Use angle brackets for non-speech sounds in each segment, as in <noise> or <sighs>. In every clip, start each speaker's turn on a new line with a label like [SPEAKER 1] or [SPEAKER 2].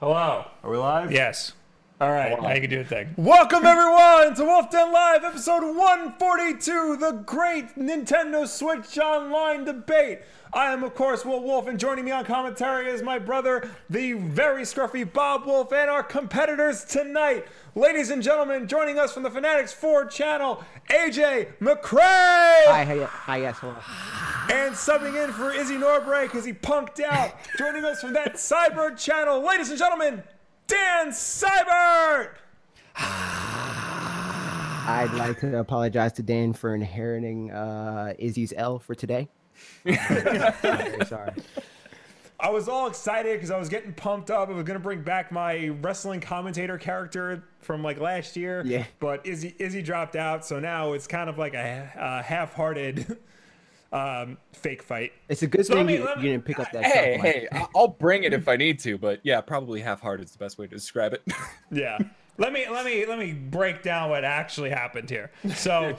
[SPEAKER 1] Hello.
[SPEAKER 2] Are we live?
[SPEAKER 1] Yes. All right.
[SPEAKER 3] Hello.
[SPEAKER 1] I can do a thing.
[SPEAKER 2] Welcome everyone to Wolf Den Live, episode 142, the great Nintendo Switch Online debate. I am, of course, Will Wolf, and joining me on commentary is my brother, the very scruffy Bob Wolf, and our competitors tonight. Ladies and gentlemen, joining us from the Fanatics 4 channel, AJ McCray!
[SPEAKER 4] Hi, hi, hi, yes, hello.
[SPEAKER 2] And subbing in for Izzy Norbray because he punked out. Joining us from that Cyber channel, ladies and gentlemen, Dan Seibert!
[SPEAKER 4] I'd like to apologize to Dan for inheriting uh, Izzy's L for <laughs> today. I'm very sorry.
[SPEAKER 2] I was all excited because I was getting pumped up. I was gonna bring back my wrestling commentator character from like last year.
[SPEAKER 4] Yeah.
[SPEAKER 2] But Izzy Izzy dropped out, so now it's kind of like a, uh half-hearted <laughs> um, fake fight.
[SPEAKER 4] It's a good
[SPEAKER 2] So, I
[SPEAKER 4] thing
[SPEAKER 2] mean,
[SPEAKER 4] you,
[SPEAKER 2] let me-
[SPEAKER 4] you didn't pick up that.
[SPEAKER 3] Hey,
[SPEAKER 4] stuff, Mike.
[SPEAKER 3] hey, I- I'll bring it if I need to, but yeah, probably half-hearted is the best way to describe it. <laughs>
[SPEAKER 1] Yeah. Let me let me let me break down what actually happened here.
[SPEAKER 2] <laughs>
[SPEAKER 1] So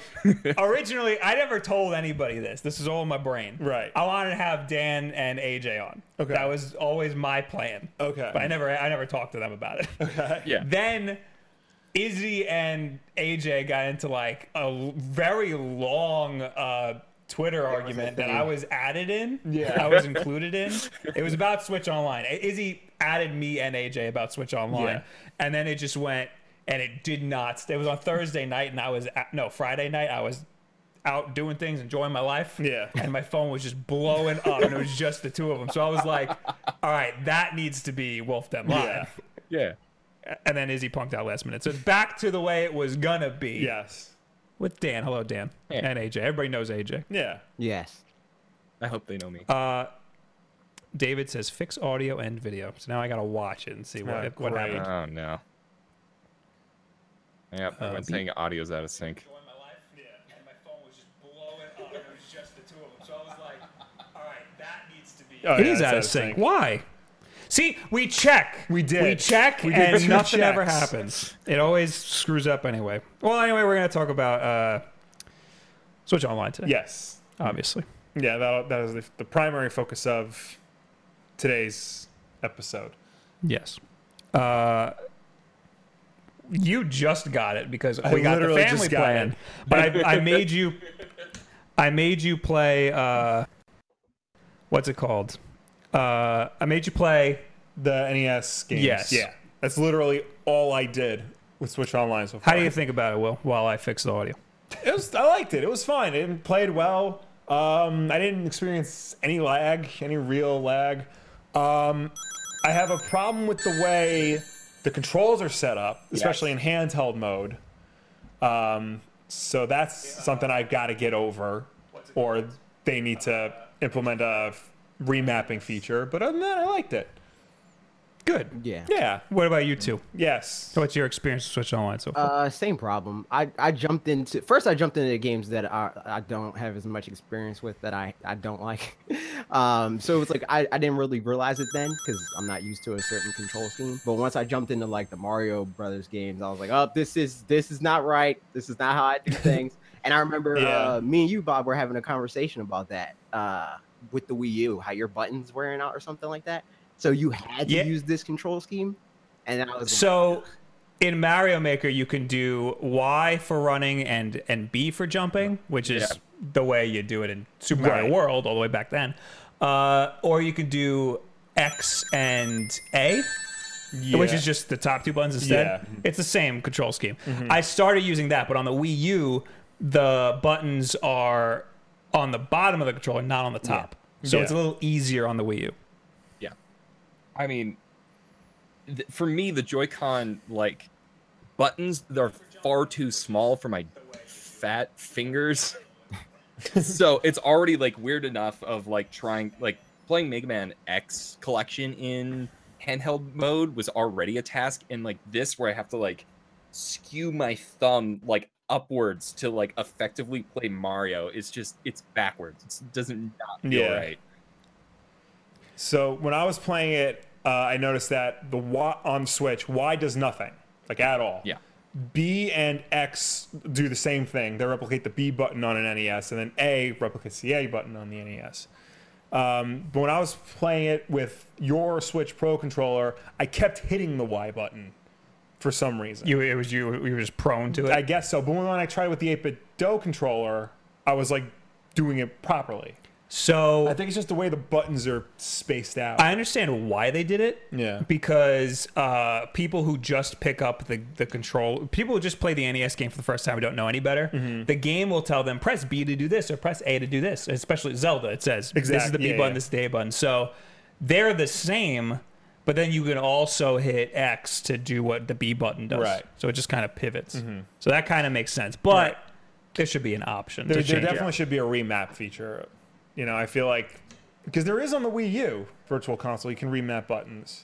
[SPEAKER 1] originally I never told anybody this. This is all in my brain.
[SPEAKER 2] Right.
[SPEAKER 1] I wanted to have Dan and AJ on.
[SPEAKER 2] Okay.
[SPEAKER 1] That was always my plan.
[SPEAKER 2] Okay.
[SPEAKER 1] But I never I never talked to them about it. Okay.
[SPEAKER 3] Yeah.
[SPEAKER 1] Then Izzy and AJ got into like a l- very long uh, Twitter argument that
[SPEAKER 4] thing.
[SPEAKER 1] I was added in.
[SPEAKER 2] Yeah.
[SPEAKER 1] I was included in. It was about Switch Online. I- Izzy added me and AJ about Switch Online,
[SPEAKER 2] Yeah.
[SPEAKER 1] and then it just went and it did not. st- It was on Thursday night, and I was at, no Friday night. I was out doing things, enjoying my life.
[SPEAKER 2] Yeah.
[SPEAKER 1] and my phone was just blowing up, and it was just the two of them. So I was like, all right, that needs to be Wolf Den Live
[SPEAKER 2] Yeah.
[SPEAKER 3] yeah.
[SPEAKER 1] and then Izzy punked out last minute. So it's back to the way it was gonna be.
[SPEAKER 2] Yes.
[SPEAKER 1] With Dan, hello Dan,
[SPEAKER 3] Hey.
[SPEAKER 1] and AJ. Everybody knows AJ.
[SPEAKER 2] Yeah.
[SPEAKER 4] Yes.
[SPEAKER 3] I hope they know me.
[SPEAKER 1] David says fix audio and video. So now I gotta watch it and see what
[SPEAKER 2] Oh,
[SPEAKER 1] what
[SPEAKER 2] great.
[SPEAKER 1] happened.
[SPEAKER 3] oh no. Yep, I'm
[SPEAKER 1] beep.
[SPEAKER 3] saying audio's out of sync.
[SPEAKER 2] Oh,
[SPEAKER 1] It
[SPEAKER 2] yeah,
[SPEAKER 1] is
[SPEAKER 2] it's
[SPEAKER 1] out of sync. Why? See, we check.
[SPEAKER 2] We did.
[SPEAKER 1] We check,
[SPEAKER 2] We did
[SPEAKER 1] and
[SPEAKER 2] two
[SPEAKER 1] nothing
[SPEAKER 2] checks.
[SPEAKER 1] ever happens. It always screws up anyway. Well, anyway, we're gonna talk about uh, Switch Online today.
[SPEAKER 2] Yes.
[SPEAKER 1] obviously.
[SPEAKER 2] Yeah. That that is the, the primary focus of today's episode.
[SPEAKER 1] Yes. Uh, you just got it because we got the
[SPEAKER 2] literally
[SPEAKER 1] family
[SPEAKER 2] just got
[SPEAKER 1] plan.
[SPEAKER 2] it.
[SPEAKER 1] But
[SPEAKER 2] <laughs>
[SPEAKER 1] I, I made you, I made you play. Uh, what's it called? Uh, I made you play.
[SPEAKER 2] The NES games.
[SPEAKER 1] Yes.
[SPEAKER 2] Yeah. That's literally all I did with Switch Online so far.
[SPEAKER 1] How do you think about it, Will? While I fix the audio.
[SPEAKER 2] It was. I liked it. It was fine. It played well. Um, I didn't experience any lag, any real lag. Um, I have a problem with the way the controls are set up, especially in handheld mode. Um, so that's something I've got to get over, or they need to implement a f- remapping feature. But other than that, I liked it.
[SPEAKER 1] Good.
[SPEAKER 4] Yeah.
[SPEAKER 2] Yeah.
[SPEAKER 1] What about you two?
[SPEAKER 2] Yes.
[SPEAKER 1] What's your experience with Switch Online so far?
[SPEAKER 4] Uh, same problem. I, I jumped into first. I jumped into the games that I, I don't have as much experience with that I, I don't like. <laughs> um, so it was like I, I didn't really realize it then because I'm not used to a certain control scheme. But once I jumped into like the Mario Brothers games, I was like, oh, this is this is not right. This is not how I
[SPEAKER 1] <laughs>
[SPEAKER 4] do things. and I remember
[SPEAKER 2] Yeah.
[SPEAKER 4] uh, me and you, Bob, were having a conversation about that uh, with the Wii U, how your buttons wearing out or something like that. So you had to
[SPEAKER 1] Yeah.
[SPEAKER 4] use this control scheme, and I was like,
[SPEAKER 1] So <laughs> in Mario Maker, you can do Y for running and and B for jumping, which is the way you do it in Super Mario
[SPEAKER 2] Right.
[SPEAKER 1] World all the way back then. Uh, or you can do X and A, which
[SPEAKER 2] Yeah.
[SPEAKER 1] is just the top two buttons instead.
[SPEAKER 2] Yeah. Mm-hmm.
[SPEAKER 1] It's the same control scheme. I started using that, but on the Wii U, the buttons are on the bottom of the controller, not on the top. So
[SPEAKER 2] Yeah.
[SPEAKER 1] it's a little easier on the Wii U.
[SPEAKER 3] Yeah. I mean, th- for me, the Joy-Con like buttons they're far too small for my fat fingers. so it's already like weird enough of like trying like playing Mega Man X collection in handheld mode was already a task, and like this where I have to like skew my thumb like upwards to like effectively play Mario is just it's backwards. It's, it doesn't not feel
[SPEAKER 2] Yeah.
[SPEAKER 3] right.
[SPEAKER 2] So when I was playing it, uh, I noticed that the Y on Switch Y does nothing, like at all.
[SPEAKER 3] Yeah.
[SPEAKER 2] B and X do the
[SPEAKER 1] E
[SPEAKER 2] same thing. They replicate the B button on an NES, and then A replicates the A button on the NES.
[SPEAKER 1] Um, but when I was playing it with your Switch Pro controller, I kept hitting the Y button for some reason.
[SPEAKER 5] You, it was you. You were just prone to it.
[SPEAKER 1] I guess so. But when I tried with the 8 bit Do controller, I was like doing it properly.
[SPEAKER 5] so
[SPEAKER 1] I think it's just the way the buttons are spaced out.
[SPEAKER 5] I understand why they did it.
[SPEAKER 1] Yeah.
[SPEAKER 5] Because uh, people who just pick up the, the control, people who just play the NES game for the first time who don't know any better,
[SPEAKER 1] Mm-hmm.
[SPEAKER 5] the game will tell them press B to do this or press A to do this. Especially Zelda, it says this is
[SPEAKER 1] Exact-
[SPEAKER 5] the B
[SPEAKER 1] yeah,
[SPEAKER 5] button,
[SPEAKER 1] yeah.
[SPEAKER 5] this is the A button. So they're the same, but then you can also hit X to do what the B button does.
[SPEAKER 1] Right. Mm-hmm.
[SPEAKER 5] So it just kind of pivots. So that kind of makes sense, but. There should be an option
[SPEAKER 1] there,
[SPEAKER 5] to
[SPEAKER 1] there
[SPEAKER 5] change
[SPEAKER 1] definitely
[SPEAKER 5] it.
[SPEAKER 1] should be a remap feature. You know, I feel like because there is on the Wii U Virtual Console, you can remap buttons.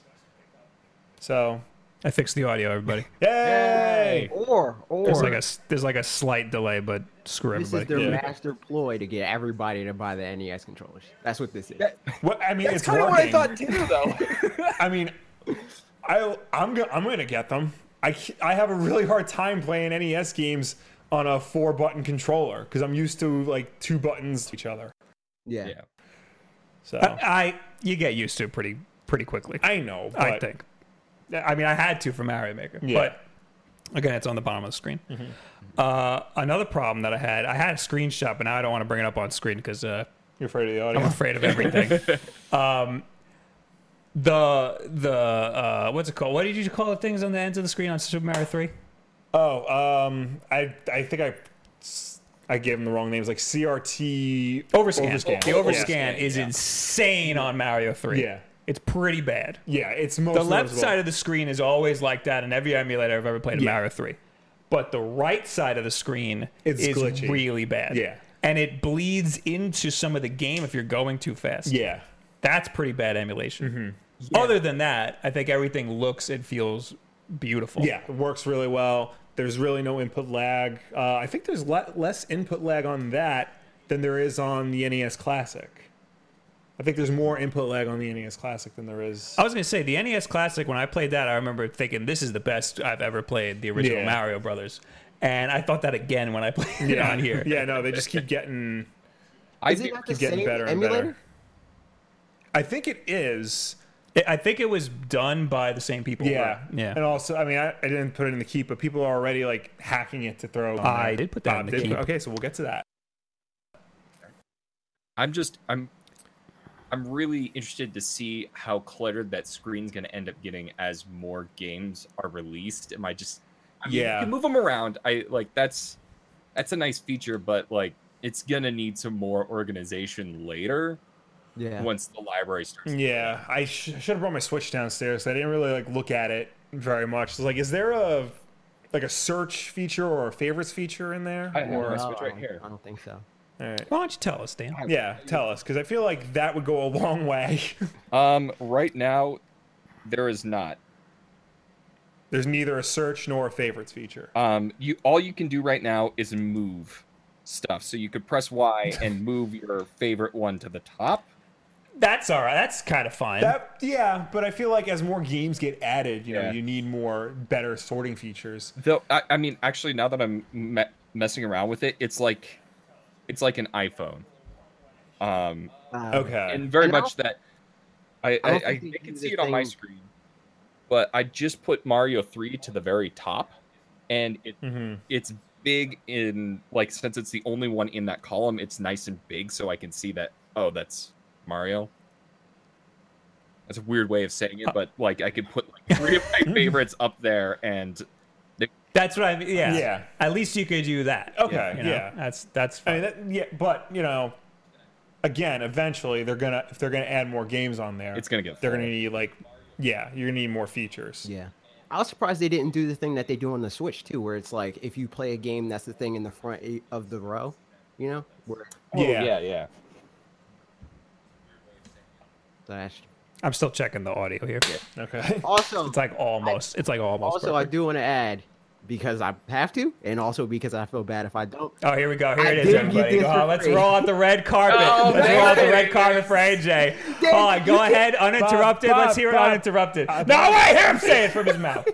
[SPEAKER 1] So,
[SPEAKER 5] I fixed the audio, everybody.
[SPEAKER 1] yay!
[SPEAKER 4] Or or
[SPEAKER 5] There's like a there's like a slight delay, but screw
[SPEAKER 4] this
[SPEAKER 5] everybody.
[SPEAKER 4] is their
[SPEAKER 1] Yeah.
[SPEAKER 4] master ploy to get everybody to buy the NES controllers. That's what this is.
[SPEAKER 1] Well, I mean,
[SPEAKER 3] That's
[SPEAKER 1] it's
[SPEAKER 3] kind of what I
[SPEAKER 1] working.
[SPEAKER 3] thought too, though.
[SPEAKER 1] I mean, I I'm go, I'm gonna get them. I c- I have a really hard time playing NES games on a four button controller because I'm used to like two buttons to each other.
[SPEAKER 4] yeah.
[SPEAKER 3] yeah.
[SPEAKER 1] So
[SPEAKER 5] I, I you get used to it pretty pretty quickly. I,
[SPEAKER 1] I know, but
[SPEAKER 5] think. I mean, I had to for Mario Maker,
[SPEAKER 1] Yeah. Mm-hmm.
[SPEAKER 5] but again, it's on the bottom of the screen. Uh, another problem that I had, I had a screenshot, but now I don't want to bring it up on screen because uh,
[SPEAKER 1] you're afraid of the
[SPEAKER 5] I'm
[SPEAKER 1] audio.
[SPEAKER 5] afraid of everything.
[SPEAKER 1] <laughs>
[SPEAKER 5] um, the the uh, what's it called? What did you call the things on the ends of the screen on Super Mario Three?
[SPEAKER 1] oh, um, I I think I s- I gave them the wrong names, like CRT
[SPEAKER 5] Overscan. The
[SPEAKER 1] Yeah.
[SPEAKER 5] overscan is insane on Mario Three.
[SPEAKER 1] Yeah.
[SPEAKER 5] it's pretty bad.
[SPEAKER 1] Yeah, it's most
[SPEAKER 5] The left side of the screen is always like that in every emulator I've ever played in
[SPEAKER 1] Yeah.
[SPEAKER 5] Mario 3. But the right side of the screen
[SPEAKER 1] It's
[SPEAKER 5] is
[SPEAKER 1] glitchy.
[SPEAKER 5] really bad.
[SPEAKER 1] Yeah.
[SPEAKER 5] And it bleeds into some of the game if you're going too fast.
[SPEAKER 1] yeah. Mm-hmm.
[SPEAKER 5] That's pretty bad emulation. Other than that, I think everything looks and feels beautiful.
[SPEAKER 1] Yeah, it works really well. There's really no input lag. Uh, I think there's le- less input lag on that than there is on the NES Classic. I think there's more input lag on the NES Classic than there is.
[SPEAKER 5] I was going to say the NES Classic, when I played that, I remember thinking this is the best I've ever played the original
[SPEAKER 1] Yeah.
[SPEAKER 5] Mario Brothers. And I thought that again when I <laughs> played it on here.
[SPEAKER 1] <laughs> Yeah, no, they just keep getting.
[SPEAKER 3] I
[SPEAKER 4] Is it
[SPEAKER 3] do-
[SPEAKER 4] not the
[SPEAKER 1] keep getting
[SPEAKER 4] same
[SPEAKER 1] better and better.
[SPEAKER 4] emulator?
[SPEAKER 1] I think it is.
[SPEAKER 5] It- I think it was done by the same people.
[SPEAKER 1] Yeah.
[SPEAKER 5] right? Yeah.
[SPEAKER 1] And also, I mean, I, I didn't put it in the key, but people are already like hacking it to throw. on
[SPEAKER 5] I
[SPEAKER 1] there.
[SPEAKER 5] did put that in the
[SPEAKER 1] did-
[SPEAKER 5] keep.
[SPEAKER 1] Okay, so we'll get to that.
[SPEAKER 3] I'm just I'm I'm really interested to see how cluttered that screen's going to end up getting as more games are released. Am I just I mean,
[SPEAKER 1] Yeah.
[SPEAKER 3] You can move them around. I like that's that's a nice feature, but like it's going to need some more organization later
[SPEAKER 4] Yeah.
[SPEAKER 3] once the library starts.
[SPEAKER 1] Yeah, I sh- should have brought my Switch downstairs. 'cause I didn't really like look at it very much. It's like, is there a like a search feature or a favorites feature in there?
[SPEAKER 3] I have
[SPEAKER 1] or,
[SPEAKER 3] my
[SPEAKER 4] No,
[SPEAKER 3] Switch right here.
[SPEAKER 4] I don't think so.
[SPEAKER 1] All right.
[SPEAKER 5] Why don't you tell us, Dan?
[SPEAKER 1] Yeah, tell us because I feel like that would go a long <laughs> way.
[SPEAKER 3] Um right now there is not.
[SPEAKER 1] There's neither a search nor a favorites feature.
[SPEAKER 3] Um you all you can do right now is move stuff. So you could press Y and move your favorite one to the top.
[SPEAKER 5] That's all right. That's kind of fine.
[SPEAKER 1] That yeah, but I feel like as more games get added, you know,
[SPEAKER 3] Yeah.
[SPEAKER 1] you need more better sorting features.
[SPEAKER 3] Though I, I mean, actually, now that I'm me- messing around with it, it's like, it's like an iPhone, um,
[SPEAKER 4] Um,
[SPEAKER 1] Okay.
[SPEAKER 3] and very
[SPEAKER 4] And I
[SPEAKER 3] much that. I I,
[SPEAKER 4] I
[SPEAKER 3] I,
[SPEAKER 4] don't
[SPEAKER 3] I,
[SPEAKER 4] think they
[SPEAKER 3] can
[SPEAKER 4] do
[SPEAKER 3] see
[SPEAKER 4] the
[SPEAKER 3] it on my
[SPEAKER 4] thing-
[SPEAKER 3] screen, but I just put Mario three to the very top, and it
[SPEAKER 1] Mhm.
[SPEAKER 3] it's big in like since it's the only one in that column, it's nice and big, so I can see that. Oh, that's Mario. That's a weird way of saying it, but like I could put like three of my favorites up there, and
[SPEAKER 5] that's what I mean. Yeah.
[SPEAKER 1] Yeah.
[SPEAKER 5] At least you could do that.
[SPEAKER 1] Okay,
[SPEAKER 5] You know?
[SPEAKER 1] yeah.
[SPEAKER 5] That's that's
[SPEAKER 1] I
[SPEAKER 5] fine.
[SPEAKER 1] mean, that, yeah, but you know, again, eventually they're gonna if they're gonna add more games on there,
[SPEAKER 3] It's gonna get
[SPEAKER 1] They're gonna
[SPEAKER 3] full.
[SPEAKER 1] need like, yeah, you're gonna need more features.
[SPEAKER 4] Yeah. I was surprised they didn't do the thing that they do on the Switch too, where it's like if you play a game, that's the thing in the front i- of the row, you know. Where
[SPEAKER 3] Oh,
[SPEAKER 1] yeah.
[SPEAKER 3] yeah, yeah.
[SPEAKER 4] that's
[SPEAKER 5] I'm still checking the audio here.
[SPEAKER 1] Okay.
[SPEAKER 4] also
[SPEAKER 5] <laughs> It's like almost. it's like almost.
[SPEAKER 4] also I
[SPEAKER 5] perfect.
[SPEAKER 4] do want to add because I have to, and also because I feel bad if I don't.
[SPEAKER 5] Oh, here we go. Here
[SPEAKER 4] I
[SPEAKER 5] it is,
[SPEAKER 4] did get
[SPEAKER 5] everybody.
[SPEAKER 4] this
[SPEAKER 5] Oh,
[SPEAKER 4] for
[SPEAKER 5] let's
[SPEAKER 4] free.
[SPEAKER 5] roll out the red carpet.
[SPEAKER 3] Oh,
[SPEAKER 5] let's roll out the
[SPEAKER 3] thanks.
[SPEAKER 5] red carpet for AJ. All right, go ahead, uninterrupted.
[SPEAKER 1] Bob,
[SPEAKER 5] let's hear it
[SPEAKER 1] Bob,
[SPEAKER 5] uninterrupted.
[SPEAKER 4] Uh,
[SPEAKER 1] Bob.
[SPEAKER 5] no, wait, hear him say it from
[SPEAKER 4] <laughs>
[SPEAKER 5] his mouth.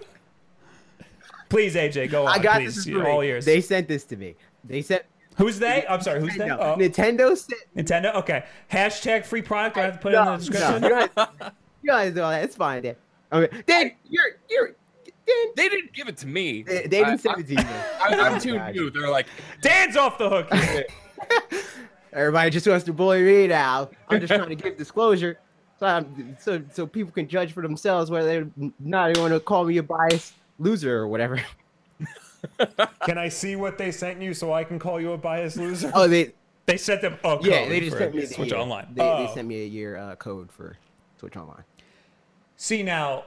[SPEAKER 5] Please, AJ, go
[SPEAKER 4] I
[SPEAKER 5] on.
[SPEAKER 4] got
[SPEAKER 5] please.
[SPEAKER 4] this.
[SPEAKER 5] You're
[SPEAKER 4] for
[SPEAKER 5] all
[SPEAKER 4] free.
[SPEAKER 5] yours.
[SPEAKER 4] They sent this to me. They sent
[SPEAKER 5] Who's they? I'm sorry. Who's they?
[SPEAKER 4] Nintendo.
[SPEAKER 5] Oh,
[SPEAKER 4] Nintendo said
[SPEAKER 5] Nintendo. Okay. Hashtag free product. Do I have to put it
[SPEAKER 4] no,
[SPEAKER 5] in the
[SPEAKER 4] no,
[SPEAKER 5] description?
[SPEAKER 4] you don't
[SPEAKER 5] <laughs>
[SPEAKER 4] have to- you don't have to do all that. It's fine, Dan. Okay, Dan, you're you're Dan.
[SPEAKER 3] They didn't give it to me.
[SPEAKER 4] They, they didn't
[SPEAKER 3] I,
[SPEAKER 4] send it to you.
[SPEAKER 3] I, I,
[SPEAKER 4] Oh,
[SPEAKER 3] am too
[SPEAKER 4] God.
[SPEAKER 3] new. They're like,
[SPEAKER 5] Dan's off the hook.
[SPEAKER 4] Everybody just wants to bully me now. I'm just trying to give disclosure, so I'm, so so people can judge for themselves whether they're not going to call me a biased loser or whatever.
[SPEAKER 1] Can I see what they sent you so I can call you a biased
[SPEAKER 5] <laughs>
[SPEAKER 1] loser?
[SPEAKER 4] Oh, they
[SPEAKER 5] They sent them. Oh,
[SPEAKER 4] yeah,
[SPEAKER 5] code
[SPEAKER 4] they just
[SPEAKER 5] for
[SPEAKER 4] sent me the
[SPEAKER 5] Switch
[SPEAKER 4] year.
[SPEAKER 5] Online.
[SPEAKER 4] They, they
[SPEAKER 1] Oh.
[SPEAKER 4] sent me a year uh, code for Switch Online.
[SPEAKER 5] See now,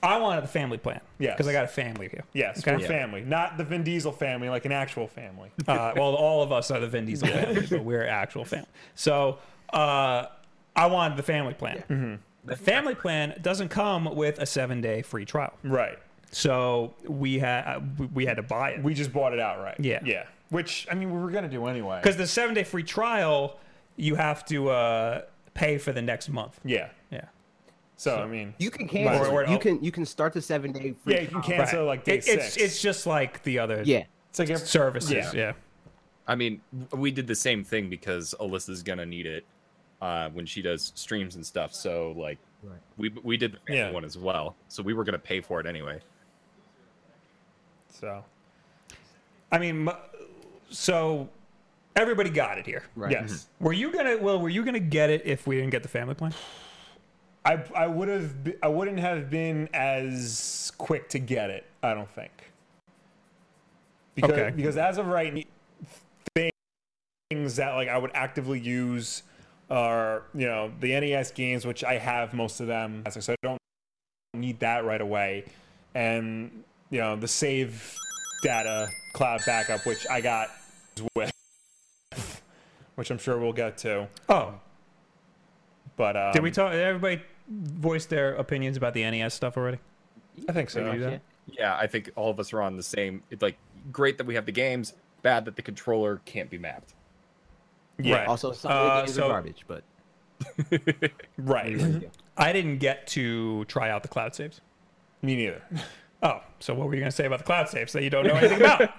[SPEAKER 5] I wanted the family plan.
[SPEAKER 1] Yes.
[SPEAKER 5] Because I got a family here.
[SPEAKER 1] Yes,
[SPEAKER 5] Okay.
[SPEAKER 1] we're family, not the Vin Diesel family, like an actual
[SPEAKER 5] <laughs>
[SPEAKER 1] family.
[SPEAKER 5] Uh, well, all of us are the
[SPEAKER 4] <laughs>
[SPEAKER 5] Vin Diesel family, but we're actual family. So uh, I wanted the family plan.
[SPEAKER 4] Mm-hmm.
[SPEAKER 5] The family plan doesn't come with a seven day free trial,
[SPEAKER 1] Um, Right.
[SPEAKER 5] so we had we had to buy it
[SPEAKER 1] We just bought it outright.
[SPEAKER 5] Yeah.
[SPEAKER 1] Yeah. Which I mean, we were gonna do anyway.
[SPEAKER 5] because the seven day free trial you have to uh, pay for the next month.
[SPEAKER 1] yeah.
[SPEAKER 5] Yeah,
[SPEAKER 1] So, I mean,
[SPEAKER 4] You can cancel.
[SPEAKER 5] Or- or-
[SPEAKER 4] you can you can start the seven day. Free
[SPEAKER 1] yeah, you can
[SPEAKER 4] trial.
[SPEAKER 1] cancel like day
[SPEAKER 5] It-
[SPEAKER 1] six.
[SPEAKER 5] it's it's just like the other
[SPEAKER 4] Yeah,
[SPEAKER 1] it's like every-
[SPEAKER 5] services.
[SPEAKER 1] Yeah.
[SPEAKER 5] yeah.
[SPEAKER 3] I mean, we did the same thing because Alyssa's gonna need it uh, when she does streams and stuff. So like,
[SPEAKER 4] Right.
[SPEAKER 3] we we did the family
[SPEAKER 1] Yeah.
[SPEAKER 3] one as well. So we were gonna pay for it anyway.
[SPEAKER 1] So
[SPEAKER 5] I mean, m- so everybody got it here.
[SPEAKER 4] right.
[SPEAKER 1] yes.
[SPEAKER 5] Were you gonna? Well, were you gonna get it if we didn't get the family plan?
[SPEAKER 1] I I would have be- I wouldn't have been as quick to get it. I don't think. Because,
[SPEAKER 5] Okay.
[SPEAKER 1] Because as of right, n- things that like I would actively use are you know the NES games, which I have most of them, so I don't need that right away, and you know the save data cloud backup, which I got with, which I'm sure we'll get to.
[SPEAKER 5] Oh,
[SPEAKER 1] But um,
[SPEAKER 5] did we talk? Did everybody voice their opinions about the NES stuff already?
[SPEAKER 1] I think so.
[SPEAKER 5] Did we do
[SPEAKER 4] Yeah.
[SPEAKER 5] that?
[SPEAKER 3] Yeah, I think all of us are on the same. It's like great that we have the games. Bad that the controller can't be mapped.
[SPEAKER 1] Yeah.
[SPEAKER 5] Right.
[SPEAKER 4] Also, some of the
[SPEAKER 5] Uh,
[SPEAKER 4] games
[SPEAKER 5] so-
[SPEAKER 4] are garbage, but
[SPEAKER 1] Right.
[SPEAKER 5] I didn't get to try out the cloud saves.
[SPEAKER 1] Me neither. <laughs>
[SPEAKER 5] Oh, so what were you gonna say about the cloud saves that you don't know anything about?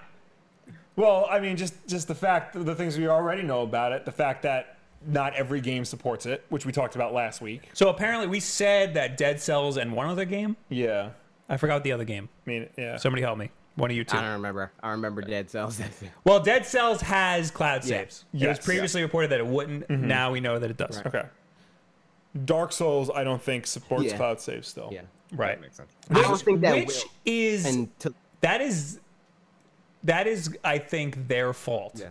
[SPEAKER 1] Well, I mean, just just the fact, the things we already know about it, the fact that not every game supports it, which we talked about last week.
[SPEAKER 5] So apparently, we said that Dead Cells and one other game.
[SPEAKER 1] Yeah,
[SPEAKER 5] I forgot the other game.
[SPEAKER 1] I mean, yeah.
[SPEAKER 5] Somebody help me. One of you two.
[SPEAKER 4] I don't remember. I remember Dead Cells. <laughs>
[SPEAKER 5] Well, Dead Cells has cloud saves. It was
[SPEAKER 1] Yes.
[SPEAKER 5] previously reported that it wouldn't. Now we know that it does.
[SPEAKER 4] Right.
[SPEAKER 1] okay. Dark Souls, I don't think supports
[SPEAKER 4] Yeah.
[SPEAKER 1] cloud save still.
[SPEAKER 4] yeah,
[SPEAKER 5] Right.
[SPEAKER 3] That makes sense.
[SPEAKER 4] I don't think that
[SPEAKER 5] which
[SPEAKER 4] will. <laughs>
[SPEAKER 5] is
[SPEAKER 1] <laughs>
[SPEAKER 4] and to,
[SPEAKER 5] that is that is I think their fault.
[SPEAKER 4] Yeah.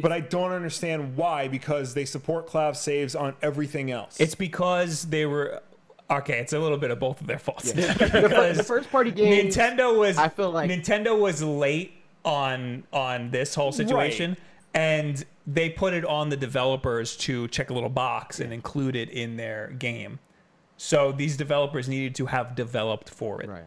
[SPEAKER 1] But I don't understand why, because they support cloud saves on everything else.
[SPEAKER 5] It's because they were okay. It's a little bit of both of their faults. <laughs>
[SPEAKER 4] the, fir-
[SPEAKER 5] because
[SPEAKER 4] the first party game.
[SPEAKER 5] Nintendo was
[SPEAKER 4] I feel like-
[SPEAKER 5] Nintendo was late on on this whole situation, and they put it on the developers to check a little box and include it in their game. So these developers needed to have developed for it.
[SPEAKER 4] Right.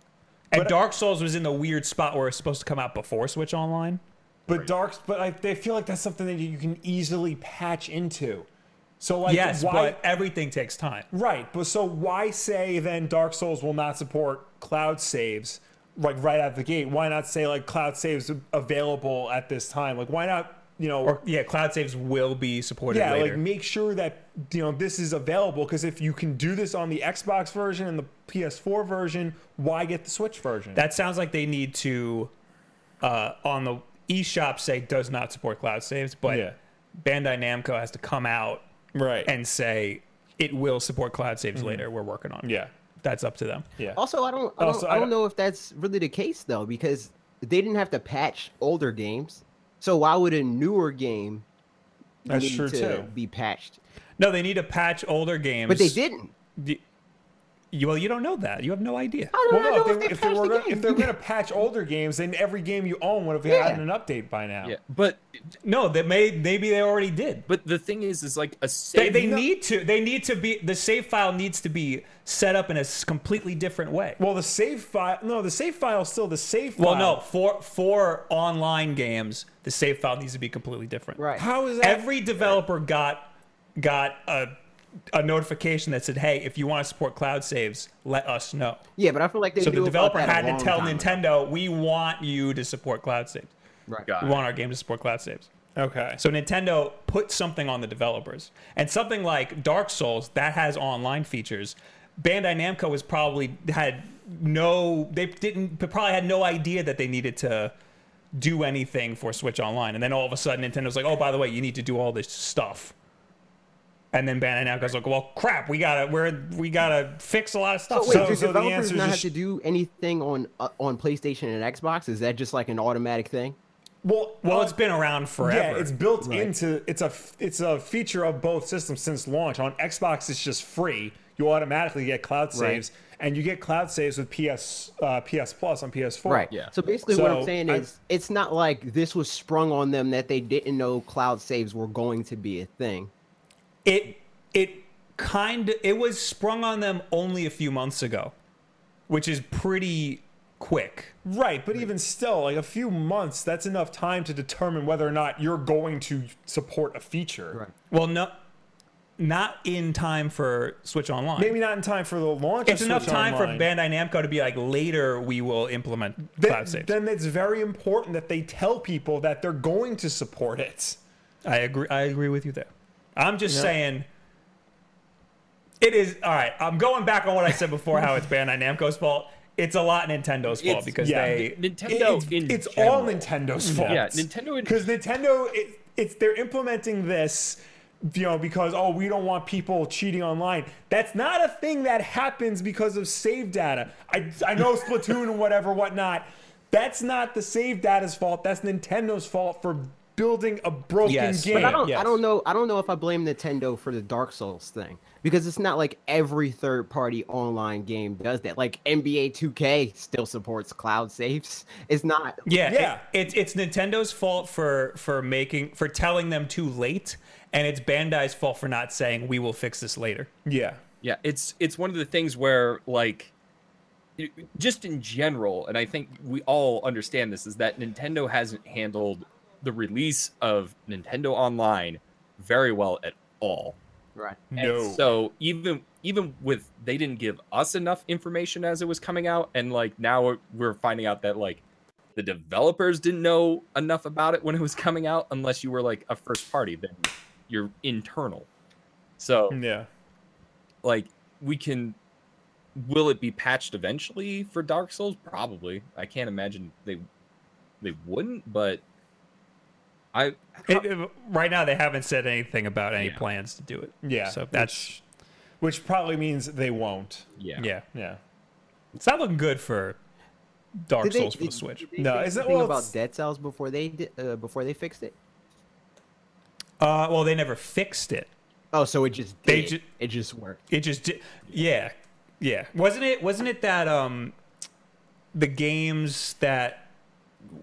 [SPEAKER 5] And Dark Souls was in the weird spot where it's supposed to come out before Switch Online.
[SPEAKER 1] but Dark, but I, they feel like that's something that you can easily patch into. So like,
[SPEAKER 5] yes,
[SPEAKER 1] why?
[SPEAKER 5] but everything takes time.
[SPEAKER 1] Right, but so why say then Dark Souls will not support cloud saves like right out of the gate? Why not say like cloud saves available at this time? Like why not you know
[SPEAKER 5] Or yeah, cloud saves will be supported
[SPEAKER 1] yeah
[SPEAKER 5] later.
[SPEAKER 1] like make sure that you know this is available because if you can do this on the Xbox version and the PS4 version, why get the Switch version?
[SPEAKER 5] that sounds like they need to uh, on the eShop say does not support cloud saves, but
[SPEAKER 1] Yeah.
[SPEAKER 5] Bandai Namco has to come out
[SPEAKER 1] right
[SPEAKER 5] and say it will support cloud saves later. We're working on it.
[SPEAKER 1] Mm-hmm. yeah
[SPEAKER 5] That's up to them.
[SPEAKER 1] yeah
[SPEAKER 4] Also, I don't, I don't,
[SPEAKER 1] Also, Oh, I
[SPEAKER 4] I
[SPEAKER 1] don't-
[SPEAKER 4] don't know if that's really the case though, because they didn't have to patch older games. So why would a newer game
[SPEAKER 1] That's
[SPEAKER 4] need
[SPEAKER 1] true,
[SPEAKER 4] to
[SPEAKER 1] too.
[SPEAKER 4] be patched?
[SPEAKER 5] No, they need to patch older games.
[SPEAKER 4] But they didn't.
[SPEAKER 5] The- you, well, you don't know that. You have no idea.
[SPEAKER 4] I don't
[SPEAKER 1] Well, no,
[SPEAKER 4] know
[SPEAKER 1] if they, if they
[SPEAKER 4] patched
[SPEAKER 1] were gonna,
[SPEAKER 4] the
[SPEAKER 1] <laughs> if
[SPEAKER 4] game.
[SPEAKER 1] they're
[SPEAKER 5] <laughs>
[SPEAKER 1] going to patch older games, then every game you own would have had
[SPEAKER 4] Yeah.
[SPEAKER 1] an update by now.
[SPEAKER 3] Yeah, but
[SPEAKER 5] No, they may maybe they already did.
[SPEAKER 3] but the thing is, is like a
[SPEAKER 5] They,
[SPEAKER 3] save.
[SPEAKER 5] they need to. They need to be. The save file needs to be set up in a s- completely different way.
[SPEAKER 1] Well, the save file. No, the save file is still the save file.
[SPEAKER 5] Well, no, for for online games, the save file needs to be completely different.
[SPEAKER 4] Right.
[SPEAKER 1] How is that?
[SPEAKER 5] Every developer got got a a notification that said, "Hey, if you want to support cloud saves, let us know."
[SPEAKER 4] Yeah, but I feel like they
[SPEAKER 5] So
[SPEAKER 4] knew
[SPEAKER 5] the
[SPEAKER 4] about
[SPEAKER 5] developer
[SPEAKER 4] that a
[SPEAKER 5] had to
[SPEAKER 4] long
[SPEAKER 5] tell
[SPEAKER 4] time ago.
[SPEAKER 5] Nintendo, "We want you to support cloud saves."
[SPEAKER 4] Right.
[SPEAKER 3] Got
[SPEAKER 5] We
[SPEAKER 3] it.
[SPEAKER 5] want our game to support cloud saves.
[SPEAKER 1] Okay.
[SPEAKER 5] So Nintendo put something on the developers, and something like Dark Souls that has online features. Bandai Namco was probably had no, they didn't they probably had no idea that they needed to do anything for Switch Online, and then all of a sudden Nintendo's like, oh, by the way, you need to do all this stuff. And then Bandai Namco's like, well, crap, we gotta we're we gotta fix a lot of stuff.
[SPEAKER 4] Oh, wait,
[SPEAKER 5] So-
[SPEAKER 1] So-
[SPEAKER 4] do
[SPEAKER 1] so the
[SPEAKER 4] developers
[SPEAKER 1] answer is
[SPEAKER 4] not have
[SPEAKER 1] just-
[SPEAKER 4] to do anything on uh, on PlayStation and Xbox? Is that just like an automatic thing?
[SPEAKER 1] Well,
[SPEAKER 5] well,
[SPEAKER 1] uh,
[SPEAKER 5] it's been around forever.
[SPEAKER 1] Yeah, it's built
[SPEAKER 4] Right.
[SPEAKER 1] into it's a it's a feature of both systems since launch. On Xbox, it's just free. You automatically get cloud saves, and you get cloud saves with PS uh, PS Plus on PS4.
[SPEAKER 4] Right.
[SPEAKER 3] Yeah.
[SPEAKER 4] So basically, what I'm
[SPEAKER 1] So,
[SPEAKER 4] saying
[SPEAKER 1] I-
[SPEAKER 4] is, it's not like this was sprung on them that they didn't know cloud saves were going to be a thing.
[SPEAKER 5] it it kind of it was sprung on them only a few months ago which is pretty quick
[SPEAKER 1] Right, but even still, like a few months, that's enough time to determine whether or not you're going to support a feature.
[SPEAKER 4] Right.
[SPEAKER 5] well no not in time for switch online
[SPEAKER 1] Maybe not in time for the launch. of
[SPEAKER 5] it's enough
[SPEAKER 1] Switch
[SPEAKER 5] time
[SPEAKER 1] Online.
[SPEAKER 5] for bandai namco to be like later we will implement
[SPEAKER 1] Then-
[SPEAKER 5] cloud saves
[SPEAKER 1] Then it's very important that they tell people that they're going to support it.
[SPEAKER 5] i agree i agree with you there i'm just saying it is all right i'm going back on what i said before how it's bandai namco's fault it's a lot nintendo's fault
[SPEAKER 3] It's-
[SPEAKER 5] because
[SPEAKER 1] yeah.
[SPEAKER 5] they
[SPEAKER 3] Nintendo
[SPEAKER 1] It-
[SPEAKER 3] in
[SPEAKER 1] it's it's
[SPEAKER 3] general.
[SPEAKER 1] all Nintendo's fault.
[SPEAKER 3] Yeah, Nintendo in-
[SPEAKER 1] because Nintendo it, it's they're implementing this, you know, because oh we don't want people cheating online. That's not a thing that happens because of save data. I I know Splatoon and whatever whatnot. That's not the save data's fault. That's Nintendo's fault for building a broken
[SPEAKER 5] Yes, but
[SPEAKER 1] game.
[SPEAKER 4] But I don't,
[SPEAKER 5] yes.
[SPEAKER 4] I don't know. I don't know if I blame Nintendo for the Dark Souls thing because it's not like every third-party online game does that. Like NBA 2K still supports cloud saves. It's not.
[SPEAKER 5] Yeah,
[SPEAKER 1] Yeah.
[SPEAKER 5] It, it's it's Nintendo's fault for for making for telling them too late, and it's Bandai's fault for not saying we will fix this later.
[SPEAKER 1] yeah.
[SPEAKER 3] Yeah, it's it's one of the things where like it- just in general, and I think we all understand this is that Nintendo hasn't handled the release of Nintendo Online very well at all.
[SPEAKER 4] Right.
[SPEAKER 3] And so even even with they didn't give us enough information as it was coming out, and like now we're, we're finding out that like the developers didn't know enough about it when it was coming out, unless you were like a first party, then you're internal. So
[SPEAKER 1] Yeah.
[SPEAKER 3] like we can will it be patched eventually for dark souls probably i can't imagine they they wouldn't but i
[SPEAKER 5] It- it- right now, they haven't said anything about any
[SPEAKER 3] Yeah.
[SPEAKER 5] plans to do it.
[SPEAKER 1] Yeah.
[SPEAKER 5] so that's
[SPEAKER 1] Which probably means they won't.
[SPEAKER 3] yeah
[SPEAKER 5] yeah.
[SPEAKER 1] Yeah.
[SPEAKER 5] It's not looking good for Dark
[SPEAKER 4] Did they-
[SPEAKER 5] Souls for
[SPEAKER 4] did-
[SPEAKER 5] the Switch.
[SPEAKER 4] did they
[SPEAKER 1] No,
[SPEAKER 4] say
[SPEAKER 1] is that-
[SPEAKER 4] anything
[SPEAKER 1] well,
[SPEAKER 4] about
[SPEAKER 1] it's-
[SPEAKER 4] Dead Cells before they did, uh, before they fixed it?
[SPEAKER 5] Uh, well, they never fixed it.
[SPEAKER 4] Oh, so it just
[SPEAKER 5] They
[SPEAKER 4] did.
[SPEAKER 5] ju-
[SPEAKER 4] it just worked.
[SPEAKER 5] It just did. Yeah, yeah. Wasn't it? Wasn't it that um, the games that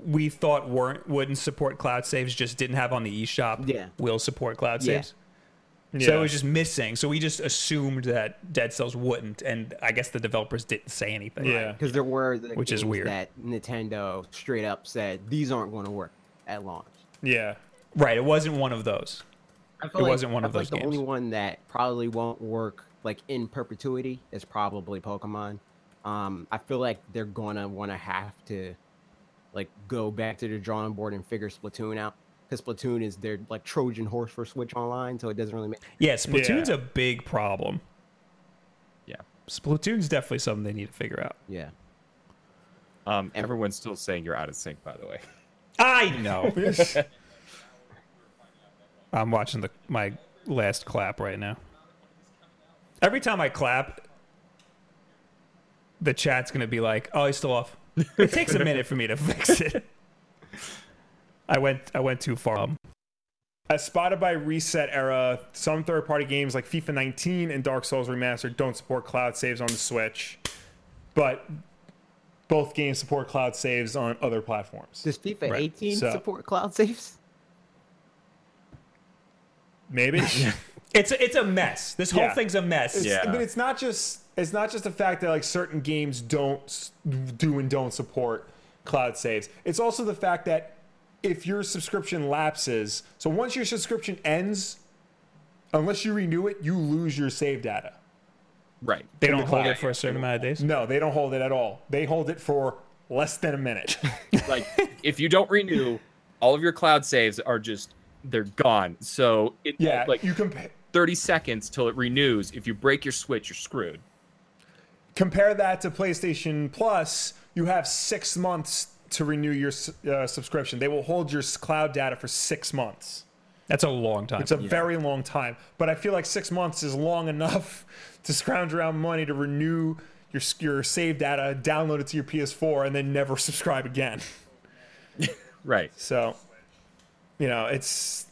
[SPEAKER 5] we thought weren't wouldn't support cloud saves just didn't have on the eShop.
[SPEAKER 4] Yeah.
[SPEAKER 5] will support cloud
[SPEAKER 4] Yeah.
[SPEAKER 5] saves. So
[SPEAKER 1] Yeah.
[SPEAKER 5] it was just missing. So we just assumed that Dead Cells wouldn't, and I guess the developers didn't say anything.
[SPEAKER 1] Yeah.
[SPEAKER 4] Because there were the
[SPEAKER 5] Which is
[SPEAKER 4] games
[SPEAKER 5] weird.
[SPEAKER 4] that Nintendo straight up said these aren't going to work at launch.
[SPEAKER 1] Yeah.
[SPEAKER 5] right. It wasn't one of those.
[SPEAKER 4] I
[SPEAKER 5] It wasn't one
[SPEAKER 4] I
[SPEAKER 5] of
[SPEAKER 4] feel
[SPEAKER 5] those
[SPEAKER 4] like The
[SPEAKER 5] games.
[SPEAKER 4] only one that probably won't work like in perpetuity is probably Pokemon. Um, I feel like they're gonna want to have to like go back to the drawing board and figure Splatoon out because Splatoon is their like Trojan horse for Switch Online, so it doesn't really make.
[SPEAKER 5] Yeah, Splatoon's
[SPEAKER 1] Yeah.
[SPEAKER 5] a big problem.
[SPEAKER 3] yeah
[SPEAKER 5] Splatoon's definitely something they need to figure out.
[SPEAKER 4] Yeah,
[SPEAKER 3] um everyone's still saying you're out of sync by the way
[SPEAKER 5] I know. I'm watching the my last clap right now. Every time I clap, the chat's gonna be like, "Oh, he's still off." It takes a minute for me to fix it. I went I went too far. Um,
[SPEAKER 1] As spotted by Reset Era, some third party games like FIFA 19 and Dark Souls Remastered don't support cloud saves on the Switch, but both games support cloud saves on other platforms.
[SPEAKER 4] does FIFA
[SPEAKER 5] Right,
[SPEAKER 4] 18
[SPEAKER 1] so-
[SPEAKER 4] support cloud saves?
[SPEAKER 1] Maybe.
[SPEAKER 5] It's a, it's a mess. This whole
[SPEAKER 1] Yeah.
[SPEAKER 5] thing's a mess.
[SPEAKER 1] It's-
[SPEAKER 3] Yeah.
[SPEAKER 1] But it's not just it's not just the fact that like certain games don't s- do and don't support cloud saves. It's also the fact that if your subscription lapses, so once your subscription ends, unless you renew it, you lose your save data.
[SPEAKER 3] <laughs> right
[SPEAKER 5] They don't hold
[SPEAKER 3] Yeah,
[SPEAKER 5] it for a certain amount of days.
[SPEAKER 1] No, they don't hold it at all. They hold it for less than a minute.
[SPEAKER 3] like if you don't renew all of your cloud saves are just they're gone. So it
[SPEAKER 2] Yeah,
[SPEAKER 3] like
[SPEAKER 2] like you compare
[SPEAKER 3] 30 seconds till it renews. If you break your switch, you're screwed.
[SPEAKER 2] compare that to PlayStation Plus. You have six months to renew your s- uh, subscription. They will hold your s- cloud data for six months.
[SPEAKER 1] That's a long time.
[SPEAKER 2] It's a very long time, but I feel like six months is long enough <laughs> to scrounge around money to renew your s- your save data, download it to your PS4, and then never <laughs> subscribe again.
[SPEAKER 3] Right.
[SPEAKER 2] So, you know, it's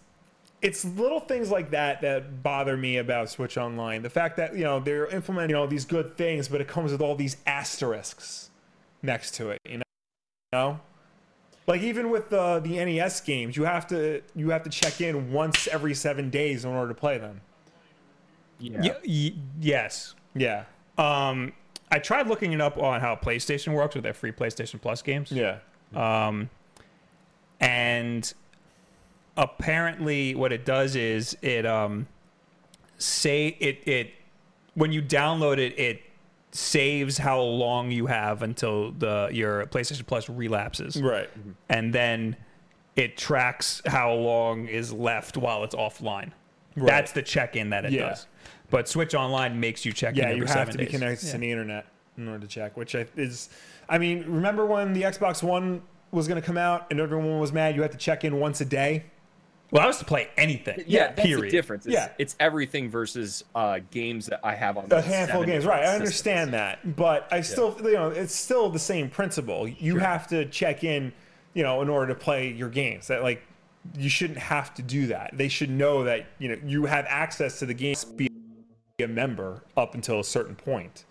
[SPEAKER 2] it's little things like that that bother me about Switch Online. The fact that you know they're implementing all these good things, but it comes with all these asterisks next to it. You know, you know? like even with the the NES games, you have to you have to check in once every seven days in order to play them.
[SPEAKER 1] Y- y- yes.
[SPEAKER 2] Yeah,
[SPEAKER 1] Um, I tried looking it up on how PlayStation works with their free PlayStation Plus games.
[SPEAKER 2] yeah.
[SPEAKER 1] and apparently what it does is it um say it it when you download it it saves how long you have until the your PlayStation Plus relapses
[SPEAKER 2] Right.
[SPEAKER 1] and then it tracks how long is left while it's offline that's the check-in that it
[SPEAKER 2] Yeah.
[SPEAKER 1] does but switch online makes you check in
[SPEAKER 2] Yeah,
[SPEAKER 1] every
[SPEAKER 2] you have
[SPEAKER 1] seven
[SPEAKER 2] to be
[SPEAKER 1] days.
[SPEAKER 2] connected to the internet in order to check, which I- is, I mean, remember when the Xbox One was going to come out and everyone was mad you had to check in once a day?
[SPEAKER 1] well I was to play anything
[SPEAKER 3] Yeah, that's
[SPEAKER 1] period
[SPEAKER 3] the difference. It's,
[SPEAKER 2] Yeah.
[SPEAKER 3] it's everything versus uh, games that I have on
[SPEAKER 2] A
[SPEAKER 3] like
[SPEAKER 2] handful of
[SPEAKER 3] seven
[SPEAKER 2] games, right? I
[SPEAKER 3] different
[SPEAKER 2] understand
[SPEAKER 3] systems.
[SPEAKER 2] that, but I still, you know, it's still the same principle. You have to check in, you know, in order to play your games. That like, you shouldn't have to do that. They should know that you know you have access to the game. Be a member up until a certain point.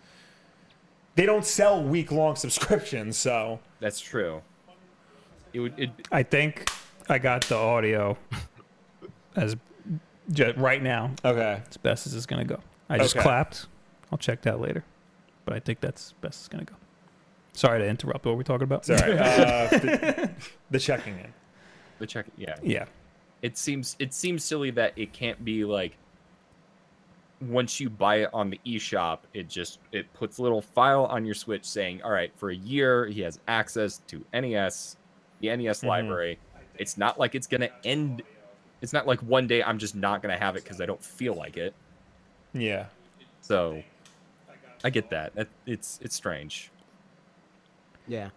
[SPEAKER 2] They don't sell week-long <laughs> subscriptions, so
[SPEAKER 3] That's true. It would. It,
[SPEAKER 1] I think I got the audio as ju- right now
[SPEAKER 2] okay.
[SPEAKER 1] as best as it's gonna go. I just
[SPEAKER 2] Okay.
[SPEAKER 1] clapped. I'll check that later, but I think that's best it's gonna go. Sorry to interrupt. What we're talking about?
[SPEAKER 2] Sorry.
[SPEAKER 4] <laughs>
[SPEAKER 2] Uh, the, the checking in.
[SPEAKER 3] the check. Yeah.
[SPEAKER 1] <laughs> Yeah.
[SPEAKER 3] It seems. It seems silly that it can't be like. Once you buy it on the eShop, it just it puts a little file on your Switch saying, "All right, for a year, he has access to NES, the NES
[SPEAKER 2] Mm-hmm.
[SPEAKER 3] library." It's not like it's gonna end. It's not like one day I'm just not gonna have it because I don't feel like it.
[SPEAKER 2] Yeah.
[SPEAKER 3] So I get that. that it's it's strange.
[SPEAKER 4] Yeah.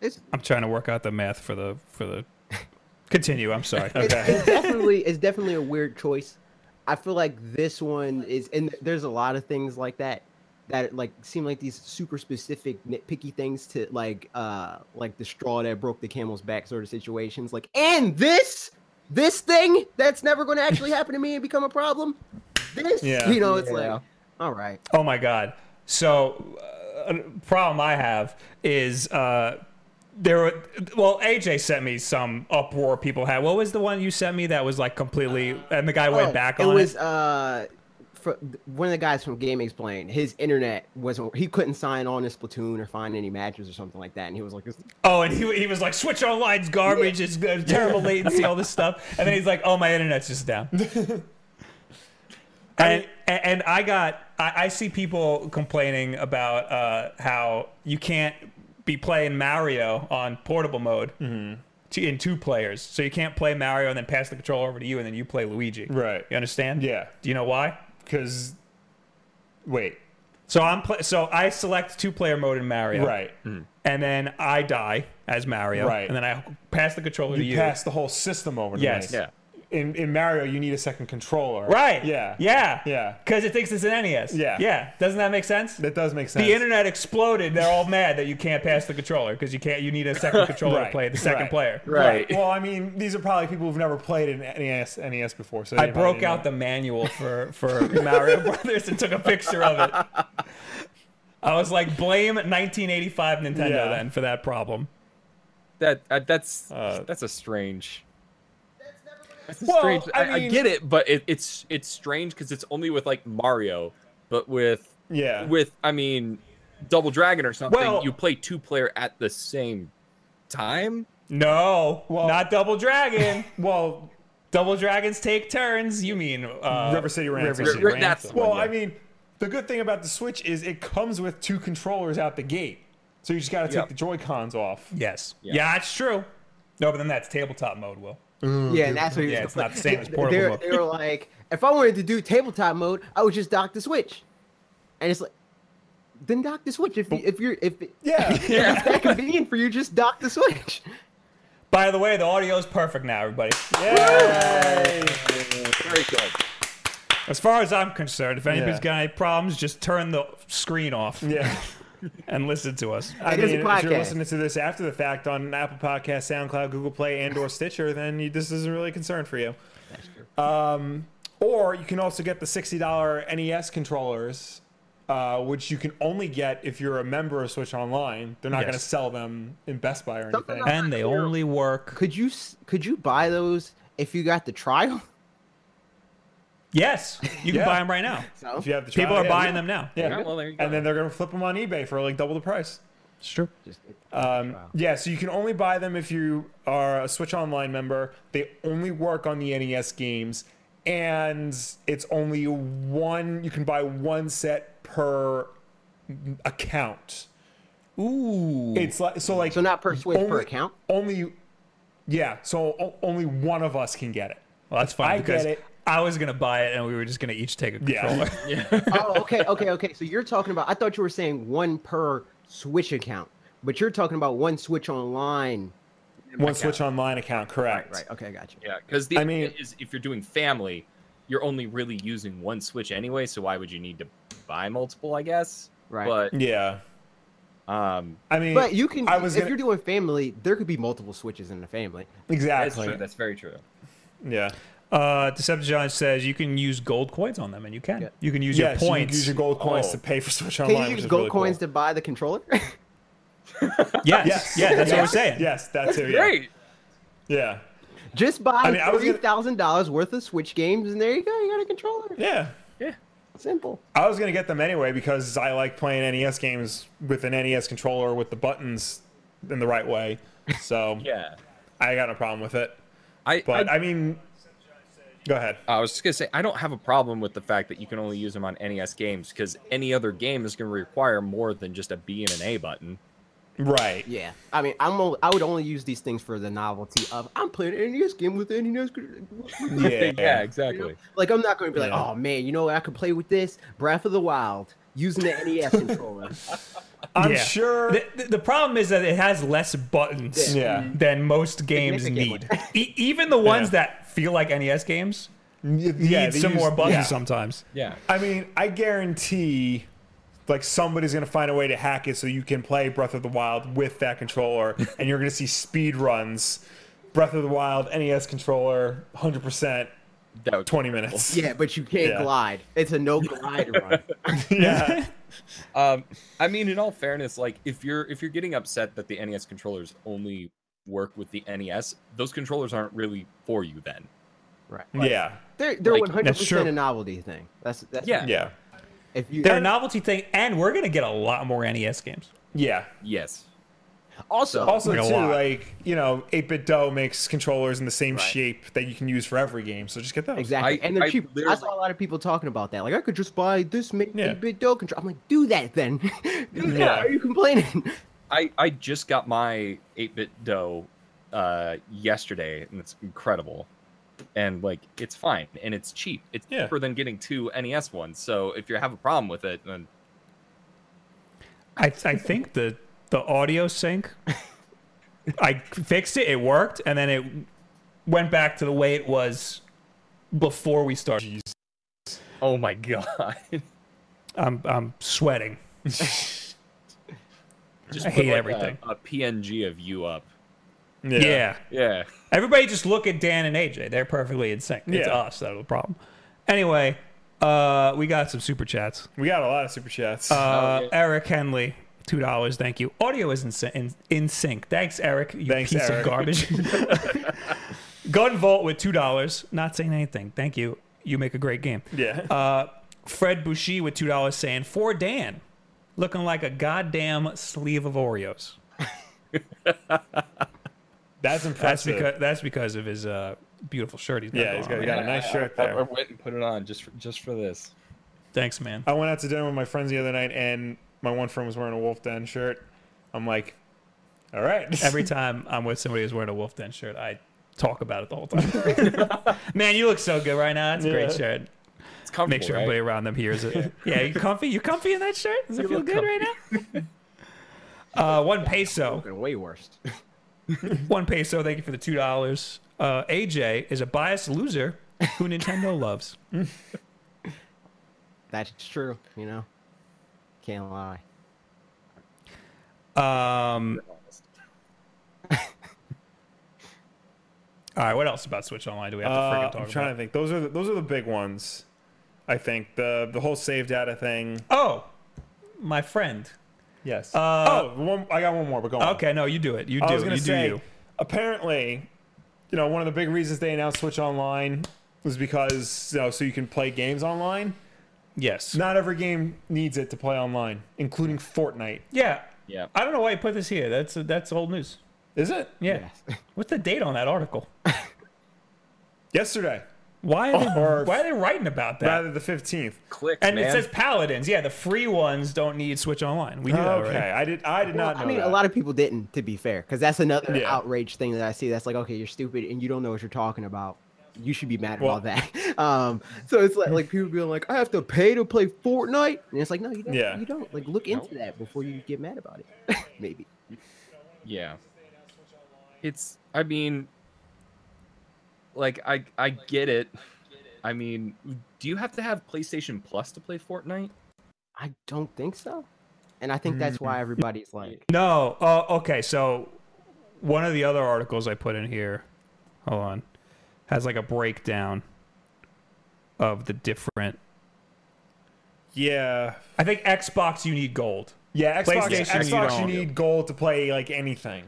[SPEAKER 4] It's
[SPEAKER 1] I'm trying to work out the math for the for the. Continue. I'm sorry.
[SPEAKER 2] <laughs> Okay.
[SPEAKER 4] it's definitely it's definitely a weird choice. I feel like this one is, and there's a lot of things like that that like seem like these super specific nitpicky things to like uh like the straw that broke the camel's back sort of situations. Like, and this this thing that's never going
[SPEAKER 1] <laughs>
[SPEAKER 4] to actually happen to me and become a problem. This,
[SPEAKER 2] Yeah.
[SPEAKER 4] you know, it's
[SPEAKER 3] Yeah.
[SPEAKER 4] like, all right,
[SPEAKER 1] Oh my god. So, uh, a problem I have is uh, there were well, AJ sent me some uproar people had. What was the one you sent me that was like completely and the guy went
[SPEAKER 4] Oh,
[SPEAKER 1] back
[SPEAKER 4] it
[SPEAKER 1] on
[SPEAKER 4] was
[SPEAKER 1] it?
[SPEAKER 4] uh fr one of the guys from Game Explain. His internet wasn't. He couldn't sign on to Splatoon or find any matches or something like that. And he was like,
[SPEAKER 1] Oh, and he, he was like, "Switch online's garbage. It's uh,
[SPEAKER 2] <laughs>
[SPEAKER 1] terrible latency, all this stuff." And then he's like, "Oh, my internet's just down." and, and and I got I, I see people complaining about uh, how you can't be playing Mario on portable mode
[SPEAKER 2] Mm-hmm.
[SPEAKER 1] to- in two players, so you can't play Mario and then pass the controller over to you, and then you play Luigi.
[SPEAKER 2] Right.
[SPEAKER 1] You understand?
[SPEAKER 2] Yeah.
[SPEAKER 1] Do you know why?
[SPEAKER 2] Because, wait.
[SPEAKER 1] So I'm pl- so I select two player mode in Mario.
[SPEAKER 2] Right. Mm-hmm.
[SPEAKER 1] And then I die as Mario.
[SPEAKER 2] Right.
[SPEAKER 1] And then I pass the controller to
[SPEAKER 2] You
[SPEAKER 1] you.
[SPEAKER 2] pass the whole system over to
[SPEAKER 1] Yes.
[SPEAKER 2] me.
[SPEAKER 3] Yeah.
[SPEAKER 2] In, in Mario, you need a second controller.
[SPEAKER 1] Right.
[SPEAKER 2] Yeah.
[SPEAKER 1] Yeah.
[SPEAKER 2] Yeah.
[SPEAKER 1] Because it thinks it's an NES.
[SPEAKER 2] Yeah.
[SPEAKER 1] Yeah. Doesn't that make sense?
[SPEAKER 2] That does make sense.
[SPEAKER 1] the internet exploded. They're all mad that you can't pass the controller because you can't. You need a second controller to
[SPEAKER 2] Right.
[SPEAKER 1] play the second
[SPEAKER 2] Right.
[SPEAKER 1] player.
[SPEAKER 2] Right. Well, I mean, these are probably people who've never played an E NES, NES before. So
[SPEAKER 1] I broke out the manual for for Mario Brothers and took a picture of it.
[SPEAKER 2] <laughs>
[SPEAKER 1] I was like, blame 1985 Nintendo
[SPEAKER 2] Yeah.
[SPEAKER 1] then for that problem.
[SPEAKER 3] That uh, that's
[SPEAKER 2] Uh,
[SPEAKER 3] that's a strange. That's a
[SPEAKER 2] Well,
[SPEAKER 3] strange. I,
[SPEAKER 2] I
[SPEAKER 3] I
[SPEAKER 2] mean-
[SPEAKER 3] get it, but it, it's it's strange because it's only with like Mario, but with
[SPEAKER 2] Yeah.
[SPEAKER 3] with I mean, Double Dragon or something.
[SPEAKER 1] Well-
[SPEAKER 3] you play two player at the same time.
[SPEAKER 1] No,
[SPEAKER 2] Well-
[SPEAKER 1] not Double Dragon.
[SPEAKER 2] Well,
[SPEAKER 1] Double Dragons take turns. You mean uh,
[SPEAKER 2] River City Ransom.
[SPEAKER 1] River City
[SPEAKER 3] R-
[SPEAKER 1] Ransom.
[SPEAKER 3] that's the
[SPEAKER 2] well,
[SPEAKER 3] one, yeah.
[SPEAKER 2] I mean, the good thing about the Switch is it comes with two controllers out the gate. So you just got to take
[SPEAKER 3] Yeah.
[SPEAKER 1] <laughs>
[SPEAKER 2] the Joy Cons off.
[SPEAKER 1] Yes. Yeah.
[SPEAKER 3] Yeah.
[SPEAKER 1] it's true. No, but then that's tabletop mode, Will.
[SPEAKER 4] yeah, and that's what he was
[SPEAKER 1] Yeah, it's
[SPEAKER 4] complaining-
[SPEAKER 1] not the
[SPEAKER 2] <laughs>
[SPEAKER 1] same as
[SPEAKER 4] they-
[SPEAKER 1] portable
[SPEAKER 4] they, were-
[SPEAKER 1] mode.
[SPEAKER 4] they were like, if I wanted to do tabletop mode, I would just dock the Switch, and it's like, then dock the Switch if you, if you're if it-
[SPEAKER 2] Yeah.
[SPEAKER 4] if it's that convenient for you, just dock the Switch.
[SPEAKER 1] By the way, the audio is perfect now, everybody.
[SPEAKER 2] Yay!
[SPEAKER 3] Very good.
[SPEAKER 1] As far as I'm concerned, if anybody's
[SPEAKER 2] Yeah.
[SPEAKER 1] got any problems, just turn the screen off
[SPEAKER 2] Yeah.
[SPEAKER 1] and listen to us.
[SPEAKER 2] I
[SPEAKER 4] It is a
[SPEAKER 2] mean, if
[SPEAKER 4] podcast.
[SPEAKER 2] you're listening to this after the fact on Apple Podcast, SoundCloud, Google Play, and/or Stitcher, then you, this isn't really a concern for you. Um, or you can also get the $60 NES E controllers, uh, which you can only get if you're a member of Switch Online. They're not
[SPEAKER 1] Yes.
[SPEAKER 2] going to sell them in Best Buy or
[SPEAKER 4] Something
[SPEAKER 2] anything.
[SPEAKER 4] like-
[SPEAKER 1] And they only work.
[SPEAKER 4] <laughs> Could you s- could you buy those if you got the <laughs> trial?
[SPEAKER 1] Yes, you can
[SPEAKER 2] Yeah.
[SPEAKER 1] buy them right now.
[SPEAKER 4] So
[SPEAKER 2] If you have the
[SPEAKER 1] People
[SPEAKER 2] trial-
[SPEAKER 1] are
[SPEAKER 2] yeah,
[SPEAKER 1] buying
[SPEAKER 2] yeah.
[SPEAKER 1] them now.
[SPEAKER 2] Yeah.
[SPEAKER 3] Yeah, well, there you go.
[SPEAKER 2] And then they're going to flip them on eBay for like double the price.
[SPEAKER 1] It's <laughs> true.
[SPEAKER 4] just, <laughs>
[SPEAKER 2] Um,
[SPEAKER 4] Wow.
[SPEAKER 2] yeah, so you can only buy them if you are a Switch Online member. They only work on the NES games, and it's only one. You can buy one set per account.
[SPEAKER 1] Ooh.
[SPEAKER 2] It's like so, like
[SPEAKER 4] so not per Switch per
[SPEAKER 2] only-
[SPEAKER 4] account.
[SPEAKER 2] Only, yeah. So o- only one of us can get it.
[SPEAKER 1] well, that's fine
[SPEAKER 2] I
[SPEAKER 1] because
[SPEAKER 2] get it.
[SPEAKER 1] I was going to buy it and we were just going to each take a
[SPEAKER 2] Yeah.
[SPEAKER 1] controller.
[SPEAKER 4] oh, okay, okay, okay. So you're talking about? I thought you were saying one per Switch account, but you're talking about one Switch online.
[SPEAKER 2] One Switch Online account, correct?
[SPEAKER 4] Right. Okay, I got you.
[SPEAKER 3] Yeah, because the
[SPEAKER 2] I mean-
[SPEAKER 3] idea is if you're doing family, you're only really using one Switch anyway. So why would you need to buy multiple? I guess.
[SPEAKER 4] Right.
[SPEAKER 2] Yeah.
[SPEAKER 3] But um,
[SPEAKER 2] I mean,
[SPEAKER 4] But you can,
[SPEAKER 2] I was
[SPEAKER 4] if
[SPEAKER 2] gonna-
[SPEAKER 4] you're doing family, there could be multiple switches in the family.
[SPEAKER 3] that's
[SPEAKER 2] exactly.
[SPEAKER 3] true. That's very true.
[SPEAKER 2] yeah.
[SPEAKER 1] Uh, Decepticon says you can use gold coins on them, and you can.
[SPEAKER 4] Yeah.
[SPEAKER 1] You can use
[SPEAKER 2] Yes,
[SPEAKER 1] your
[SPEAKER 2] you can
[SPEAKER 1] points.
[SPEAKER 2] use your gold coins
[SPEAKER 3] Oh.
[SPEAKER 2] to pay for Switch
[SPEAKER 4] Can
[SPEAKER 2] Online.
[SPEAKER 4] you
[SPEAKER 2] which
[SPEAKER 4] use
[SPEAKER 2] is
[SPEAKER 4] gold
[SPEAKER 2] really cool.
[SPEAKER 4] coins to buy the controller? <laughs>
[SPEAKER 1] Yes,
[SPEAKER 2] Yes.
[SPEAKER 1] yeah, that's what we're
[SPEAKER 2] Yes.
[SPEAKER 1] saying.
[SPEAKER 2] Yes, that's it. yeah.
[SPEAKER 3] Great.
[SPEAKER 2] Yeah.
[SPEAKER 4] Just buy
[SPEAKER 2] I mean, I was
[SPEAKER 4] three
[SPEAKER 2] gonna-
[SPEAKER 4] thousand dollars worth of Switch games, and there you go. You got a controller.
[SPEAKER 2] Yeah.
[SPEAKER 4] Simple.
[SPEAKER 2] I was gonna get them anyway because I like playing NES games with an NES controller with the buttons in the right way. So
[SPEAKER 3] <laughs> Yeah.
[SPEAKER 2] I got no problem with it.
[SPEAKER 3] I,
[SPEAKER 2] But
[SPEAKER 3] I
[SPEAKER 2] I, mean, go ahead.
[SPEAKER 3] I was just gonna say I don't have a problem with the fact that you can only use them on NES games because any other game is gonna require more than just a B and an A button.
[SPEAKER 2] Right.
[SPEAKER 4] Yeah. I mean, I'm only, I would only use these things for the novelty of I'm playing an NES game with an <laughs> NES. con-
[SPEAKER 2] Yeah.
[SPEAKER 3] yeah, exactly.
[SPEAKER 4] Like I'm not going to be like,
[SPEAKER 2] Yeah.
[SPEAKER 4] oh man, you know what? I could play with this Breath of the Wild using the NES <laughs> controller.
[SPEAKER 2] I'm
[SPEAKER 1] Yeah.
[SPEAKER 2] sure.
[SPEAKER 1] The, the- the problem is that it has less buttons
[SPEAKER 2] Yeah.
[SPEAKER 1] than most games need.
[SPEAKER 4] Significantly.
[SPEAKER 1] E- even the ones that feel like NES games
[SPEAKER 2] yeah,
[SPEAKER 1] need
[SPEAKER 2] they
[SPEAKER 1] some
[SPEAKER 2] use-
[SPEAKER 1] more buttons
[SPEAKER 2] yeah.
[SPEAKER 1] sometimes.
[SPEAKER 3] Yeah.
[SPEAKER 2] I mean, I guarantee, like somebody's gonna find a way to hack it so you can play Breath of the Wild with
[SPEAKER 1] <laughs>
[SPEAKER 2] that controller, and you're gonna see speed runs. Breath of the Wild NES controller, hundred percent,
[SPEAKER 3] That would-
[SPEAKER 2] twenty minutes.
[SPEAKER 4] yeah, but you can't
[SPEAKER 2] Yeah.
[SPEAKER 4] glide. It's a no glide run.
[SPEAKER 2] <laughs>
[SPEAKER 4] <laughs>
[SPEAKER 2] yeah.
[SPEAKER 3] Um, I mean, in all fairness, like if you're if you're getting upset that the NES controllers only work with the NES, those controllers aren't really for you then.
[SPEAKER 4] Right.
[SPEAKER 2] yeah.
[SPEAKER 4] They're they're
[SPEAKER 3] Like,
[SPEAKER 4] one hundred
[SPEAKER 1] that's true.
[SPEAKER 4] percent a novelty thing. That's that's
[SPEAKER 3] Yeah.
[SPEAKER 2] Yeah.
[SPEAKER 4] If you
[SPEAKER 1] They're a novelty thing, and we're gonna get a lot more NES games.
[SPEAKER 2] Yeah.
[SPEAKER 3] Yes.
[SPEAKER 4] also
[SPEAKER 2] Also,
[SPEAKER 1] Like a
[SPEAKER 2] too,
[SPEAKER 1] lot.
[SPEAKER 2] like you know, eight bit dough makes controllers in the same
[SPEAKER 4] Right.
[SPEAKER 2] shape that you can use for every game. So just get those.
[SPEAKER 4] Exactly,
[SPEAKER 3] I-
[SPEAKER 4] and they're
[SPEAKER 3] I
[SPEAKER 4] cheap. I saw
[SPEAKER 3] literally-
[SPEAKER 4] a lot of people talking about that. Like, I could just buy this ma-
[SPEAKER 2] Yeah.
[SPEAKER 4] big dough control. I'm like, do that then. <laughs> do that.
[SPEAKER 2] Yeah.
[SPEAKER 4] Why Are you complaining?
[SPEAKER 3] I I just got my 8-bit dough uh yesterday and it's incredible. And like it's fine and it's cheap. It's
[SPEAKER 2] Yeah.
[SPEAKER 3] cheaper than getting two NES ones. So if you have a problem with it, then
[SPEAKER 1] I, I think the the audio sync. I fixed it. It worked, and then it went back to the way it was before we started.
[SPEAKER 3] oh my <laughs> god.
[SPEAKER 1] I'm I'm sweating.
[SPEAKER 3] just
[SPEAKER 1] I
[SPEAKER 3] put,
[SPEAKER 1] hate
[SPEAKER 3] a-
[SPEAKER 1] everything.
[SPEAKER 3] A, PNG of you up.
[SPEAKER 2] Yeah.
[SPEAKER 1] yeah.
[SPEAKER 3] Yeah.
[SPEAKER 1] Everybody just look at Dan and AJ. They're perfectly in sync. It's
[SPEAKER 2] Yeah.
[SPEAKER 1] us that are the problem. Anyway, uh, we got some super chats.
[SPEAKER 2] We got a lot of super chats.
[SPEAKER 1] Uh,
[SPEAKER 3] Oh, yeah.
[SPEAKER 1] Eric Henley, two dollars. Thank you. Audio is in, syn- in, in sync. Thanks, Eric. You
[SPEAKER 2] Thanks,
[SPEAKER 1] piece of
[SPEAKER 2] Eric. <laughs>
[SPEAKER 1] garbage. Gun Vault with two dollars. Not saying anything. Thank you. You make a great game.
[SPEAKER 2] yeah.
[SPEAKER 1] Uh, Fred Bouchy with two dollars saying for Dan, looking like a goddamn sleeve of Oreos.
[SPEAKER 2] <laughs> that's
[SPEAKER 1] That's
[SPEAKER 2] impressive.
[SPEAKER 1] because that's because of his uh, beautiful shirt. He's got
[SPEAKER 2] yeah, he's
[SPEAKER 1] going
[SPEAKER 2] got,
[SPEAKER 1] on.
[SPEAKER 2] he got a nice shirt
[SPEAKER 3] I, I
[SPEAKER 2] there.
[SPEAKER 3] went and put it on just for, just for this.
[SPEAKER 1] Thanks, man.
[SPEAKER 2] I went out to dinner with my friends the other night, and my one friend was wearing a Wolf Den shirt. I'm like, All right.
[SPEAKER 1] Every time I'm with somebody who's wearing a Wolf Den shirt, I talk about it the whole time. <laughs> Man, you look so good right now. It's a great
[SPEAKER 2] Yeah.
[SPEAKER 1] shirt.
[SPEAKER 3] It's comfortable.
[SPEAKER 1] Make sure
[SPEAKER 3] right?
[SPEAKER 1] everybody around them hears
[SPEAKER 2] <laughs>
[SPEAKER 1] it. Yeah, you comfy? You comfy in that shirt? Does it
[SPEAKER 3] You
[SPEAKER 1] feel
[SPEAKER 3] look
[SPEAKER 1] good right now? <laughs> Uh, one peso.
[SPEAKER 4] Fucking way worse.
[SPEAKER 1] One peso. Thank you for the two dollars. Uh, AJ is a biased loser who Nintendo <laughs> loves.
[SPEAKER 4] <laughs> That's true. You know, can't lie.
[SPEAKER 1] Um, all right, what else about Switch Online do we have to
[SPEAKER 2] Uh,
[SPEAKER 1] freaking talk
[SPEAKER 2] I'm trying to
[SPEAKER 1] about?
[SPEAKER 2] think. Those are the, those are the big ones. I think the the whole save data thing.
[SPEAKER 1] Oh, my friend.
[SPEAKER 2] Yes.
[SPEAKER 1] Uh,
[SPEAKER 2] oh, one, I got one more, but go on.
[SPEAKER 1] Okay, no, you do it. You do.
[SPEAKER 2] I was gonna
[SPEAKER 1] you
[SPEAKER 2] say.
[SPEAKER 1] do you.
[SPEAKER 2] Apparently, you know, one of the big reasons they announced Switch Online was because you know, so you can play games online.
[SPEAKER 1] Yes.
[SPEAKER 2] Not every game needs it to play online, including Fortnite.
[SPEAKER 1] Yeah.
[SPEAKER 3] Yeah.
[SPEAKER 1] I don't know why you put this here. That's that's old news.
[SPEAKER 2] Is it?
[SPEAKER 1] Yeah.
[SPEAKER 4] Yes.
[SPEAKER 1] What's the date on that article?
[SPEAKER 2] Yesterday,
[SPEAKER 1] Why are they,
[SPEAKER 2] Or-
[SPEAKER 1] why are they writing about that?
[SPEAKER 2] rather the 15th.
[SPEAKER 3] Click,
[SPEAKER 1] and
[SPEAKER 3] man.
[SPEAKER 1] it says paladins. Yeah, the free ones don't need Switch Online. We do that,
[SPEAKER 2] Okay,
[SPEAKER 1] right?
[SPEAKER 2] I did. I did
[SPEAKER 4] Well,
[SPEAKER 2] not. Know
[SPEAKER 4] I mean,
[SPEAKER 2] that.
[SPEAKER 4] a lot of people didn't, to be fair, because that's another
[SPEAKER 2] Yeah.
[SPEAKER 4] outrage thing that I see. That's like, okay, you're stupid and you don't know what you're talking about. You should be mad
[SPEAKER 2] Well-
[SPEAKER 4] about that. <laughs> Um, so it's like, like people being like, I have to pay to play Fortnite, and it's like, no, you don't.
[SPEAKER 2] Yeah.
[SPEAKER 4] You don't. Like, look
[SPEAKER 3] Nope.
[SPEAKER 4] into that before you get mad about it. <laughs> Maybe.
[SPEAKER 3] Yeah. It's I mean like I I get it. I mean, do you have to have PlayStation Plus to play Fortnite?
[SPEAKER 4] I don't think so, and I think that's
[SPEAKER 2] Mm.
[SPEAKER 4] why everybody's like,
[SPEAKER 1] No. Oh, okay. So one of the other articles I put in here, hold on, has like a
[SPEAKER 2] <laughs>
[SPEAKER 1] breakdown of the different.
[SPEAKER 2] yeah,
[SPEAKER 1] I think Xbox, you need gold,
[SPEAKER 2] yeah. Xbox,
[SPEAKER 1] PlayStation, you
[SPEAKER 2] Xbox, you
[SPEAKER 1] don't.
[SPEAKER 2] need gold to play like anything,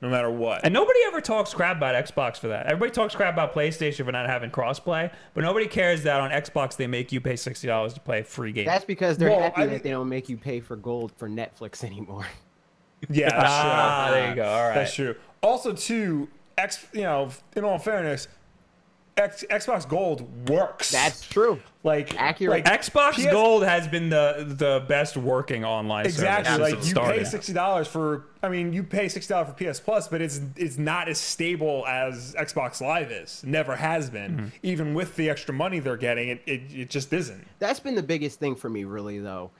[SPEAKER 2] no matter what.
[SPEAKER 1] <laughs> and nobody ever talks crap about Xbox for that. Everybody talks crap about PlayStation for not having crossplay, but nobody cares that on Xbox they make you pay sixty dollars to play a free game.
[SPEAKER 4] that's because they're
[SPEAKER 2] Well,
[SPEAKER 4] happy
[SPEAKER 2] I
[SPEAKER 4] that
[SPEAKER 2] think-
[SPEAKER 4] they don't make you pay for gold for Netflix <laughs> anymore.
[SPEAKER 2] yeah, that's
[SPEAKER 1] ah,
[SPEAKER 2] true.
[SPEAKER 1] there you go. All right.
[SPEAKER 2] That's true. Also, too, X. You know, in all fairness, X, Xbox Gold works.
[SPEAKER 4] That's true.
[SPEAKER 2] like
[SPEAKER 4] accurate.
[SPEAKER 2] like,
[SPEAKER 1] Xbox
[SPEAKER 2] PS
[SPEAKER 1] Gold has been the the best working online
[SPEAKER 2] Exactly.
[SPEAKER 1] service since
[SPEAKER 2] Like
[SPEAKER 1] it
[SPEAKER 2] you
[SPEAKER 1] started.
[SPEAKER 2] pay sixty dollars for. I mean, you pay sixty dollars for PS Plus, but it's it's not as stable as Xbox Live is. Never has been.
[SPEAKER 1] Mm-hmm.
[SPEAKER 2] Even with the extra money they're getting, it it, it just isn't.
[SPEAKER 4] that's been the biggest thing for me really though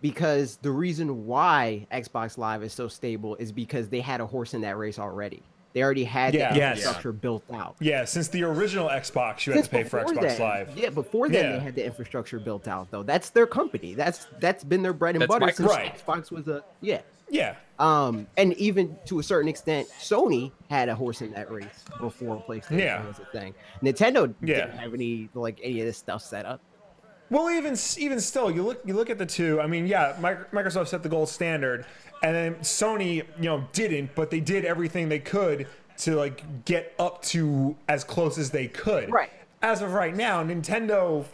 [SPEAKER 4] because the reason why xbox live is so stable is because they had a horse in that race already they already had
[SPEAKER 2] Yeah.
[SPEAKER 4] that
[SPEAKER 1] Yes.
[SPEAKER 4] infrastructure built out
[SPEAKER 2] Yeah, since the original Xbox, you had
[SPEAKER 4] Since
[SPEAKER 2] to pay for
[SPEAKER 4] before
[SPEAKER 2] Xbox
[SPEAKER 4] then-
[SPEAKER 2] Live.
[SPEAKER 4] yeah before then
[SPEAKER 2] Yeah.
[SPEAKER 4] they had the infrastructure built out though that's their company that's that's been their bread and
[SPEAKER 3] That's
[SPEAKER 4] butter
[SPEAKER 3] Microsoft.
[SPEAKER 4] since
[SPEAKER 2] Right.
[SPEAKER 4] xbox was a yeah
[SPEAKER 2] Yeah,
[SPEAKER 4] um and even to a certain extent sony had a horse in that race before playstation
[SPEAKER 2] Yeah.
[SPEAKER 4] was a thing nintendo
[SPEAKER 2] Yeah.
[SPEAKER 4] didn't have any like any of this stuff set up
[SPEAKER 2] Well, even even still, you look you look at the two. I mean, yeah, Mic- Microsoft set the gold standard, and then Sony, you know, didn't, but they did everything they could to like get up to as close as they could.
[SPEAKER 4] Right.
[SPEAKER 2] As of right now, Nintendo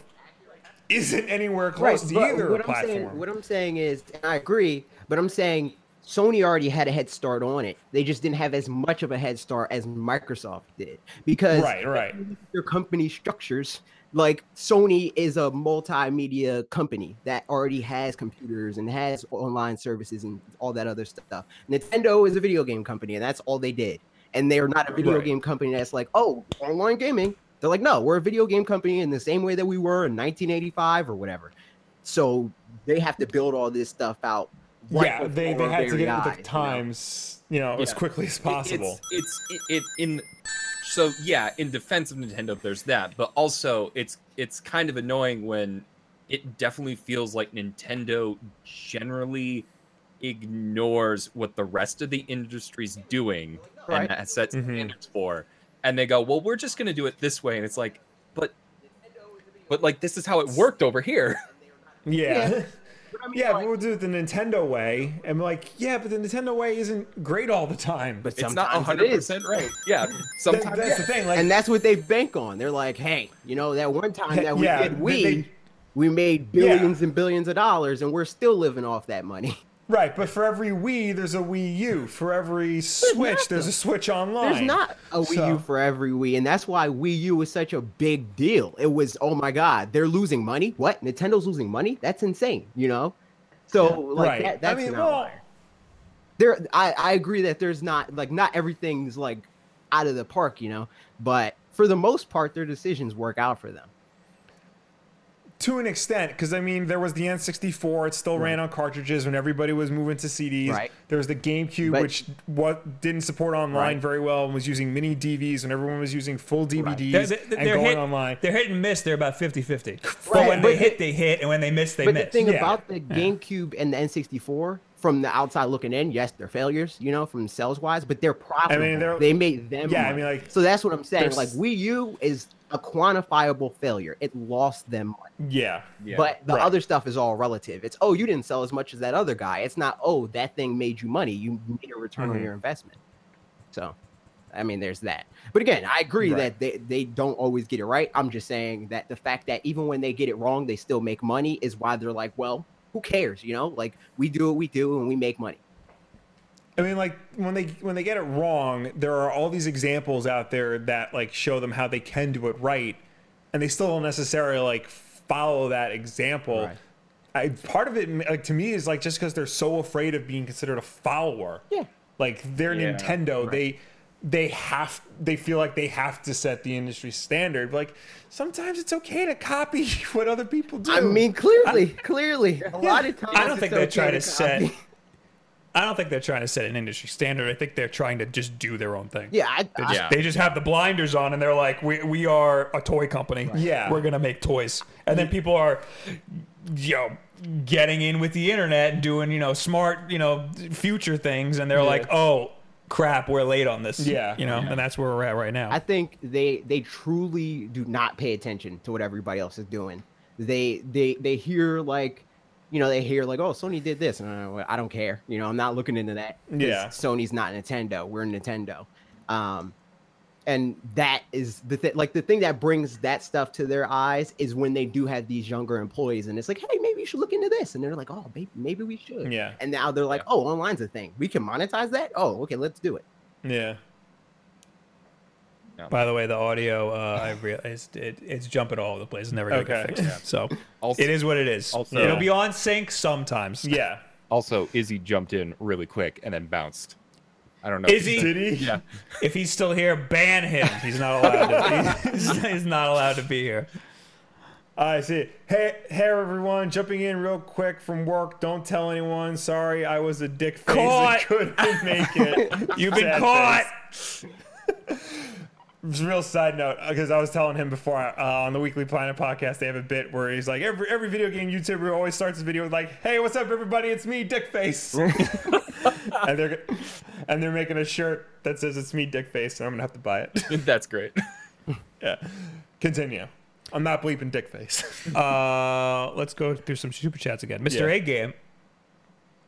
[SPEAKER 2] isn't anywhere
[SPEAKER 4] right,
[SPEAKER 2] close to
[SPEAKER 4] but
[SPEAKER 2] either
[SPEAKER 4] what I'm
[SPEAKER 2] platform.
[SPEAKER 4] saying, what I'm saying is, and I agree, but I'm saying Sony already had a head start on it. They just didn't have as much of a head start as Microsoft did because
[SPEAKER 2] right, right.
[SPEAKER 4] their company structures. Like Sony is a multimedia company that already has computers and has online services and all that other stuff. Nintendo is a video game company, and that's all they did. And they are not a video
[SPEAKER 2] Right.
[SPEAKER 4] game company that's like, oh, online gaming. They're like, no, we're a video game company in the same way that we were in 1985 or whatever. So they have to build all this stuff out. right
[SPEAKER 2] yeah,
[SPEAKER 4] before
[SPEAKER 2] they, they
[SPEAKER 4] our
[SPEAKER 2] had to
[SPEAKER 4] very
[SPEAKER 2] get
[SPEAKER 4] eyes,
[SPEAKER 2] with
[SPEAKER 4] you
[SPEAKER 2] the
[SPEAKER 4] know?
[SPEAKER 2] times, you know, as
[SPEAKER 3] Yeah.
[SPEAKER 2] quickly as
[SPEAKER 3] It-
[SPEAKER 2] possible.
[SPEAKER 3] It's it's it, it in so yeah, in defense of Nintendo there's that, but also it's it's kind of annoying when it definitely feels like Nintendo generally ignores what the rest of the industry's doing
[SPEAKER 4] Right.
[SPEAKER 3] and that sets
[SPEAKER 2] Mhm.
[SPEAKER 3] standards for. And they go, "Well, we're just going to do it this way." And it's like, "But but like this is how it worked over here." <laughs>
[SPEAKER 2] yeah. <laughs>
[SPEAKER 4] Yeah. But I mean,
[SPEAKER 2] Yeah,
[SPEAKER 4] like,
[SPEAKER 2] but we'll do it the Nintendo way. And like, yeah, but the Nintendo way isn't great all the time.
[SPEAKER 4] but
[SPEAKER 3] It's not
[SPEAKER 4] sometimes it is.
[SPEAKER 3] 100% right.
[SPEAKER 4] <laughs>
[SPEAKER 3] Yeah.
[SPEAKER 2] That-
[SPEAKER 3] Sometimes
[SPEAKER 2] that's
[SPEAKER 3] yeah.
[SPEAKER 2] the thing. Like,
[SPEAKER 4] and that's what they bank on. They're like, hey, you know, that one time that we
[SPEAKER 2] Yeah,
[SPEAKER 4] did we,
[SPEAKER 2] they- they-
[SPEAKER 4] we made
[SPEAKER 2] Yeah.
[SPEAKER 4] billions and billions of dollars, and we're still living off that money. <laughs>
[SPEAKER 2] right, but for every Wii, there's a Wii U. For every Switch, there's a Switch Online.
[SPEAKER 4] There's not a Wii
[SPEAKER 2] So-
[SPEAKER 4] U for every Wii, and that's why Wii U was such a big deal. It was, oh my God, they're losing money. What? Nintendo's losing money? That's insane. You know, so like
[SPEAKER 2] right.
[SPEAKER 4] that, that's
[SPEAKER 2] I mean,
[SPEAKER 4] an
[SPEAKER 2] well,
[SPEAKER 4] outlier. there I, I agree that there's not like not everything's like out of the park, you know, but for the most part their decisions work out for them.
[SPEAKER 2] to an extent because i mean there was the n64 it still ran on cartridges when everybody was moving to cds
[SPEAKER 4] Right.
[SPEAKER 2] there was the gamecube
[SPEAKER 4] But-
[SPEAKER 2] which what didn't support online
[SPEAKER 4] Right.
[SPEAKER 2] very well and was using mini dvds and everyone was using full dvds
[SPEAKER 1] They're, they're,
[SPEAKER 2] and
[SPEAKER 1] they're
[SPEAKER 2] going
[SPEAKER 1] hit,
[SPEAKER 2] online
[SPEAKER 1] They're hit and miss. They're about 50 50. But
[SPEAKER 4] Right,
[SPEAKER 1] when
[SPEAKER 4] but
[SPEAKER 1] they hit, they hit. And when they miss, they
[SPEAKER 4] But
[SPEAKER 1] miss.
[SPEAKER 4] the thing
[SPEAKER 2] Yeah.
[SPEAKER 4] about the GameCube and the N64 from the outside looking in, yes, they're failures, you know, from sales wise, but they're profitable.
[SPEAKER 2] they're-
[SPEAKER 4] they made them.
[SPEAKER 2] Yeah, I
[SPEAKER 4] money.
[SPEAKER 2] mean, like,
[SPEAKER 4] so that's what I'm saying.
[SPEAKER 2] there's-
[SPEAKER 4] Like Wii U is a quantifiable failure. It lost them money.
[SPEAKER 2] yeah
[SPEAKER 3] Yeah.
[SPEAKER 4] But the
[SPEAKER 2] Right.
[SPEAKER 4] other stuff is all relative. It's oh, you didn't sell as much as that other guy. It's not oh, that thing made you money. You made a return on
[SPEAKER 2] Mhm.
[SPEAKER 4] your investment. So, I mean, there's that. But again, I agree
[SPEAKER 2] Right.
[SPEAKER 4] that they they don't always get it right. I'm just saying that the fact that even when they get it wrong, they still make money is why they're like, well, who cares? You know, like we do what we do and we make money.
[SPEAKER 2] I mean, like when they when they get it wrong, there are all these examples out there that like show them how they can do it right, and they still don't necessarily like follow that example.
[SPEAKER 4] Right.
[SPEAKER 2] I, part of it, like to me, is like just because they're so afraid of being considered a follower.
[SPEAKER 4] Yeah.
[SPEAKER 2] Like they're
[SPEAKER 3] Yeah,
[SPEAKER 2] Nintendo. They they have they feel like they have to set the industry standard. Like sometimes it's okay to copy <laughs> what other people do.
[SPEAKER 4] I mean, clearly, clearly, a lot of times.
[SPEAKER 1] I don't
[SPEAKER 4] it's
[SPEAKER 1] think they're
[SPEAKER 4] okay
[SPEAKER 1] trying to set.
[SPEAKER 4] copy.
[SPEAKER 1] I don't think they're trying to set an industry standard. I think they're trying to just do their own thing.
[SPEAKER 4] <laughs> Yeah, I,
[SPEAKER 1] They
[SPEAKER 4] I-
[SPEAKER 1] just,
[SPEAKER 3] Yeah.
[SPEAKER 1] they just have the blinders on and they're like, we, we are a toy company.
[SPEAKER 2] Yeah.
[SPEAKER 1] We're going to make toys. And then people are, you know, getting in with the internet and doing, you know, smart, you know, future things. And they're like, oh, crap, we're late on this.
[SPEAKER 2] Yeah.
[SPEAKER 1] You know, and that's where we're at right now.
[SPEAKER 4] I think they they truly do not pay attention to what everybody else is doing. They they they hear like, you know, they hear like, oh, Sony did this, and I, I don't care. You know, I'm not looking into that. 'cause
[SPEAKER 2] Yeah.
[SPEAKER 4] Sony's not Nintendo. We're Nintendo. Um, and that is the thing. Like the thing that brings that stuff to their eyes is when they do have these younger employees, and it's like, hey, maybe you should look into this, and they're like, oh, maybe, maybe we should.
[SPEAKER 2] Yeah.
[SPEAKER 4] And now they're like, oh, online's a thing. We can monetize that. Oh, okay, let's do it.
[SPEAKER 2] yeah.
[SPEAKER 1] By the way, the audio, uh, I realized it, it's jumping all over the place. It's never going to
[SPEAKER 2] Okay.
[SPEAKER 1] get fixed. So
[SPEAKER 3] Also-
[SPEAKER 1] it is what it is.
[SPEAKER 3] also-
[SPEAKER 1] It'll be on sync sometimes.
[SPEAKER 2] Yeah.
[SPEAKER 3] Also, Izzy jumped in really quick and then bounced. I don't know.
[SPEAKER 1] Izzy?
[SPEAKER 2] Did he?
[SPEAKER 3] Yeah. <laughs>
[SPEAKER 1] If he's still here, ban him. He's not allowed to. He's, <laughs> he's not allowed to be here.
[SPEAKER 2] I see. Hey, hey, everyone! Jumping in real quick from work. Don't tell anyone. Sorry, I was a dick face
[SPEAKER 1] Caught.
[SPEAKER 2] and <laughs> couldn't make it.
[SPEAKER 1] <laughs> You've been
[SPEAKER 2] Sad face.
[SPEAKER 1] caught.
[SPEAKER 2] Just <laughs> real side note, because I was telling him before uh, on the Weekly Planet podcast, they have a bit where he's like, every every video game YouTuber always starts his video with like, "Hey, what's up, everybody? It's me,
[SPEAKER 1] <laughs>
[SPEAKER 2] Dickface." and they're and they're making a shirt that says "It's me, Dickface," and I'm gonna have to buy it. <laughs>
[SPEAKER 3] That's great.
[SPEAKER 2] yeah. Continue. I'm not bleeping <laughs> Dickface.
[SPEAKER 1] Uh, let's go through some super chats again. Mr.
[SPEAKER 2] Yeah.
[SPEAKER 1] A Game,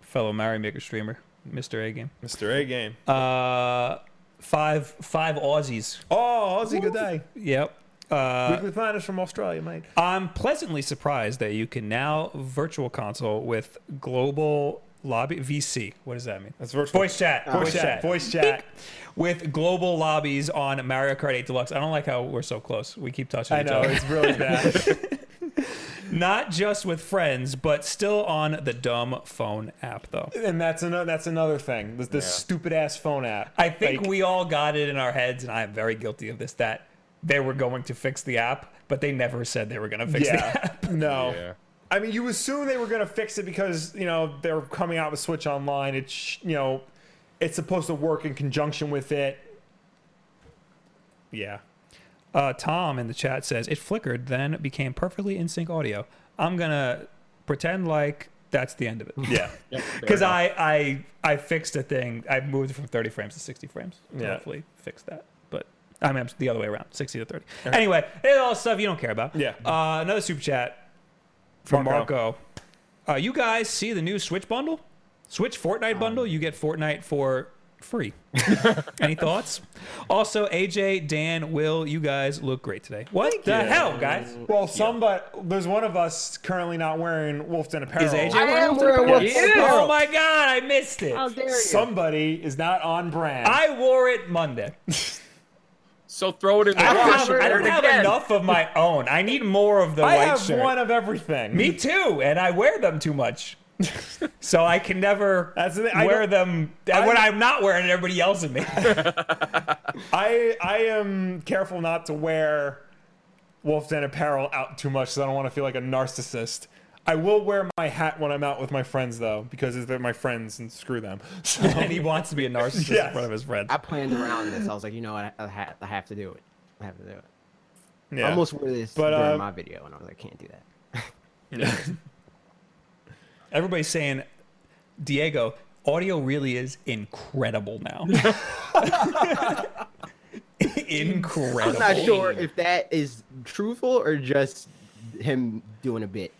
[SPEAKER 1] fellow Mario Maker streamer, Mr. A Game.
[SPEAKER 2] Mr. A Game.
[SPEAKER 1] Uh, five five Aussies.
[SPEAKER 2] Oh, Aussie, good day.
[SPEAKER 1] Yep. Uh,
[SPEAKER 2] Weekly Planet from Australia, mate.
[SPEAKER 1] I'm pleasantly surprised that you can now virtual console with global lobby VC. What does that mean?
[SPEAKER 2] That's virtual-
[SPEAKER 1] voice chat.
[SPEAKER 2] voice chat, voice chat.
[SPEAKER 1] Beep. With global lobbies on Mario Kart 8 Deluxe. I don't like how we're so close. We keep touching
[SPEAKER 2] I
[SPEAKER 1] each
[SPEAKER 2] know
[SPEAKER 1] other.
[SPEAKER 2] it's really bad.
[SPEAKER 1] Not just with friends, but still on the dumb phone app though.
[SPEAKER 2] <laughs> and that's another that's another thing. This, this stupid ass phone app.
[SPEAKER 1] I think
[SPEAKER 2] Like,
[SPEAKER 1] we all got it in our heads, and I am very guilty of this. That they were going to fix the app, but they never said they were going to fix the app.
[SPEAKER 2] yeah. <laughs> No.
[SPEAKER 3] Yeah.
[SPEAKER 2] I mean, you assume they were going to fix it because, you know, they're coming out with Switch Online. It's, sh- you know, it's supposed to work in conjunction with it. Yeah.
[SPEAKER 1] Uh, Tom in the chat says it flickered, then became perfectly in sync audio. I'm gonna pretend like that's the end of it
[SPEAKER 2] Yeah.
[SPEAKER 1] because I, I I fixed a thing. I moved it from 30 frames to 60 frames. So
[SPEAKER 2] Yeah.
[SPEAKER 1] Hopefully fixed that. But I mean I'm the other way around, 60 to 30. Anyway, it's all stuff you don't care about.
[SPEAKER 2] Yeah.
[SPEAKER 1] Uh, another super chat from
[SPEAKER 2] Marco.
[SPEAKER 1] Marco. Uh, you guys see the new Switch bundle? Switch Fortnite bundle.
[SPEAKER 2] Um.
[SPEAKER 1] You get Fortnite for
[SPEAKER 2] <laughs>
[SPEAKER 1] free. Any thoughts? Also, AJ, Dan, Will, you guys look great today. What the
[SPEAKER 2] you.
[SPEAKER 1] hell, guys?
[SPEAKER 2] Well, some, but there's one of us currently not wearing Wolfden apparel.
[SPEAKER 1] Is AJ
[SPEAKER 4] I am wearing
[SPEAKER 1] Wolf's
[SPEAKER 4] Wolf's
[SPEAKER 1] apparel?
[SPEAKER 4] apparel.
[SPEAKER 1] Oh my god, I missed it.
[SPEAKER 2] Somebody is not on brand.
[SPEAKER 1] I wore it Monday.
[SPEAKER 3] So throw it in the
[SPEAKER 1] I don't
[SPEAKER 3] wash.
[SPEAKER 1] have, I
[SPEAKER 3] wear
[SPEAKER 1] don't
[SPEAKER 3] it
[SPEAKER 1] have
[SPEAKER 3] again.
[SPEAKER 1] enough of my own. I need more of the
[SPEAKER 2] I
[SPEAKER 1] white
[SPEAKER 2] have
[SPEAKER 1] shirt.
[SPEAKER 2] one of
[SPEAKER 1] <laughs>
[SPEAKER 2] everything.
[SPEAKER 1] Me too, and I wear them too much. so I can never
[SPEAKER 2] That's the thing, I
[SPEAKER 1] wear
[SPEAKER 2] don't-
[SPEAKER 1] them and when I'm not wearing it. Everybody yells at me.
[SPEAKER 2] I I am careful not to wear Wolf Den apparel out too much because I don't want to feel like a narcissist. I will wear my hat when I'm out with my friends though, because they're my friends and screw them. <laughs>
[SPEAKER 1] <laughs> <laughs>
[SPEAKER 2] So
[SPEAKER 1] and he wants to be a narcissist in
[SPEAKER 2] Yes.
[SPEAKER 1] front of his friends.
[SPEAKER 4] I planned around this. I was like, you know what? I, I, ha- I have to do it. I have to do it.
[SPEAKER 2] yeah.
[SPEAKER 4] I almost wore this
[SPEAKER 2] But,
[SPEAKER 4] during
[SPEAKER 2] uh,
[SPEAKER 4] my video, and I was like, I can't do that.
[SPEAKER 1] Everybody's saying, Diego, audio really is incredible <laughs> now. incredible.
[SPEAKER 4] I'm not sure if that is truthful or just him doing a bit.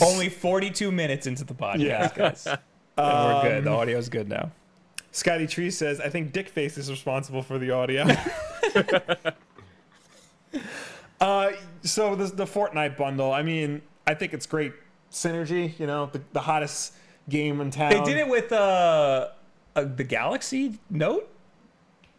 [SPEAKER 1] Only 42 minutes into the podcast,
[SPEAKER 2] Yeah.
[SPEAKER 1] guys. And we're good. The audio's good now.
[SPEAKER 2] Scotty Tree says, I think Dickface is responsible for
[SPEAKER 1] <laughs>
[SPEAKER 2] the audio. <laughs> uh, so the, the Fortnite bundle, I mean, I think it's great synergy, you know, the, the hottest game in town.
[SPEAKER 1] They did it with uh, uh, the Galaxy Note.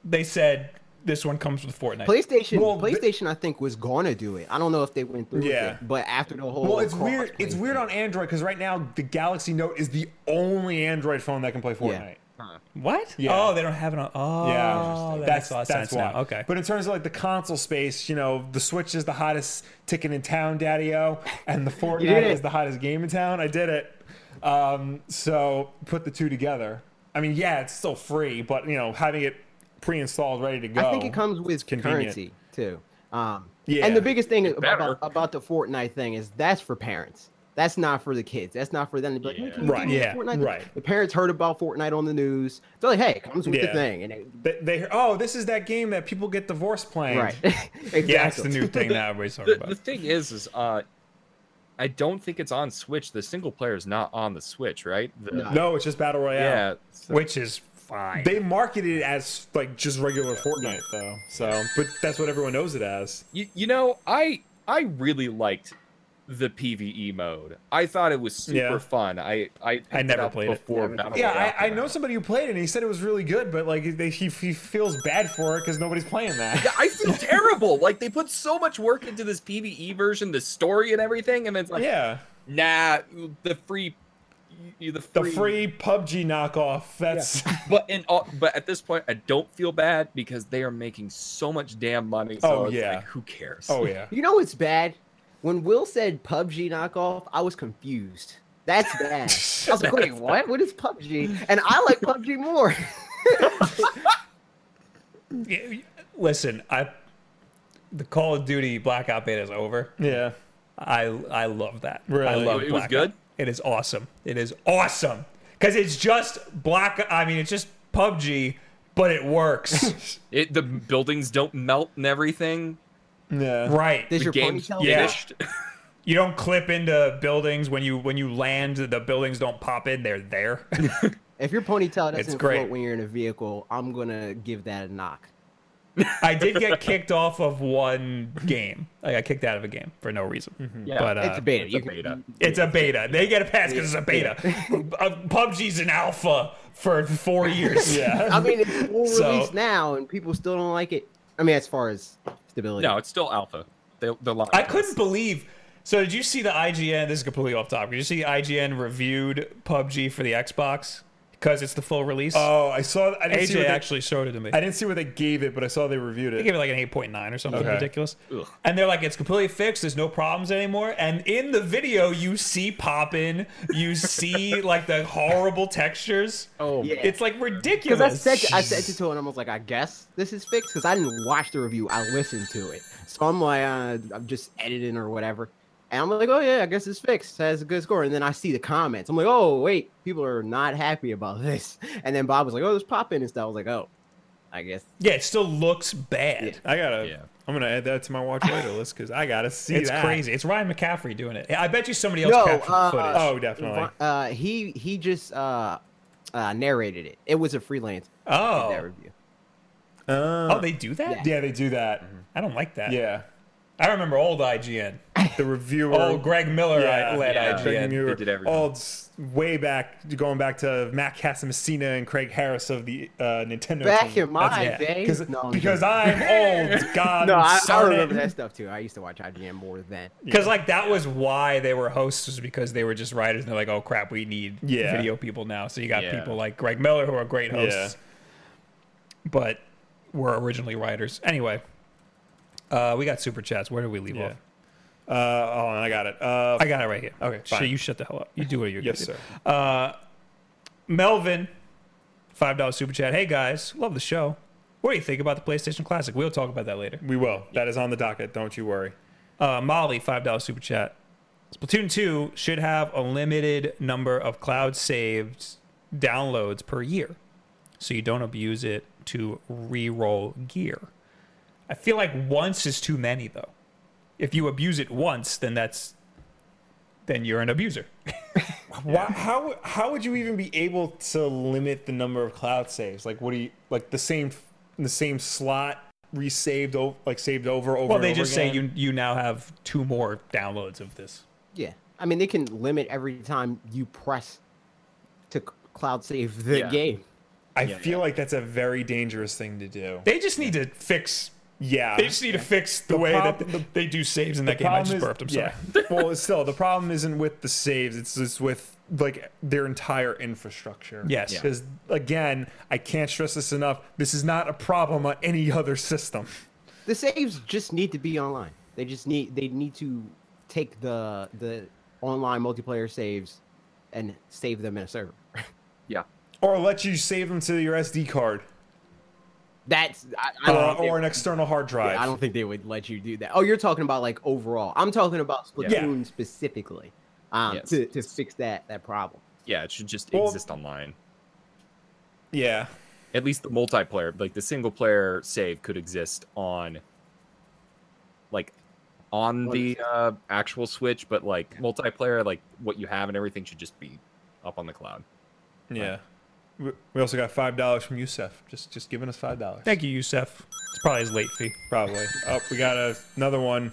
[SPEAKER 1] They said this one comes with Fortnite.
[SPEAKER 4] PlayStation,
[SPEAKER 2] Well, the-
[SPEAKER 4] PlayStation, I think was gonna do it. I don't know if they went through
[SPEAKER 2] Yeah.
[SPEAKER 4] with it, but after the whole
[SPEAKER 2] Well, it's
[SPEAKER 4] cross
[SPEAKER 2] weird. It's
[SPEAKER 4] play
[SPEAKER 2] weird
[SPEAKER 4] thing-
[SPEAKER 2] on Android because right now the Galaxy Note is the only Android phone that can play Fortnite.
[SPEAKER 1] What?
[SPEAKER 2] Yeah.
[SPEAKER 1] Oh, they don't have it on. Oh,
[SPEAKER 2] Yeah,
[SPEAKER 1] that makes
[SPEAKER 2] that's
[SPEAKER 1] a lot of
[SPEAKER 2] that's
[SPEAKER 1] sense
[SPEAKER 2] why.
[SPEAKER 1] now. Okay.
[SPEAKER 2] but in terms of like the console space, you know, the Switch is the hottest ticket in town, Daddy-O,
[SPEAKER 4] <laughs>
[SPEAKER 2] and the Fortnite
[SPEAKER 4] did it.
[SPEAKER 2] is the hottest game in town. I did it. Um, so put the two together. I mean, yeah, it's still free, but you know, having it pre-installed, ready to go.
[SPEAKER 4] I think it comes with
[SPEAKER 2] convenient.
[SPEAKER 4] currency too. Um,
[SPEAKER 2] Yeah.
[SPEAKER 4] And the biggest thing
[SPEAKER 3] better.
[SPEAKER 4] about, about the Fortnite thing is that's for parents. That's not for the kids. That's not for them to be like, "Hey, can we
[SPEAKER 2] Right,
[SPEAKER 4] do this
[SPEAKER 1] yeah,
[SPEAKER 4] Fortnite thing?"
[SPEAKER 2] right.
[SPEAKER 4] The parents heard about Fortnite on the news. They're like, hey, it comes with
[SPEAKER 2] Yeah.
[SPEAKER 4] the thing. And they,
[SPEAKER 2] They, they oh, this is that game that people get divorced playing.
[SPEAKER 4] right. <laughs> exactly.
[SPEAKER 1] Yeah, that's the new thing now everybody's talking
[SPEAKER 3] The,
[SPEAKER 1] about.
[SPEAKER 3] the thing is, is uh, I don't think it's on Switch. The single player is not on the Switch, right? The,
[SPEAKER 4] No.
[SPEAKER 2] No, it's just battle royale.
[SPEAKER 3] Yeah. so-
[SPEAKER 1] Which is fine.
[SPEAKER 2] They marketed it as like just regular Fortnite though. So, but that's what everyone knows it as.
[SPEAKER 3] you, you know, I I really liked the PVE mode. I thought it was super
[SPEAKER 2] Yeah.
[SPEAKER 3] fun. I I, picked it
[SPEAKER 1] never
[SPEAKER 3] up
[SPEAKER 1] played it.
[SPEAKER 3] before.
[SPEAKER 4] Yeah,
[SPEAKER 3] Battle
[SPEAKER 2] Yeah,
[SPEAKER 3] Royale
[SPEAKER 2] I, I
[SPEAKER 3] came
[SPEAKER 2] know
[SPEAKER 3] out.
[SPEAKER 2] somebody who played it and he said it was really good, but like they, he, he feels bad for it because nobody's playing that.
[SPEAKER 3] I feel terrible. Like they put so much work into this PVE version, the story and everything, and then it's <laughs> like,
[SPEAKER 2] Yeah.
[SPEAKER 3] nah, the free, you, the
[SPEAKER 2] The
[SPEAKER 3] free,
[SPEAKER 2] free PUBG
[SPEAKER 3] <laughs>
[SPEAKER 2] knockoff. That's <laughs>
[SPEAKER 3] But in all, but at this point, I don't feel bad because they are making so much damn money. So
[SPEAKER 2] Oh,
[SPEAKER 3] it's
[SPEAKER 2] yeah.
[SPEAKER 3] like, who cares?
[SPEAKER 2] Oh yeah.
[SPEAKER 4] You know what's bad? When Will said PUBG knockoff, I was confused. That's bad. I was like, wait, what? What is PUBG? And I like PUBG more. <laughs>
[SPEAKER 1] Yeah, Listen, I the Call of Duty Blackout beta is over.
[SPEAKER 2] Yeah.
[SPEAKER 1] I I love that. I
[SPEAKER 2] Really?
[SPEAKER 1] love
[SPEAKER 3] <laughs> It was
[SPEAKER 1] Blackout.
[SPEAKER 3] good?
[SPEAKER 1] It is awesome. It is awesome because it's just Black. I mean, it's just PUBG, but it works.
[SPEAKER 3] It, the buildings don't melt and everything.
[SPEAKER 2] <laughs> Yeah.
[SPEAKER 1] right.
[SPEAKER 4] Does your
[SPEAKER 3] Game's
[SPEAKER 4] ponytail?
[SPEAKER 1] Yeah.
[SPEAKER 3] finished.
[SPEAKER 1] You don't clip into buildings when you when you land. The buildings don't pop in. They're there.
[SPEAKER 4] If your ponytail doesn't
[SPEAKER 1] great.
[SPEAKER 4] float when you're in a vehicle, I'm gonna give that a knock.
[SPEAKER 1] I did
[SPEAKER 2] <laughs>
[SPEAKER 1] get kicked off of one game. I got kicked out of a game for no reason.
[SPEAKER 3] Yeah.
[SPEAKER 1] But, uh,
[SPEAKER 4] It's
[SPEAKER 3] <laughs>
[SPEAKER 4] a beta.
[SPEAKER 3] it's
[SPEAKER 4] you
[SPEAKER 3] a
[SPEAKER 4] can-
[SPEAKER 3] beta.
[SPEAKER 1] It's a beta. They get a pass because it's a beta. Uh, PUBG's an alpha for four years.
[SPEAKER 2] <laughs> Yeah.
[SPEAKER 4] I mean, it's full
[SPEAKER 1] So-
[SPEAKER 4] release now, and people still don't like it. I mean, as far as stability.
[SPEAKER 3] No, it's still alpha. They, they're lying.
[SPEAKER 1] I couldn't believe. So did you see the IGN? This is completely off topic. Did you see IGN reviewed PUBG for the Xbox because it's the full release?
[SPEAKER 2] Oh, I saw. I didn't see.
[SPEAKER 1] AJ
[SPEAKER 2] What they,
[SPEAKER 1] actually showed it to me.
[SPEAKER 2] I didn't see what they gave it, but I saw they reviewed
[SPEAKER 1] They gave
[SPEAKER 2] it.
[SPEAKER 1] it like an 8.9 or something
[SPEAKER 2] Okay.
[SPEAKER 1] ridiculous.
[SPEAKER 3] Ugh.
[SPEAKER 1] And they're like, it's completely fixed. There's no problems anymore. And in the video, you see poppin', you see like the horrible textures.
[SPEAKER 3] Oh,
[SPEAKER 4] Yeah.
[SPEAKER 1] It's like
[SPEAKER 4] Because
[SPEAKER 1] ridiculous.
[SPEAKER 4] I said I said to her, and I was like, I guess this is fixed. Because I didn't watch the review, I listened to it. So I'm like, uh, I'm just editing or whatever, and I'm like, oh yeah, I guess it's fixed. Has a good score. And then I see the comments. I'm like, oh wait, people are not happy about <laughs> this. And then Bob was like, oh, there's pop in and stuff. I was like, oh, I guess
[SPEAKER 1] yeah, it still looks bad.
[SPEAKER 4] Yeah.
[SPEAKER 2] I gotta.
[SPEAKER 3] Yeah.
[SPEAKER 2] I'm gonna add that to my watch later list because I gotta see
[SPEAKER 1] It's
[SPEAKER 2] that.
[SPEAKER 1] crazy. It's Ryan McCaffrey doing it. I bet you somebody else
[SPEAKER 4] No,
[SPEAKER 1] captured the
[SPEAKER 4] uh,
[SPEAKER 1] footage.
[SPEAKER 2] Oh, definitely.
[SPEAKER 4] uh, he he just uh, uh, narrated it. It was a freelance
[SPEAKER 1] Oh.
[SPEAKER 4] that review.
[SPEAKER 2] Uh,
[SPEAKER 1] Oh, they do that?
[SPEAKER 2] yeah, they do that.
[SPEAKER 4] Mm-hmm.
[SPEAKER 1] I don't like that.
[SPEAKER 2] Yeah.
[SPEAKER 1] I remember old IGN.
[SPEAKER 2] the reviewer.
[SPEAKER 1] Oh, Greg Miller
[SPEAKER 2] Yeah,
[SPEAKER 1] I led
[SPEAKER 3] yeah.
[SPEAKER 1] IGN.
[SPEAKER 2] Greg
[SPEAKER 3] they
[SPEAKER 2] Muir.
[SPEAKER 3] did everything.
[SPEAKER 2] All s- way back, going back to Matt Casamassina and Craig Harris of the uh, Nintendo.
[SPEAKER 4] Back
[SPEAKER 2] team.
[SPEAKER 4] in my
[SPEAKER 1] yeah.
[SPEAKER 4] day,
[SPEAKER 2] Because-
[SPEAKER 4] No, I'm
[SPEAKER 2] because
[SPEAKER 4] joking. <laughs>
[SPEAKER 2] I'm old. God,
[SPEAKER 4] no, I, I
[SPEAKER 2] darn
[SPEAKER 4] remember
[SPEAKER 2] it.
[SPEAKER 4] that stuff too. I used to watch IGN more than.
[SPEAKER 1] Because like that was why they were hosts was because they were just writers and they're like, oh crap, we need
[SPEAKER 2] Yeah.
[SPEAKER 1] video people now. So you got
[SPEAKER 3] Yeah.
[SPEAKER 1] people like Greg Miller who are great hosts,
[SPEAKER 2] Yeah.
[SPEAKER 1] but were originally writers. Anyway, uh, we got super chats. Where did we leave off?
[SPEAKER 2] Uh, oh, I got it. Uh,
[SPEAKER 1] I got it right here.
[SPEAKER 2] Okay,
[SPEAKER 1] Shit,
[SPEAKER 2] fine.
[SPEAKER 1] you shut the hell up. You do what you're
[SPEAKER 2] yes,
[SPEAKER 1] gonna
[SPEAKER 2] sir.
[SPEAKER 1] do. Melvin, five dollar super chat. Hey guys, love the show. What do you think about the PlayStation Classic? We'll talk about that later.
[SPEAKER 2] We will. That is on the docket. Don't you worry.
[SPEAKER 1] Uh, Molly, five dollar super chat. Splatoon two should have a limited number of cloud saved downloads per year, so you don't abuse it to re-roll gear. I feel like once is too many though. If you abuse it once, then that's then you're an abuser.
[SPEAKER 2] Why, how how would you even be able to limit the number of cloud saves? Like, what do you like the same the same slot resaved over like saved over over?
[SPEAKER 1] Well,
[SPEAKER 2] and
[SPEAKER 1] they
[SPEAKER 2] over
[SPEAKER 1] just say
[SPEAKER 2] again?
[SPEAKER 1] you you now have two more downloads of this.
[SPEAKER 4] Yeah, I mean they can limit every time you press to c- cloud save the
[SPEAKER 3] Yeah.
[SPEAKER 4] game.
[SPEAKER 2] I feel like that's a very dangerous thing to do.
[SPEAKER 1] They just need to fix.
[SPEAKER 2] Yeah,
[SPEAKER 1] They just need to fix the,
[SPEAKER 2] The
[SPEAKER 1] way
[SPEAKER 2] prob-
[SPEAKER 1] that
[SPEAKER 2] the-
[SPEAKER 1] they do saves in that
[SPEAKER 2] The
[SPEAKER 1] game. I
[SPEAKER 2] problem
[SPEAKER 1] just
[SPEAKER 2] is-
[SPEAKER 1] burped. I'm sorry. <laughs>
[SPEAKER 2] yeah. well, still, the problem isn't with the saves. It's just with like their entire infrastructure.
[SPEAKER 1] Yes. Yeah.
[SPEAKER 2] Because again, I can't stress this enough. This is not a problem on any other system.
[SPEAKER 4] The saves just need to be online. They just need they need to take the the online multiplayer saves and save them in a server. <laughs>
[SPEAKER 3] Yeah.
[SPEAKER 2] Or let you save them to your SD card
[SPEAKER 4] That's I, I don't
[SPEAKER 2] uh,
[SPEAKER 4] think they-
[SPEAKER 2] or an external hard drive.
[SPEAKER 4] I don't think they would let you do that. Oh, you're talking about like overall. I'm talking about
[SPEAKER 2] Yeah.
[SPEAKER 4] Splatoon specifically um,
[SPEAKER 3] Yes.
[SPEAKER 4] to, to fix that that problem.
[SPEAKER 3] Yeah, it should just
[SPEAKER 2] Well-
[SPEAKER 3] exist online.
[SPEAKER 2] yeah.
[SPEAKER 3] At least the multiplayer, like the single player save could exist on like on
[SPEAKER 4] Well,
[SPEAKER 3] the uh, actual Switch, but like multiplayer, like what you have and everything should just be up on the cloud.
[SPEAKER 2] Yeah. We- We also got five dollars from Yusef. Just just giving us five dollars.
[SPEAKER 1] Thank you, Yusef. It's probably his late fee.
[SPEAKER 2] Probably. Oh, we got a, another one.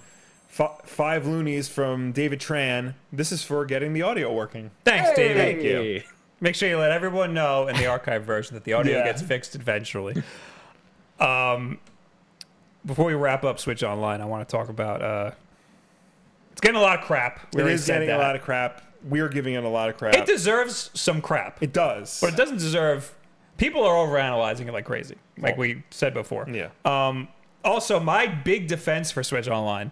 [SPEAKER 2] F- five loonies from David Tran. This is for getting the audio working.
[SPEAKER 1] Thanks, David.
[SPEAKER 2] Thank you.
[SPEAKER 1] Make sure you let everyone know in the archive version that the audio
[SPEAKER 2] Yeah.
[SPEAKER 1] gets fixed eventually. Um, before we wrap up Switch Online, I want to talk about. Uh, it's getting a lot of crap. We
[SPEAKER 2] It
[SPEAKER 1] already
[SPEAKER 2] is
[SPEAKER 1] said
[SPEAKER 2] getting a
[SPEAKER 1] that.
[SPEAKER 2] lot of crap. We are giving it a lot of crap.
[SPEAKER 1] It deserves some crap.
[SPEAKER 2] It does.
[SPEAKER 1] but it doesn't deserve. People are overanalyzing it like crazy, like we said before.
[SPEAKER 2] yeah. Um,
[SPEAKER 1] Also, my big defense for Switch Online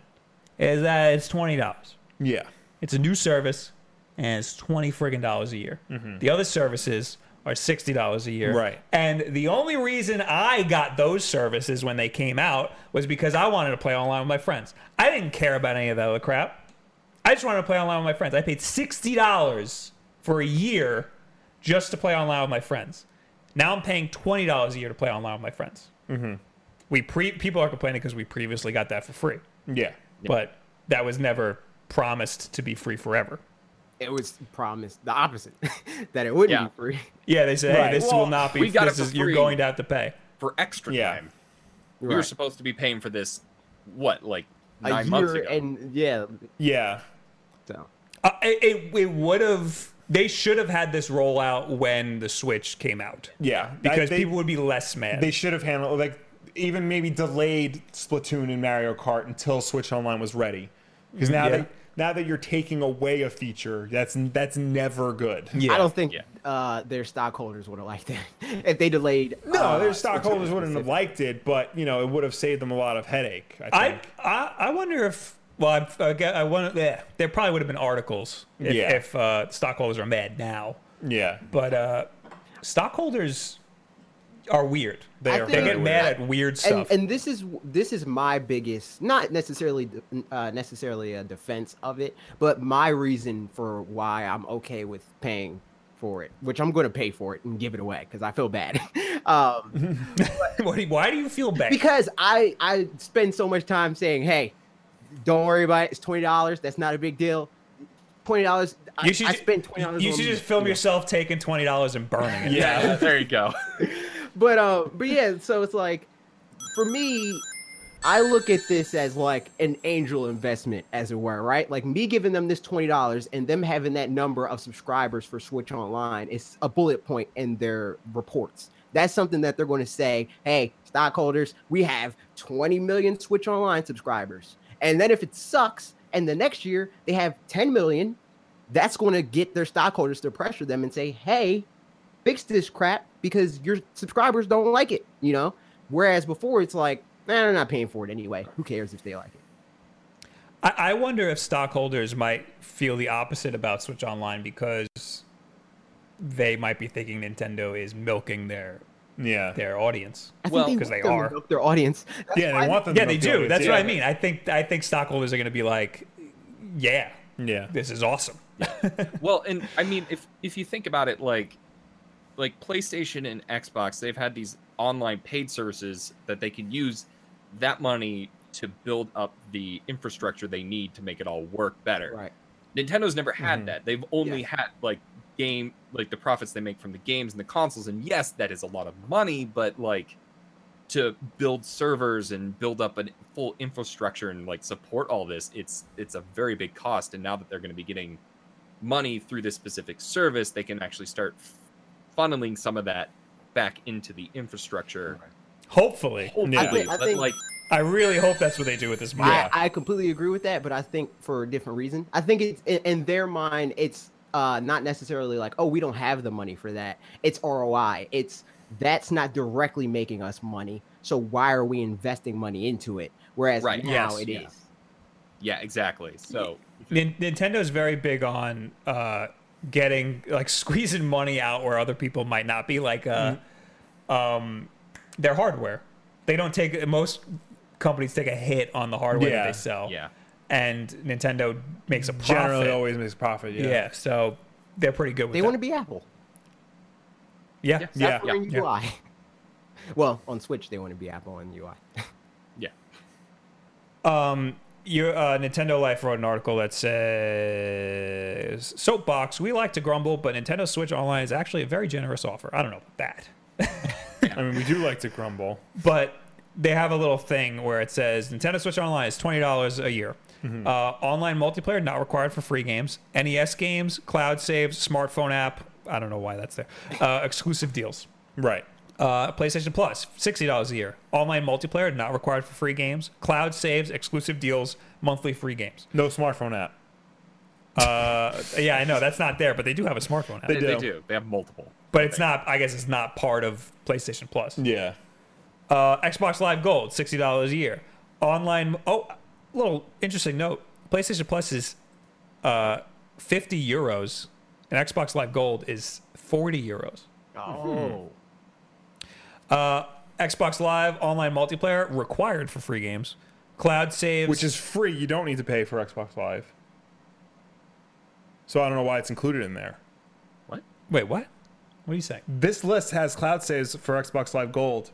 [SPEAKER 1] is that it's twenty dollars.
[SPEAKER 2] yeah.
[SPEAKER 1] It's a new service, and it's twenty friggin' dollars a year. The other services are sixty dollars a year.
[SPEAKER 2] Right.
[SPEAKER 1] And the only reason I got those services when they came out was because I wanted to play online with my friends. I didn't care about any of that other crap. I just wanted to play online with my friends. I paid sixty dollars for a year just to play online with my friends. Now I'm paying twenty dollars a year to play online with my friends. Mm-hmm. We pre people are complaining because we previously got that for free
[SPEAKER 2] Yeah.
[SPEAKER 1] but that was never promised to be free forever.
[SPEAKER 4] It was promised the opposite <laughs> that it wouldn't
[SPEAKER 3] Yeah.
[SPEAKER 4] be free.
[SPEAKER 1] Yeah, they said,
[SPEAKER 2] Right.
[SPEAKER 1] hey, this
[SPEAKER 2] Well,
[SPEAKER 1] will not be.
[SPEAKER 3] we got
[SPEAKER 1] this
[SPEAKER 3] it for
[SPEAKER 1] is, You're
[SPEAKER 3] free.
[SPEAKER 1] going to have to pay.
[SPEAKER 3] For extra
[SPEAKER 2] Yeah.
[SPEAKER 3] time. We were
[SPEAKER 4] Right.
[SPEAKER 3] supposed to be paying for this what, like
[SPEAKER 4] a
[SPEAKER 3] nine
[SPEAKER 4] year
[SPEAKER 3] months ago.
[SPEAKER 4] and yeah,
[SPEAKER 2] Yeah.
[SPEAKER 4] so
[SPEAKER 1] Uh, it it, it would have. They should have had this rollout when the Switch came out
[SPEAKER 2] Yeah.
[SPEAKER 1] because
[SPEAKER 2] they,
[SPEAKER 1] people would be less mad.
[SPEAKER 2] they should have handled like even maybe delayed Splatoon and Mario Kart until Switch Online was ready. Because now
[SPEAKER 1] Mm, Yeah.
[SPEAKER 2] that now that you're taking away a feature, that's that's never good.
[SPEAKER 1] yeah.
[SPEAKER 4] I don't think
[SPEAKER 3] yeah.
[SPEAKER 4] uh, their stockholders would have liked that <laughs> if they delayed.
[SPEAKER 2] No,
[SPEAKER 1] Ah,
[SPEAKER 4] uh,
[SPEAKER 2] their
[SPEAKER 4] Splatoon
[SPEAKER 2] stockholders wouldn't have
[SPEAKER 4] specific-
[SPEAKER 2] liked it, but you know it would have saved them a lot of headache. I
[SPEAKER 1] I,
[SPEAKER 2] think.
[SPEAKER 1] I I wonder if well I, I, get- I wonder yeah, there probably would have been articles if,
[SPEAKER 2] Yeah.
[SPEAKER 1] if uh, stockholders are mad now,
[SPEAKER 2] yeah,
[SPEAKER 1] but uh, stockholders are weird. They,
[SPEAKER 4] I
[SPEAKER 2] are
[SPEAKER 4] think-
[SPEAKER 1] they
[SPEAKER 2] very
[SPEAKER 1] get mad at weird
[SPEAKER 4] and,
[SPEAKER 1] stuff.
[SPEAKER 4] and this is this is my biggest not necessarily uh, necessarily a defense of it but my reason for why i'm okay with paying for it which i'm going to pay for it and give it away because i feel bad <laughs> um,
[SPEAKER 1] What do you- <laughs> why do you feel bad?
[SPEAKER 4] because i i spend so much time saying hey don't worry about it it's $20 that's not a big deal $20 I,
[SPEAKER 1] You should
[SPEAKER 4] I
[SPEAKER 1] ju-
[SPEAKER 4] spend $20
[SPEAKER 1] You
[SPEAKER 4] on
[SPEAKER 1] should just
[SPEAKER 4] music,
[SPEAKER 1] film
[SPEAKER 4] know?
[SPEAKER 1] yourself taking twenty dollars and burning it.
[SPEAKER 3] yeah, there you go.
[SPEAKER 4] but uh but yeah so it's like for me I look at this as like an angel investment, as it were, right? Like me giving them this twenty dollars and them having that number of subscribers for Switch Online is a bullet point in their reports. That's something that they're going to say, "Hey, stockholders, we have twenty million Switch Online subscribers." And then if it sucks, and the next year they have ten million, that's going to get their stockholders to pressure them and say, "Hey, fix this crap because your subscribers don't like it," you know. Whereas before, it's like, "Nah, they're not paying for it anyway. Who cares if they like it?"
[SPEAKER 1] I, I wonder if stockholders might feel the opposite about Switch Online because they might be thinking Nintendo is milking their
[SPEAKER 2] Yeah.
[SPEAKER 1] their audience.
[SPEAKER 4] I think
[SPEAKER 3] Well,
[SPEAKER 1] because
[SPEAKER 4] want
[SPEAKER 1] they
[SPEAKER 4] them to
[SPEAKER 1] are.
[SPEAKER 4] milk their audience. That's
[SPEAKER 2] Yeah,
[SPEAKER 4] why
[SPEAKER 2] they want them. to
[SPEAKER 1] Yeah, they
[SPEAKER 2] milk the
[SPEAKER 1] do.
[SPEAKER 2] audience,
[SPEAKER 1] That's
[SPEAKER 2] yeah.
[SPEAKER 1] what I mean. I think I think stockholders are going to be like, yeah,
[SPEAKER 2] Yeah.
[SPEAKER 1] this is awesome.
[SPEAKER 3] well and i mean if if you think about it like like playstation and xbox they've had these online paid services that they can use that money to build up the infrastructure they need to make it all work better
[SPEAKER 4] Right.
[SPEAKER 3] nintendo's never had that they've only
[SPEAKER 4] Yeah.
[SPEAKER 3] had like game like the profits they make from the games and the consoles and yes that is a lot of money but like to build servers and build up a full infrastructure and like support all this it's it's a very big cost and now that they're going to be getting money through this specific service, they can actually start funneling some of that back into the infrastructure.
[SPEAKER 1] Hopefully,
[SPEAKER 3] Hopefully,
[SPEAKER 2] I
[SPEAKER 4] think- I
[SPEAKER 3] but,
[SPEAKER 4] think-
[SPEAKER 3] like
[SPEAKER 1] I really hope that's what they do with this movie.
[SPEAKER 4] I, I completely agree with that, but I think for a different reason. I think it's in, in their mind, it's uh, not necessarily like, oh, we don't have the money for that. It's ROI. It's that's not directly making us money, so why are we investing money into it? Whereas
[SPEAKER 3] Right,
[SPEAKER 4] now
[SPEAKER 3] yes,
[SPEAKER 4] it is.
[SPEAKER 3] yeah. yeah, exactly. So
[SPEAKER 1] Nin- Nintendo's very big on uh, getting like <laughs> squeezing money out where other people might not be, like uh,
[SPEAKER 2] Mm.
[SPEAKER 1] um, their hardware. They don't take most companies take a hit on the hardware that
[SPEAKER 2] Yeah, Mm.
[SPEAKER 1] they sell,
[SPEAKER 3] yeah,
[SPEAKER 1] and Nintendo makes a profit.
[SPEAKER 2] Generally, always makes profit. Yeah.
[SPEAKER 1] yeah. so they're pretty good with
[SPEAKER 4] They
[SPEAKER 1] that.
[SPEAKER 4] want to be Apple.
[SPEAKER 1] yeah.
[SPEAKER 3] Yeah.
[SPEAKER 2] Yeah.
[SPEAKER 4] Software and
[SPEAKER 1] yeah.
[SPEAKER 4] UI. <laughs> well, on Switch they want to be Apple and UI.
[SPEAKER 3] yeah.
[SPEAKER 1] Um, your uh, Nintendo Life wrote an article that says soapbox. We like to grumble, but Nintendo Switch Online is actually a very generous offer. I don't know about that.
[SPEAKER 2] I mean, we do like to grumble.
[SPEAKER 1] but they have a little thing where it says Nintendo Switch Online is twenty dollars a year. Uh, online multiplayer not required for free games. NES games, cloud saves, smartphone app. I don't know why that's there. Uh, exclusive deals.
[SPEAKER 2] Right.
[SPEAKER 1] Uh, PlayStation Plus, sixty dollars a year. Online multiplayer not required for free games. Cloud saves, exclusive deals, monthly free games.
[SPEAKER 2] No smartphone app.
[SPEAKER 1] Uh, yeah, I know that's not there, but they do have a smartphone app.
[SPEAKER 3] They, they
[SPEAKER 2] do.
[SPEAKER 3] do. They have multiple.
[SPEAKER 1] But it's not. I guess it's not part of PlayStation Plus.
[SPEAKER 2] Yeah.
[SPEAKER 1] Uh, Xbox Live Gold, sixty dollars a year. Online. Oh, little interesting note. PlayStation Plus is uh, fifty euros, and Xbox Live Gold is forty euros.
[SPEAKER 4] Oh.
[SPEAKER 1] Xbox Live online multiplayer required for free games. Cloud saves,
[SPEAKER 2] Which is free. You don't need to pay for Xbox Live. So I don't know why it's included in there.
[SPEAKER 3] What?
[SPEAKER 1] wait, what? What are you saying?
[SPEAKER 2] This list has cloud saves for Xbox Live Gold,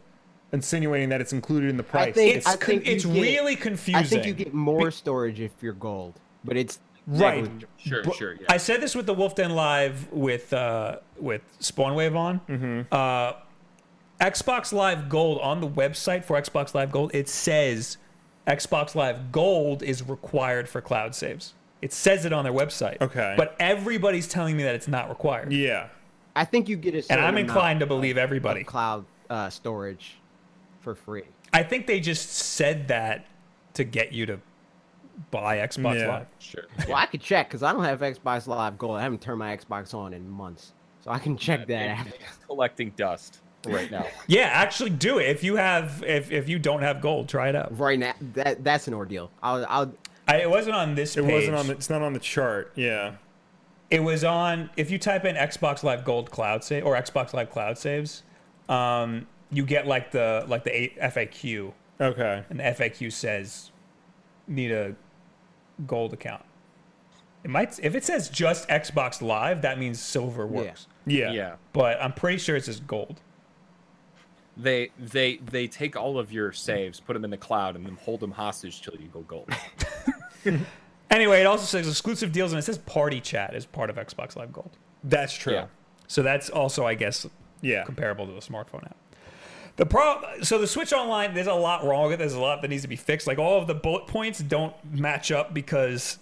[SPEAKER 2] insinuating that it's included in the price.
[SPEAKER 4] think-
[SPEAKER 1] It's con-
[SPEAKER 4] you
[SPEAKER 1] it's
[SPEAKER 4] get-
[SPEAKER 1] really confusing.
[SPEAKER 4] <laughs> I think you get more storage if you're gold, but it's
[SPEAKER 2] right.
[SPEAKER 3] Sure,
[SPEAKER 2] But-
[SPEAKER 3] sure. Yeah.
[SPEAKER 1] I said this with the Wolf Den Live with uh, with Spawnwave on.
[SPEAKER 2] Mm-hmm.
[SPEAKER 1] Uh, Xbox Live Gold on the website for Xbox Live Gold, it says Xbox Live Gold is required for cloud saves. It says it on their website.
[SPEAKER 2] Okay.
[SPEAKER 1] But everybody's telling me that it's not required.
[SPEAKER 2] Yeah.
[SPEAKER 4] I think you get a
[SPEAKER 1] And
[SPEAKER 4] certain
[SPEAKER 1] I'm
[SPEAKER 4] amount
[SPEAKER 1] inclined to believe
[SPEAKER 4] of
[SPEAKER 1] everybody.
[SPEAKER 4] cloud uh, storage for free.
[SPEAKER 1] I think they just said that to get you to buy Xbox
[SPEAKER 2] Yeah.
[SPEAKER 1] Live.
[SPEAKER 3] sure.
[SPEAKER 4] Well, I could check because I don't have Xbox Live Gold. I haven't turned my Xbox on in months, so I can check that
[SPEAKER 3] Yeah.
[SPEAKER 4] out.
[SPEAKER 3] <laughs> collecting dust right now.
[SPEAKER 1] Yeah, actually do it. If you have if, if you don't have gold, try it out.
[SPEAKER 4] Right now, that that's an ordeal. I'll, I'll
[SPEAKER 1] I, it wasn't on this
[SPEAKER 2] It
[SPEAKER 1] page.
[SPEAKER 2] wasn't on. The, it's not on the chart. Yeah.
[SPEAKER 1] It was on. If you type in Xbox Live Gold Cloud Save or Xbox Live Cloud Saves, um, you get like the like the A- FAQ,
[SPEAKER 2] Okay.
[SPEAKER 1] and the FAQ says need a gold account. It might if it says just Xbox Live, that means silver works.
[SPEAKER 2] Yeah.
[SPEAKER 3] Yeah.
[SPEAKER 1] But I'm pretty sure it says gold.
[SPEAKER 3] They they they take all of your saves, put them in the cloud, and then hold them hostage till you go
[SPEAKER 1] <laughs>
[SPEAKER 3] gold.
[SPEAKER 1] Anyway, it also says exclusive deals, and it says party chat is part of Xbox Live Gold.
[SPEAKER 2] That's true.
[SPEAKER 3] Yeah.
[SPEAKER 1] So that's also, I guess,
[SPEAKER 2] Yeah.
[SPEAKER 1] comparable to the smartphone app. The problem, so the Switch Online, there's a lot wrong with it. There's a lot that needs to be fixed. Like all of the bullet points don't match up because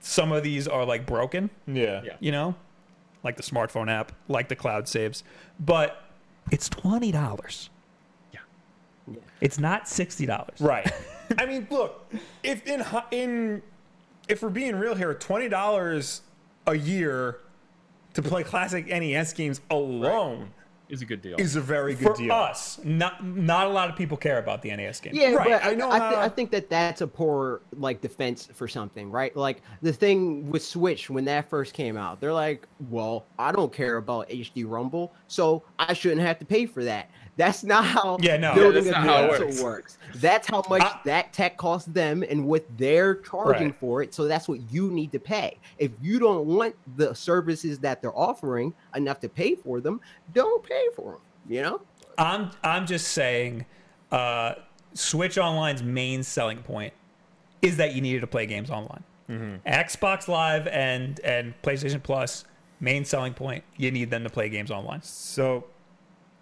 [SPEAKER 1] some of these are like broken.
[SPEAKER 2] Yeah.
[SPEAKER 3] Yeah.
[SPEAKER 1] You know, like the smartphone app, like the cloud saves, but it's twenty dollars.
[SPEAKER 3] Yeah.
[SPEAKER 1] It's not sixty dollars.
[SPEAKER 2] Right. I mean, look, if in hi- in if we're being real here, twenty dollars a year to play classic NES games alone
[SPEAKER 3] It's a good deal.
[SPEAKER 2] is a very good
[SPEAKER 1] For
[SPEAKER 2] deal.
[SPEAKER 1] us, not not a lot of people care about the NES game.
[SPEAKER 4] Yeah,
[SPEAKER 2] Right,
[SPEAKER 4] but
[SPEAKER 2] I
[SPEAKER 4] I
[SPEAKER 2] know
[SPEAKER 4] I,
[SPEAKER 2] how-
[SPEAKER 4] th- I think that that's a poor like defense for something, right? Like the thing with Switch when that first came out, they're like, "Well, I don't care about HD Rumble, so I shouldn't have to pay for that." That's not how
[SPEAKER 1] Yeah, no. Yeah,
[SPEAKER 4] building
[SPEAKER 3] that's
[SPEAKER 4] a
[SPEAKER 3] not how it
[SPEAKER 4] console
[SPEAKER 3] works.
[SPEAKER 4] works. That's how much
[SPEAKER 1] I-
[SPEAKER 4] that tech costs them and what they're charging
[SPEAKER 1] Right.
[SPEAKER 4] for it. So that's what you need to pay. If you don't want the services that they're offering enough to pay for them, don't pay for them. You know?
[SPEAKER 1] I'm I'm just saying, uh, Switch Online's main selling point is that you needed to play games online. Xbox Live and and PlayStation Plus main selling point you need them to play games online.
[SPEAKER 2] So,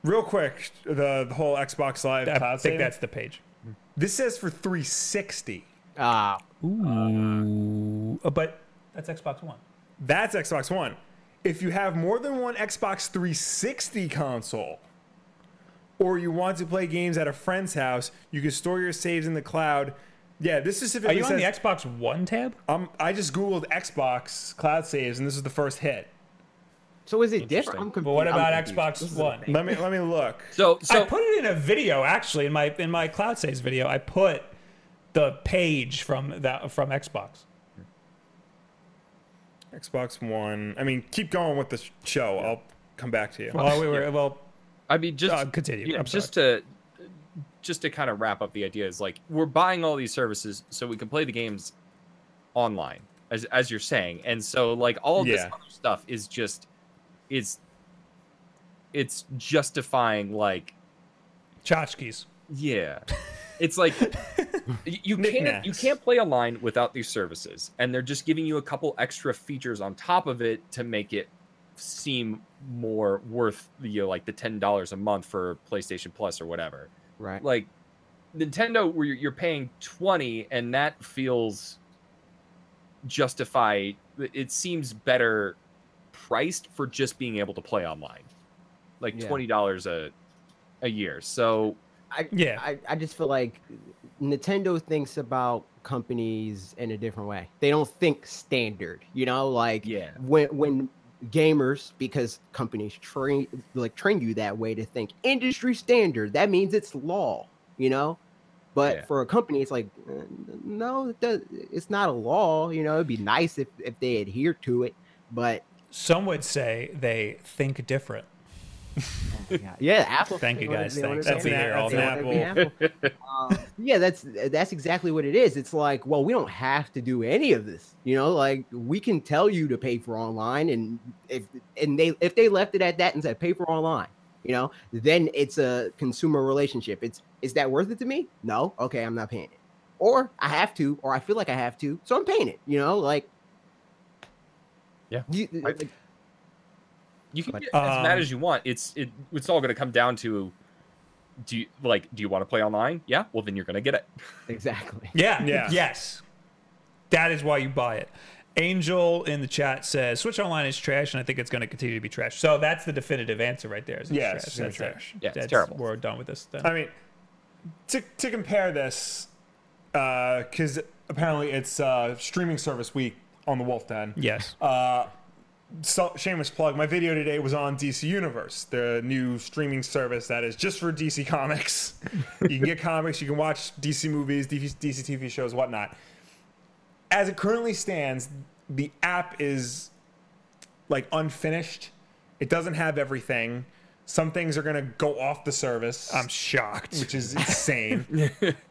[SPEAKER 2] real quick, the, the whole Xbox Live
[SPEAKER 1] I
[SPEAKER 2] cloud
[SPEAKER 1] think
[SPEAKER 2] saving,
[SPEAKER 1] that's the page.
[SPEAKER 2] this says for three sixty.
[SPEAKER 4] Ah,
[SPEAKER 1] Ooh, Uh, but that's Xbox One.
[SPEAKER 2] That's Xbox One. If you have more than one Xbox 360 console, or you want to play games at a friend's house, you can store your saves in the cloud. Yeah, this
[SPEAKER 1] Are
[SPEAKER 2] specifically
[SPEAKER 1] you on the
[SPEAKER 2] says-
[SPEAKER 1] Xbox One tab?
[SPEAKER 2] Um, I just googled Xbox cloud saves, and this is the first hit.
[SPEAKER 4] So is it different?
[SPEAKER 3] Interesting.
[SPEAKER 4] I'm confused.
[SPEAKER 1] But what
[SPEAKER 4] I'm
[SPEAKER 1] about
[SPEAKER 4] confused. This
[SPEAKER 1] Xbox
[SPEAKER 4] is a
[SPEAKER 1] One?
[SPEAKER 2] Let me let me look.
[SPEAKER 3] so
[SPEAKER 1] I
[SPEAKER 3] so
[SPEAKER 1] put it in a video actually in my in my cloud saves video. I put the page from that from Xbox.
[SPEAKER 2] Xbox One. I mean, keep going with the sh- show. I'll come back to you.
[SPEAKER 1] Well, we were well.
[SPEAKER 3] I mean, just
[SPEAKER 1] Uh, continue.
[SPEAKER 3] yeah,
[SPEAKER 1] I'm
[SPEAKER 3] just to just to kind of wrap up the idea is like we're buying all these services so we can play the games online, as as you're saying, and so like all of this
[SPEAKER 2] Yeah.
[SPEAKER 3] other stuff is just it's it's justifying like
[SPEAKER 1] Tchotchkes.
[SPEAKER 3] yeah, it's like y- you can't you
[SPEAKER 2] Knickknacks.
[SPEAKER 3] can't play online without these services, and they're just giving you a couple extra features on top of it to make it seem more worth the you know, like the ten dollars a month for PlayStation Plus or whatever
[SPEAKER 4] Right.
[SPEAKER 3] like Nintendo where you're- you're paying 20 and that feels justify it seems better priced for just being able to play online like
[SPEAKER 4] Yeah.
[SPEAKER 3] $20 a a year so
[SPEAKER 4] I,
[SPEAKER 1] Yeah.
[SPEAKER 4] I, I just feel like Nintendo thinks about companies in a different way. They don't think standard, you know, like
[SPEAKER 3] Yeah.
[SPEAKER 4] when when gamers because companies train like train you that way to think industry standard. That means it's law, you know. But
[SPEAKER 3] Yeah.
[SPEAKER 4] for a company, it's like uh, no, it does, it's not a law. You know, it'd be nice if if they adhere to it, but
[SPEAKER 1] Some would say they think different.
[SPEAKER 4] yeah, oh yeah Apple.
[SPEAKER 1] Thank you,
[SPEAKER 4] they wanna-
[SPEAKER 1] guys.
[SPEAKER 4] they wanna
[SPEAKER 1] Thanks.
[SPEAKER 4] do
[SPEAKER 1] I'll
[SPEAKER 4] it.
[SPEAKER 1] be here all
[SPEAKER 2] That's an
[SPEAKER 1] day.
[SPEAKER 2] app.
[SPEAKER 4] That'd be <laughs> Apple. Um, yeah, that's that's exactly what it is. It's like, well, we don't have to do any of this, you know. Like we can tell you to pay for online, and if and they if they left it at that and said pay for online, you know, then it's a consumer relationship. It's is that worth it to me? No. Okay, I'm not paying it, or I have to, or I feel like I have to, so I'm paying it. You know, like
[SPEAKER 3] Yeah.
[SPEAKER 4] you,
[SPEAKER 3] I-
[SPEAKER 4] like,
[SPEAKER 3] you can
[SPEAKER 4] But-
[SPEAKER 3] get as mad
[SPEAKER 1] Um,
[SPEAKER 3] as you want it's it, it's all going to come down to do you like do you want to play online yeah well then you're going to get it <laughs>
[SPEAKER 4] exactly.
[SPEAKER 1] Yeah.
[SPEAKER 2] Yeah.
[SPEAKER 1] Yes. That is why you buy it. Angel in the chat says Switch Online is trash, and I think it's going to continue to be trash. So that's the definitive answer right there. Is it's
[SPEAKER 2] Yeah,
[SPEAKER 1] trash.
[SPEAKER 2] it's Uh, just gonna be
[SPEAKER 1] That's it.
[SPEAKER 2] trash.
[SPEAKER 3] Yeah, it's
[SPEAKER 1] That's-
[SPEAKER 3] terrible.
[SPEAKER 1] We're done with this. Then.
[SPEAKER 2] I mean, to to compare this, because apparently it's uh, streaming service week on the Wolf Den.
[SPEAKER 1] yes.
[SPEAKER 2] Uh, so, shameless plug. My video today was on DC Universe, the new streaming service that is just for DC Comics. you
[SPEAKER 1] <laughs>
[SPEAKER 2] can get comics, you can watch DC movies, DC, DC TV shows, whatnot. As it currently stands, the app is like unfinished. It doesn't have everything. Some things are gonna go off the service
[SPEAKER 1] I'm shocked.
[SPEAKER 2] which is
[SPEAKER 1] <laughs>
[SPEAKER 2] insane.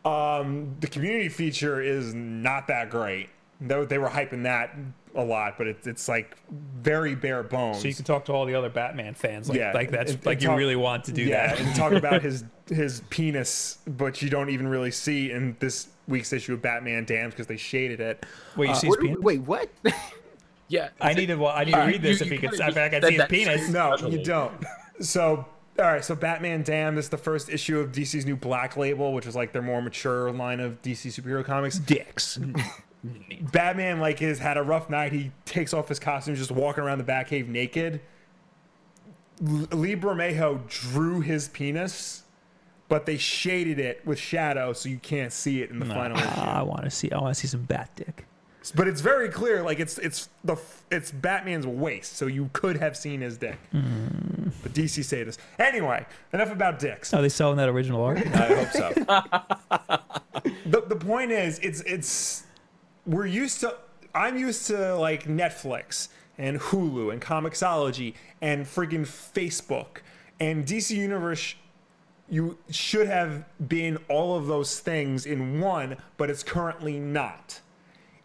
[SPEAKER 2] um, the community feature is not that great. Though they were hyping that a lot, but it's it's like very bare bones.
[SPEAKER 1] So you can talk to all the other Batman fans. Like,
[SPEAKER 2] Yeah,
[SPEAKER 1] like that's
[SPEAKER 2] and- and
[SPEAKER 1] like you
[SPEAKER 2] talk-
[SPEAKER 1] really want
[SPEAKER 2] <laughs>
[SPEAKER 1] to do
[SPEAKER 2] yeah,
[SPEAKER 1] that. <laughs>
[SPEAKER 2] and talk about his his penis, but you don't even really see in this week's issue of Batman Damned because they shaded it.
[SPEAKER 1] Wait, you see his
[SPEAKER 4] uh, What do we-
[SPEAKER 1] penis?
[SPEAKER 4] wait, what? <laughs>
[SPEAKER 3] yeah
[SPEAKER 1] I need to. Well, I need to read this if he could. In fact, I can see his penis.
[SPEAKER 2] No, you don't. So All right, so Batman Damned is the first issue of DC's new Black Label, which is like their more mature line of DC superhero comics.
[SPEAKER 1] Dicks.
[SPEAKER 2] Batman like has had a rough night. He takes off his costume, just walking around the Batcave naked. L- Lee Bermejo drew his penis, but they shaded it with shadow, so you can't see it in the final issue.
[SPEAKER 1] Ah, I want to see. I want to see some bat dick.
[SPEAKER 2] But it's very clear, like it's it's the f- it's Batman's waist, so you could have seen his dick. But DC sadist. Anyway, enough about dicks.
[SPEAKER 1] Are Oh, they selling that original art?
[SPEAKER 2] I hope so. the, the point is, it's it's we're used to. I'm used to like Netflix and Hulu and Comixology and freaking Facebook and DC Universe. You should have been all of those things in one, but it's currently not.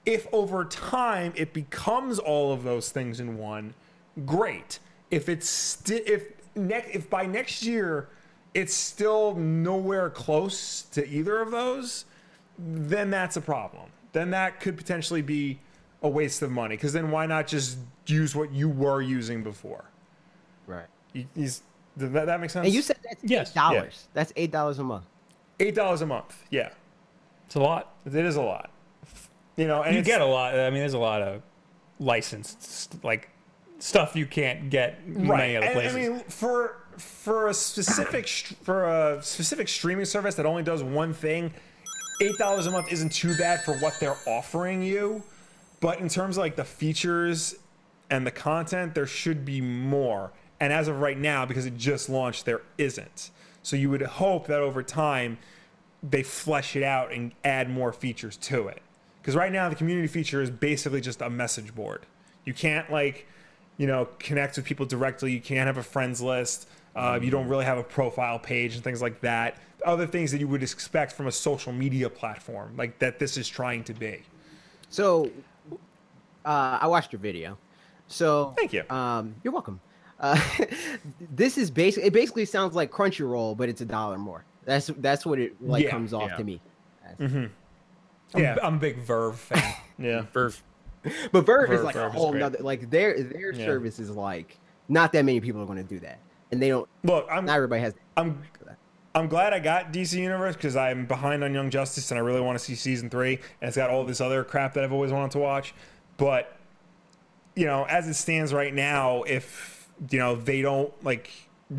[SPEAKER 2] If over time it becomes all of those things in one, great. If it's sti- if next if by next year it's still nowhere close to either of those, then that's a problem. Then that could potentially be a waste of money because then why not just use what you were using before?
[SPEAKER 4] Right.
[SPEAKER 2] You, you, does that, that make sense?
[SPEAKER 4] And you said that's
[SPEAKER 1] Yes,
[SPEAKER 4] eight dollars. That's eight dollars a month.
[SPEAKER 2] eight dollars a month. Yeah,
[SPEAKER 1] It's a lot.
[SPEAKER 2] it is a lot. You know, and
[SPEAKER 1] You
[SPEAKER 2] it's-
[SPEAKER 1] get a lot. I mean, there's a lot of licensed like stuff you can't get many other
[SPEAKER 2] And,
[SPEAKER 1] places.
[SPEAKER 2] I mean, for for a specific str- for a specific streaming service that only does one thing, eight dollars a month isn't too bad for what they're offering you. But in terms of like the features and the content, there should be more. And as of right now, because it just launched, there isn't. So you would hope that over time they flesh it out and add more features to it. Because right now the community feature is basically just a message board. You can't like, you know, connect with people directly. You can't have a friends list. Uh, you don't really have a profile page and things like that. Other things that you would expect from a social media platform, like that this is trying to be.
[SPEAKER 4] So, uh, I watched your video. So
[SPEAKER 2] Thank you.
[SPEAKER 4] Um, you're welcome. Uh, <laughs> this is basically it. Basically, sounds like Crunchyroll, but it's a dollar more. That's that's what it like
[SPEAKER 2] Yeah,
[SPEAKER 4] comes off
[SPEAKER 3] yeah.
[SPEAKER 4] to me.
[SPEAKER 2] Yeah.
[SPEAKER 1] I'm a big Verve fan.
[SPEAKER 2] Yeah.
[SPEAKER 3] For
[SPEAKER 4] But Verve is
[SPEAKER 2] Verve-
[SPEAKER 4] like
[SPEAKER 2] Verve
[SPEAKER 4] a
[SPEAKER 2] is
[SPEAKER 4] whole
[SPEAKER 2] great.
[SPEAKER 4] nother like their their
[SPEAKER 2] Yeah.
[SPEAKER 4] service is like not that many people are going to do that, and they don't.
[SPEAKER 2] Look, I'm
[SPEAKER 4] Not everybody has.
[SPEAKER 2] I'm I'm glad I got DC Universe because I'm behind on Young Justice and I really want to see season three. And it's got all this other crap that I've always wanted to watch. But you know, as it stands right now, if you know they don't like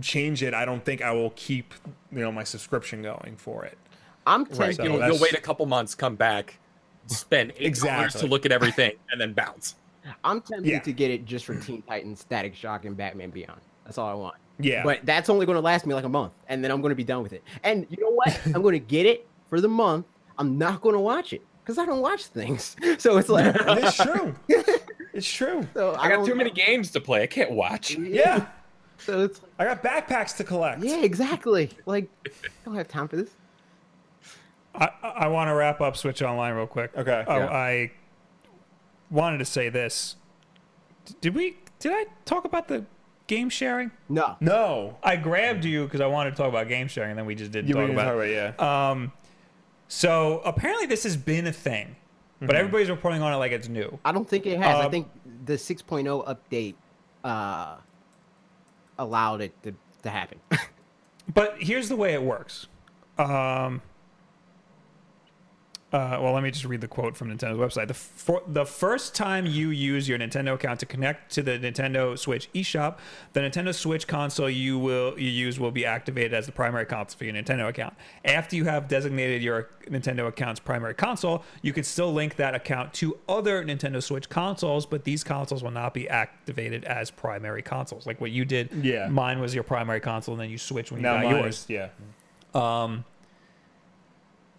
[SPEAKER 2] change it, I don't think I will keep you know my subscription going for it.
[SPEAKER 4] I'm
[SPEAKER 3] right,
[SPEAKER 4] tempted.
[SPEAKER 2] So
[SPEAKER 3] you'll,
[SPEAKER 2] that's-
[SPEAKER 3] you'll wait a couple months, come back, spend eight dollars
[SPEAKER 2] Exactly.
[SPEAKER 3] to look at everything, and then bounce.
[SPEAKER 4] I'm tempted
[SPEAKER 2] Yeah.
[SPEAKER 4] to get it just for Teen Titans, Static Shock, and Batman Beyond. That's all I want.
[SPEAKER 2] Yeah.
[SPEAKER 4] But that's only going to last me like a month, and then I'm going to be done with it. And you know what? I'm going to get it for the month. I'm not going to watch it because I don't watch things. <laughs> So it's like,
[SPEAKER 2] And it's true. <laughs> it's true.
[SPEAKER 4] so
[SPEAKER 3] I got
[SPEAKER 4] don't-
[SPEAKER 3] too many games to play. I can't watch.
[SPEAKER 2] <laughs> Yeah.
[SPEAKER 4] So it's like,
[SPEAKER 2] I got backpacks to collect.
[SPEAKER 4] yeah, exactly. Like, I don't have time for this.
[SPEAKER 1] I, I want to wrap up Switch Online real quick.
[SPEAKER 2] Okay.
[SPEAKER 1] Oh,
[SPEAKER 4] Yeah.
[SPEAKER 1] I wanted to say this. D- Did we? Did I talk about the game sharing?
[SPEAKER 4] No,
[SPEAKER 2] No.
[SPEAKER 1] I grabbed you because I wanted to talk about game sharing, and then we just didn't
[SPEAKER 2] You
[SPEAKER 1] talk
[SPEAKER 2] were
[SPEAKER 1] about.
[SPEAKER 2] talk
[SPEAKER 1] it. Um,
[SPEAKER 2] about yeah.
[SPEAKER 1] So apparently, this has been a thing, but
[SPEAKER 2] Mm-hmm.
[SPEAKER 1] everybody's reporting on it like it's new.
[SPEAKER 4] I don't think it has. I
[SPEAKER 1] Um,
[SPEAKER 4] think the 6.0 update uh, allowed it to, to happen.
[SPEAKER 1] But here's the way it works. Um, uh, well, let me just read the quote from Nintendo's website. The, for, the first time you use your Nintendo account to connect to the Nintendo Switch eShop, the Nintendo Switch console you will you use will be activated as the primary console for your Nintendo account. After you have designated your Nintendo account's primary console, you can still link that account to other Nintendo Switch consoles, but these consoles will not be activated as primary consoles. Like what you did,
[SPEAKER 2] Yeah.
[SPEAKER 1] Mine was your primary console, and then you switch when you
[SPEAKER 2] now
[SPEAKER 1] got
[SPEAKER 2] mine
[SPEAKER 1] yours.
[SPEAKER 2] is yeah.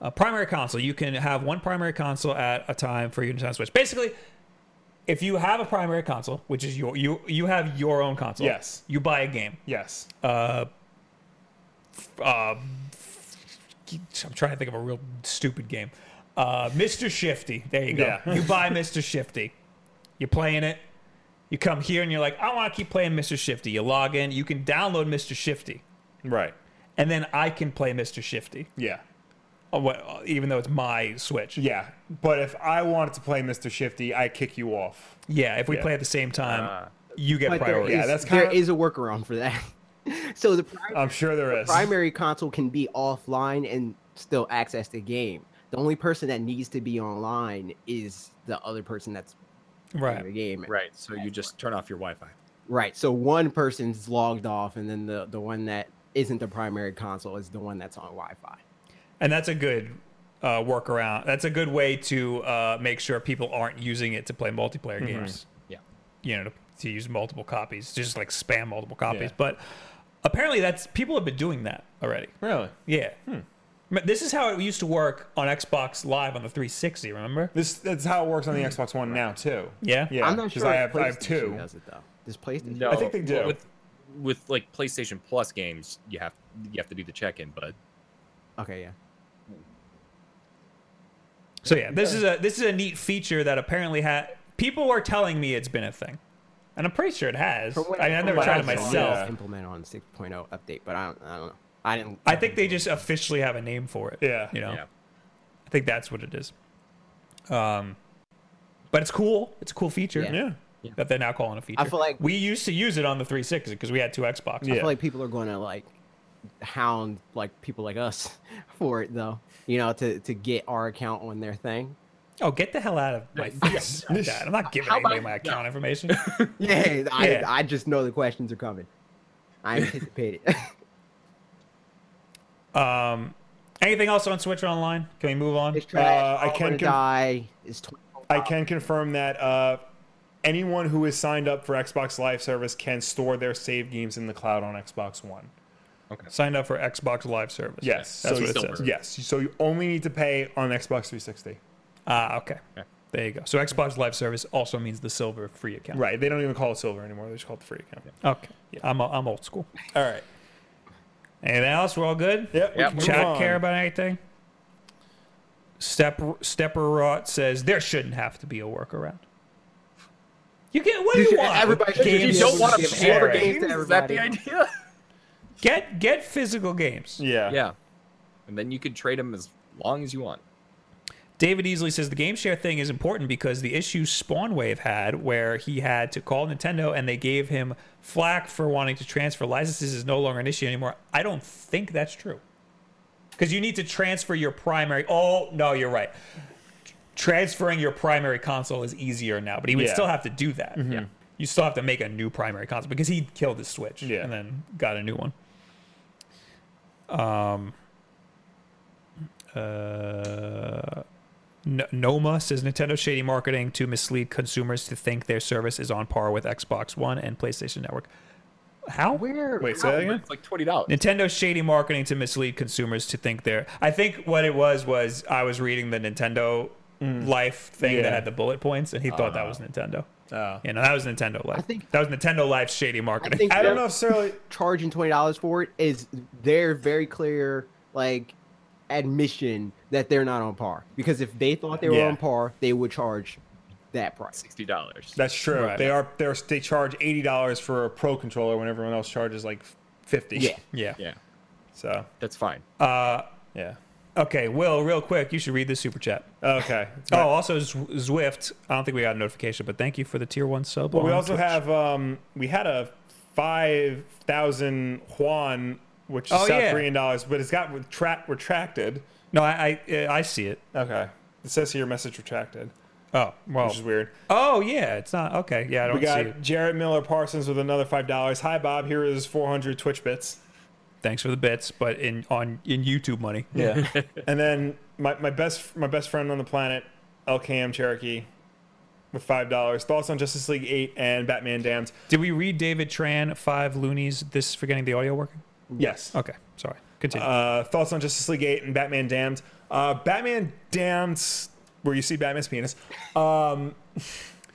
[SPEAKER 1] a primary console. You can have one primary console at a time for your Nintendo Switch. Basically, if you have a primary console, which is your you you have your own console.
[SPEAKER 2] Yes.
[SPEAKER 1] You buy a game.
[SPEAKER 2] Yes. Um,
[SPEAKER 1] I'm trying to think of a real stupid game. Uh, Mr. Shifty. There you go.
[SPEAKER 2] Yeah.
[SPEAKER 1] you buy Mr. Shifty. You're playing it. You come here and you're like, I want to keep playing Mr. Shifty. You log in. You can download Mr. Shifty,
[SPEAKER 2] right.
[SPEAKER 1] and then I can play Mr. Shifty.
[SPEAKER 2] Yeah.
[SPEAKER 1] Oh, well, Even though it's my Switch.
[SPEAKER 2] Yeah, but if I wanted to play Mr. Shifty, I kick you off.
[SPEAKER 1] Yeah, if we
[SPEAKER 2] Yeah. Uh,
[SPEAKER 1] play at the same time, you get
[SPEAKER 4] But there
[SPEAKER 1] priority.
[SPEAKER 4] is,
[SPEAKER 2] Yeah, that's
[SPEAKER 4] there
[SPEAKER 2] kinda-
[SPEAKER 4] is a workaround for that. <laughs> so the primary,
[SPEAKER 2] I'm sure there is.
[SPEAKER 4] primary console can be offline and still access the game. The only person that needs to be online is the other person that's playing the
[SPEAKER 1] Right.
[SPEAKER 4] game.
[SPEAKER 3] Right. So you just turn off your Wi-Fi.
[SPEAKER 4] Right. So one person's logged off, and then the the one that isn't the primary console is the one that's on Wi-Fi.
[SPEAKER 1] And that's a good uh, workaround. That's a good way to uh, make sure people aren't using it to play multiplayer games.
[SPEAKER 3] Yeah.
[SPEAKER 1] you know, to, to use multiple copies, to just like spam multiple copies.
[SPEAKER 2] Yeah.
[SPEAKER 1] But apparently, that's people have been doing that already.
[SPEAKER 2] Really?
[SPEAKER 1] Yeah. Ma- This is how it used to work on Xbox Live on the 360. Remember?
[SPEAKER 2] This that's how it works on the Xbox One now too.
[SPEAKER 1] Yeah.
[SPEAKER 2] Yeah.
[SPEAKER 4] I'm not
[SPEAKER 2] 'cause
[SPEAKER 4] sure.
[SPEAKER 2] I
[SPEAKER 4] if
[SPEAKER 2] have- I have
[SPEAKER 4] PlayStation
[SPEAKER 2] two.
[SPEAKER 4] Does it though? Does PlayStation?
[SPEAKER 3] No,
[SPEAKER 2] I think they
[SPEAKER 3] well,
[SPEAKER 2] do.
[SPEAKER 3] with with like PlayStation Plus games. You have you have to do the check-in, but
[SPEAKER 4] Okay. Yeah.
[SPEAKER 1] So yeah, this is a this is a neat feature that apparently had people were telling me it's been a thing, and I'm pretty sure it has. I
[SPEAKER 4] From what
[SPEAKER 1] mean, I've
[SPEAKER 4] from
[SPEAKER 1] never
[SPEAKER 4] what
[SPEAKER 1] tried
[SPEAKER 4] I
[SPEAKER 1] it
[SPEAKER 4] saw, was
[SPEAKER 1] myself.
[SPEAKER 2] yeah.
[SPEAKER 4] Implement on 6.0 update, but I don't. I don't know. I didn't.
[SPEAKER 1] I think they just officially have a name for it.
[SPEAKER 2] Yeah.
[SPEAKER 1] You know,
[SPEAKER 3] yeah.
[SPEAKER 1] I think that's what it is. Um, but it's cool. It's a cool feature.
[SPEAKER 4] Yeah.
[SPEAKER 2] Yeah.
[SPEAKER 1] that they're now calling a feature.
[SPEAKER 4] feel like-
[SPEAKER 1] we used to use it on the 360 because we had two Xboxes.
[SPEAKER 4] I
[SPEAKER 2] Yeah.
[SPEAKER 4] feel like people are going to like hound like people like us <laughs> for it though. You know, to to get our account on their thing.
[SPEAKER 1] Oh, get the hell out of my face! with that. I'm not giving
[SPEAKER 3] How
[SPEAKER 1] anybody
[SPEAKER 3] about-
[SPEAKER 1] my account information.
[SPEAKER 4] Yeah. <laughs> I
[SPEAKER 1] Yeah.
[SPEAKER 4] I just know the questions are coming.
[SPEAKER 2] <laughs>
[SPEAKER 4] I anticipate it. <laughs>
[SPEAKER 1] Um, anything else on Switch Online? Can we move on?
[SPEAKER 4] It's trash.
[SPEAKER 2] Uh, I
[SPEAKER 4] I
[SPEAKER 2] can
[SPEAKER 4] can't
[SPEAKER 2] conf-
[SPEAKER 4] die. It's 20
[SPEAKER 2] I can confirm that uh, anyone who is signed up for Xbox Live service can store their save games in the cloud on Xbox One.
[SPEAKER 1] Signed up for Xbox Live service.
[SPEAKER 2] Yes.
[SPEAKER 1] that's
[SPEAKER 2] so
[SPEAKER 1] what it
[SPEAKER 2] you-
[SPEAKER 1] says.
[SPEAKER 2] Yes. So you only need to pay on Xbox 360.
[SPEAKER 1] Ah, okay.
[SPEAKER 3] Okay.
[SPEAKER 1] There you go. So Xbox Live service also means the silver free account.
[SPEAKER 2] Right. They don't even call it silver anymore. They just call it the free account.
[SPEAKER 1] Okay. I'm I'm old school.
[SPEAKER 2] All right.
[SPEAKER 1] Anything else? We're all good.
[SPEAKER 2] Yep. we
[SPEAKER 3] Yeah,
[SPEAKER 2] can
[SPEAKER 3] move
[SPEAKER 2] move
[SPEAKER 1] Chat
[SPEAKER 2] on.
[SPEAKER 1] care about anything? Step Stepper Rot says there shouldn't have to be a workaround. You get what do you
[SPEAKER 4] should-
[SPEAKER 1] want?
[SPEAKER 4] everybody should
[SPEAKER 1] Games
[SPEAKER 3] You
[SPEAKER 4] just
[SPEAKER 3] don't
[SPEAKER 4] Yeah,
[SPEAKER 3] want
[SPEAKER 4] we
[SPEAKER 3] to
[SPEAKER 4] give
[SPEAKER 3] share
[SPEAKER 4] all the games
[SPEAKER 3] games.
[SPEAKER 4] to
[SPEAKER 3] Is that the
[SPEAKER 4] everybody.
[SPEAKER 3] idea?
[SPEAKER 1] Get get physical games.
[SPEAKER 3] <laughs>
[SPEAKER 2] Yeah.
[SPEAKER 3] yeah. And then you could trade them as long as you want.
[SPEAKER 1] David Easley says the game share thing is important because the issue Spawnwave had, where he had to call Nintendo and they gave him flack for wanting to transfer licenses, is no longer an issue anymore. I don't think that's true. Because you need to transfer your primary. Oh, no, you're right. Transferring your primary console is easier now, but he would
[SPEAKER 2] Yeah. Mm-hmm.
[SPEAKER 1] still have to do that. Yeah. You still have to make a new primary console because he killed his Switch
[SPEAKER 2] Yeah.
[SPEAKER 1] and then got a new one. Um, Uh, N- Noma says Nintendo shady marketing to mislead consumers to think their service is on par with Xbox One and PlayStation Network. How?
[SPEAKER 4] Where?
[SPEAKER 2] Wait, say that again?
[SPEAKER 3] It's like twenty dollars.
[SPEAKER 1] Nintendo's shady marketing to mislead consumers to think they're. I think what it was was I was reading the Nintendo Life thing
[SPEAKER 2] Mm. Yeah. Uh.
[SPEAKER 1] that had the bullet points, and he thought that was Nintendo.
[SPEAKER 2] Oh.
[SPEAKER 1] You know, that was Nintendo Life. I
[SPEAKER 4] think-
[SPEAKER 1] think that was Nintendo Life's shady marketing.
[SPEAKER 4] think-
[SPEAKER 2] I don't know if necessarily.
[SPEAKER 4] charging twenty dollars for it is their very clear like admission that they're not on par. Because if they thought they were
[SPEAKER 2] Yeah.
[SPEAKER 4] on par, they would charge that
[SPEAKER 2] <laughs>
[SPEAKER 4] price.
[SPEAKER 3] Sixty dollars.
[SPEAKER 2] That's true.
[SPEAKER 1] Right.
[SPEAKER 2] They are. They're, they charge eighty dollars for a pro controller when everyone else charges like fifty.
[SPEAKER 4] Yeah.
[SPEAKER 1] yeah.
[SPEAKER 3] Yeah.
[SPEAKER 2] So
[SPEAKER 3] That's fine.
[SPEAKER 2] Uh, yeah.
[SPEAKER 1] Okay, Will, real quick, you should read this super chat.
[SPEAKER 2] Uh,
[SPEAKER 1] <laughs>
[SPEAKER 2] Okay. It's
[SPEAKER 1] Oh, also Z- Zwift. I don't think we got a notification, but thank you for the tier one sub.
[SPEAKER 2] Well, we
[SPEAKER 1] on
[SPEAKER 2] also
[SPEAKER 1] Twitch.
[SPEAKER 2] have um, we had a five thousand won, which is
[SPEAKER 1] Oh,
[SPEAKER 2] South
[SPEAKER 1] yeah.
[SPEAKER 2] Korean dollars, but it's got retra- retracted.
[SPEAKER 1] no. I, I I see it.
[SPEAKER 2] Okay, it says here message retracted,
[SPEAKER 1] Oh well.
[SPEAKER 2] which is weird.
[SPEAKER 1] Oh yeah, it's not okay. Yeah, I don't
[SPEAKER 2] We
[SPEAKER 1] see it.
[SPEAKER 2] got Jared Miller Parsons with another five dollars. Hi Bob, here is four hundred Twitch bits.
[SPEAKER 1] Thanks for the bits, but in on in YouTube money.
[SPEAKER 2] Yeah, and then my, my best my best friend on the planet, LKM Cherokee, with five dollars. Thoughts on Justice League Eight and Batman Damned?
[SPEAKER 1] Did we read David Tran five loonies? This for getting the audio working.
[SPEAKER 2] Yes.
[SPEAKER 1] Okay, sorry. Continue.
[SPEAKER 2] Uh, thoughts on Justice League 8 and Batman Damned. Uh, Batman Damned, where you see Batman's penis. Um,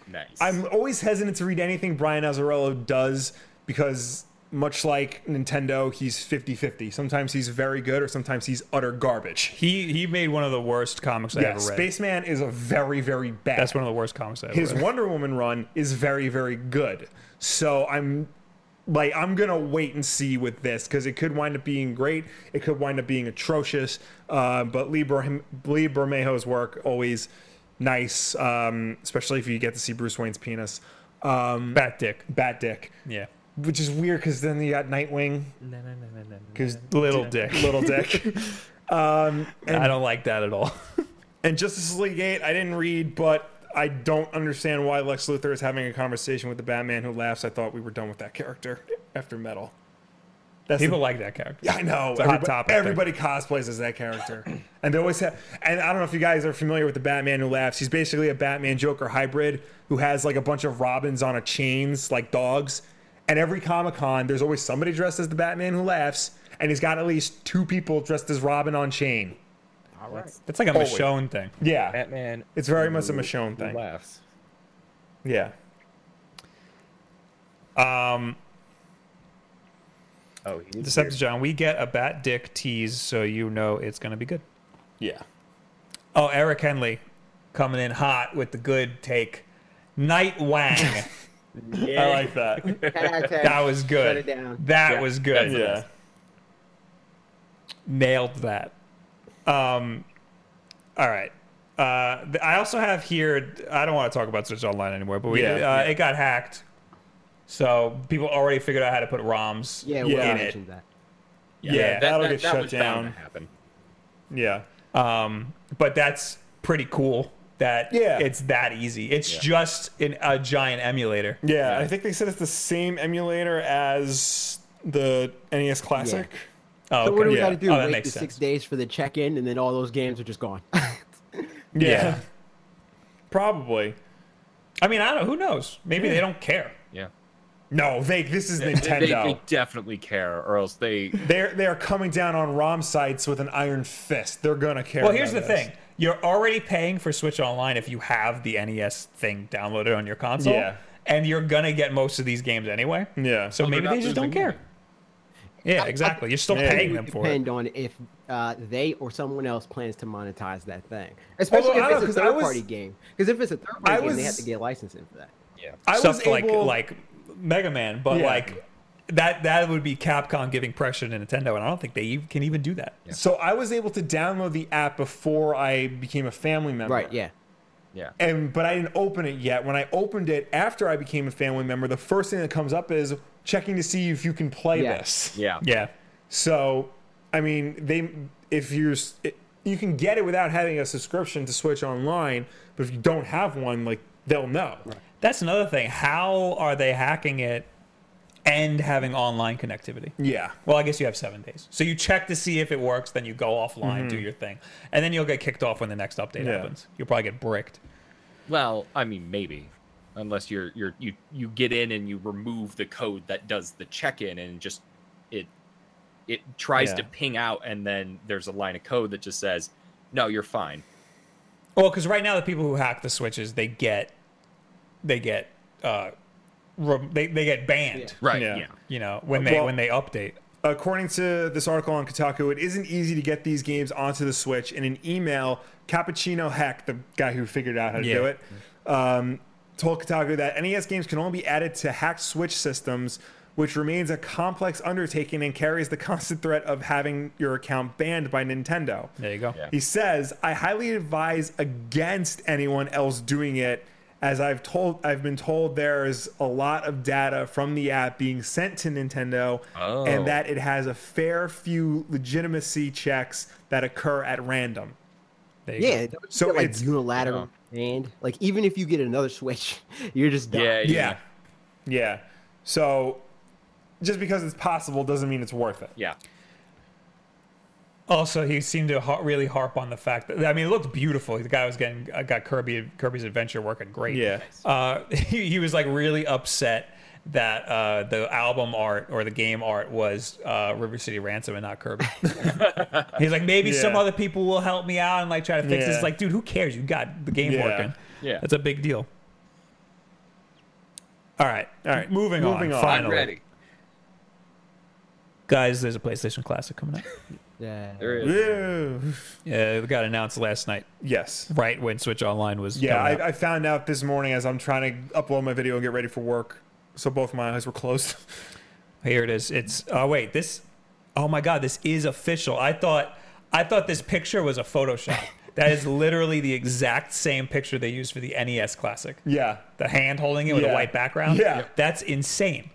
[SPEAKER 3] Nice.
[SPEAKER 2] I'm always hesitant to read anything Brian Azzarello does because, much like Nintendo, he's 50 50. Sometimes he's very good or sometimes he's utter garbage.
[SPEAKER 1] he he made one of the worst comics I
[SPEAKER 2] Yeah,
[SPEAKER 1] ever read.
[SPEAKER 2] Spaceman is a very, very bad.
[SPEAKER 1] That's one of the worst comics I ever
[SPEAKER 2] His
[SPEAKER 1] read.
[SPEAKER 2] Wonder Woman run is very, very good. So I'm like, I'm gonna wait and see with this because it could wind up being great. It could wind up being atrocious. Uh, but Lee, Bram- Lee Bermejo's work always nice, um, especially if you get to see Bruce Wayne's penis. Um,
[SPEAKER 1] Bat dick.
[SPEAKER 2] bat dick.
[SPEAKER 1] Yeah.
[SPEAKER 2] which is weird because then you got Nightwing, because
[SPEAKER 1] Little dick. <laughs>
[SPEAKER 2] little dick. um,
[SPEAKER 1] I don't like that at all. <laughs>
[SPEAKER 2] and Justice League Eight, I didn't read, but I don't understand why Lex Luthor is having a conversation with the Batman who laughs. I thought we were done with that character after Metal. That's the-
[SPEAKER 1] People like that character.
[SPEAKER 2] I know.
[SPEAKER 1] a hot
[SPEAKER 2] everybo-
[SPEAKER 1] topic there.
[SPEAKER 2] Everybody cosplays as that character, <clears throat> and they always have. And I don't know if you guys are familiar with the Batman who laughs. He's basically a Batman Joker hybrid who has like a bunch of robins on a chains like dogs. And every Comic Con, there's always somebody dressed as the Batman who laughs, and he's got at least two people dressed as Robin on chain.
[SPEAKER 4] All right.
[SPEAKER 1] That's like a
[SPEAKER 2] Always.
[SPEAKER 1] Michonne thing.
[SPEAKER 2] Yeah,
[SPEAKER 3] Batman.
[SPEAKER 2] it's very much a
[SPEAKER 3] who-
[SPEAKER 2] Michonne
[SPEAKER 3] who
[SPEAKER 2] thing.
[SPEAKER 3] Laughs.
[SPEAKER 2] Yeah,
[SPEAKER 1] Um,
[SPEAKER 3] Oh, he is weird.
[SPEAKER 1] Decepticon, we get a bat dick tease, so you know it's going to be good.
[SPEAKER 2] yeah.
[SPEAKER 1] Oh, Eric Henley coming in hot with the good take. Night
[SPEAKER 2] <laughs>
[SPEAKER 1] Wang.
[SPEAKER 2] I like <laughs> that.
[SPEAKER 1] that was
[SPEAKER 4] Shut
[SPEAKER 1] good.
[SPEAKER 4] it down.
[SPEAKER 1] That
[SPEAKER 3] Yeah,
[SPEAKER 1] was good.
[SPEAKER 3] that's
[SPEAKER 2] yeah,
[SPEAKER 1] Nailed that. Um, all right. Uh, th- I also have here. I don't want to talk about Switch Online anymore, but we
[SPEAKER 2] Yeah,
[SPEAKER 1] uh,
[SPEAKER 2] yeah.
[SPEAKER 1] it got hacked, so people already figured out how to put ROMs.
[SPEAKER 4] Yeah,
[SPEAKER 2] Yeah.
[SPEAKER 4] we
[SPEAKER 2] In it.
[SPEAKER 4] mentioned that.
[SPEAKER 2] yeah. that'll get
[SPEAKER 3] that
[SPEAKER 2] shut
[SPEAKER 3] was bound
[SPEAKER 2] down.
[SPEAKER 3] to happen.
[SPEAKER 2] Yeah,
[SPEAKER 1] Um, but that's pretty cool. That
[SPEAKER 2] Yeah.
[SPEAKER 1] it's that easy. It's
[SPEAKER 3] Yeah.
[SPEAKER 1] just in a giant emulator.
[SPEAKER 2] yeah.
[SPEAKER 3] Yeah.
[SPEAKER 2] I think they said it's the same emulator as the NES Classic.
[SPEAKER 1] Oh,
[SPEAKER 4] So what do we
[SPEAKER 2] Yeah.
[SPEAKER 4] got to do?
[SPEAKER 1] Oh, that
[SPEAKER 4] Wait
[SPEAKER 1] makes
[SPEAKER 4] the six
[SPEAKER 1] sense.
[SPEAKER 4] days for the check-in, and then all those games are just gone.
[SPEAKER 2] Yeah.
[SPEAKER 1] Yeah.
[SPEAKER 2] Probably.
[SPEAKER 1] I mean, I don't. Who knows? Maybe they don't care.
[SPEAKER 3] Yeah.
[SPEAKER 2] No, they this is
[SPEAKER 3] They, they- they
[SPEAKER 2] Nintendo.
[SPEAKER 3] definitely care, or else they.
[SPEAKER 2] They're they are coming down on ROM sites with an iron fist. They're gonna care.
[SPEAKER 1] Well, here's the
[SPEAKER 2] about this.
[SPEAKER 1] thing: you're already paying for Switch Online if you have the NES thing downloaded on your console,
[SPEAKER 2] Yeah.
[SPEAKER 1] and you're gonna get most of these games anyway.
[SPEAKER 2] Yeah.
[SPEAKER 1] So
[SPEAKER 2] So
[SPEAKER 1] maybe
[SPEAKER 3] they're
[SPEAKER 1] they
[SPEAKER 3] not
[SPEAKER 1] just don't
[SPEAKER 3] losing
[SPEAKER 1] care. Yeah, exactly. You're still
[SPEAKER 2] Yeah.
[SPEAKER 1] paying
[SPEAKER 4] would
[SPEAKER 1] them for it.
[SPEAKER 4] depend on if uh, they or someone else plans to monetize that thing,
[SPEAKER 2] Although,
[SPEAKER 4] especially
[SPEAKER 2] I
[SPEAKER 4] if
[SPEAKER 2] don't
[SPEAKER 4] it's a
[SPEAKER 2] know, 'cause I was-
[SPEAKER 4] third-party game. Because if it's a
[SPEAKER 2] I
[SPEAKER 4] third-party game, they
[SPEAKER 2] was-
[SPEAKER 4] have to get licensing for that.
[SPEAKER 3] Yeah.
[SPEAKER 2] I was
[SPEAKER 1] Stuff
[SPEAKER 2] able,
[SPEAKER 1] like like Mega Man, but
[SPEAKER 2] Yeah.
[SPEAKER 1] like that that would be Capcom giving pressure to Nintendo, and I don't think they even, can even do that.
[SPEAKER 2] So I was able to download the app before I became a family member.
[SPEAKER 4] Right? Yeah.
[SPEAKER 3] Yeah.
[SPEAKER 2] And but I didn't open it yet. When I opened it after I became a family member, the first thing that comes up is checking to see if you can play
[SPEAKER 4] Yeah.
[SPEAKER 2] this.
[SPEAKER 3] Yeah.
[SPEAKER 1] Yeah.
[SPEAKER 2] So, I mean, they if you s- it- you can get it without having a subscription to Switch Online, but if you don't have one, like they'll know.
[SPEAKER 1] That's another thing. How are they hacking it and having online connectivity?
[SPEAKER 2] Yeah.
[SPEAKER 1] Well, I guess you have seven days. So you check to see if it works, then you go offline, do your thing, and then you'll get kicked off when the next update
[SPEAKER 2] Mm-hmm. Yeah.
[SPEAKER 1] happens. You'll probably get bricked.
[SPEAKER 3] Well, I mean, maybe, unless you're you're you you get in and you remove the code that does the check-in and just it it tries
[SPEAKER 2] Yeah.
[SPEAKER 3] to ping out, and then there's a line of code that just says, "No, you're fine."
[SPEAKER 1] Well, because right now the people who hack the switches, they get, they get, uh, re- they they get banned.
[SPEAKER 3] Right.
[SPEAKER 2] Yeah.
[SPEAKER 3] Yeah.
[SPEAKER 1] You know when they
[SPEAKER 2] Well-
[SPEAKER 1] when they update.
[SPEAKER 2] According to this article on Kotaku, it isn't easy to get these games onto the Switch. In an email, Cappuccino Heck, the guy who figured out how to
[SPEAKER 1] Yeah.
[SPEAKER 2] do it, um, told Kotaku that NES games can only be added to hacked Switch systems, which remains a complex undertaking and carries the constant threat of having your account banned by Nintendo.
[SPEAKER 1] There you go.
[SPEAKER 3] Yeah.
[SPEAKER 2] He says, "I highly advise against anyone else doing it, as I've told I've been told there is a lot of data from the app being sent to Nintendo,
[SPEAKER 3] Oh.
[SPEAKER 2] and that it has a fair few legitimacy checks that occur at random."
[SPEAKER 1] There you
[SPEAKER 4] Yeah.
[SPEAKER 1] go.
[SPEAKER 2] So
[SPEAKER 4] So like
[SPEAKER 2] it's-
[SPEAKER 4] unilateral, and like even if you get another Switch, <laughs> you're just done.
[SPEAKER 3] Yeah.
[SPEAKER 2] Yeah, yeah. So, just because it's possible doesn't mean it's worth it.
[SPEAKER 3] Yeah.
[SPEAKER 1] Also, he seemed to har- really harp on the fact that I mean, it looked beautiful. The guy was getting uh, got Kirby Kirby's Adventure working great.
[SPEAKER 2] Yeah.
[SPEAKER 1] Uh, <laughs> he, he was like really upset that uh, the album art or the game art was uh, River City Ransom and not
[SPEAKER 2] <laughs>
[SPEAKER 1] Kirby. He's like, maybe
[SPEAKER 2] Yeah.
[SPEAKER 1] some other people will help me out and like try to fix
[SPEAKER 2] Yeah.
[SPEAKER 1] this. Like, dude, who cares? You got the game
[SPEAKER 2] Yeah.
[SPEAKER 1] working.
[SPEAKER 3] Yeah.
[SPEAKER 1] that's a big deal. All right, all right. Moving,
[SPEAKER 2] Moving
[SPEAKER 1] on.
[SPEAKER 2] on.
[SPEAKER 3] I'm
[SPEAKER 1] Finally,
[SPEAKER 3] ready.
[SPEAKER 1] guys, there's a PlayStation Classic coming up.
[SPEAKER 4] Yeah.
[SPEAKER 3] There is.
[SPEAKER 2] Ew.
[SPEAKER 1] Yeah, it got announced last night,
[SPEAKER 2] Yes.
[SPEAKER 1] right when Switch Online was.
[SPEAKER 2] Yeah,
[SPEAKER 1] coming out.
[SPEAKER 2] I, I found out this morning as I'm trying to upload my video and get ready for work. So both my eyes were closed. <laughs>
[SPEAKER 1] Here it is. It's oh wait, this oh my god, this is official. I thought I thought this picture was a
[SPEAKER 2] <laughs>
[SPEAKER 1] Photoshop. that is literally the exact same picture they used for the NES classic.
[SPEAKER 2] yeah.
[SPEAKER 1] The hand holding it with
[SPEAKER 2] Yeah.
[SPEAKER 1] a white background.
[SPEAKER 2] Yeah.
[SPEAKER 1] That's insane.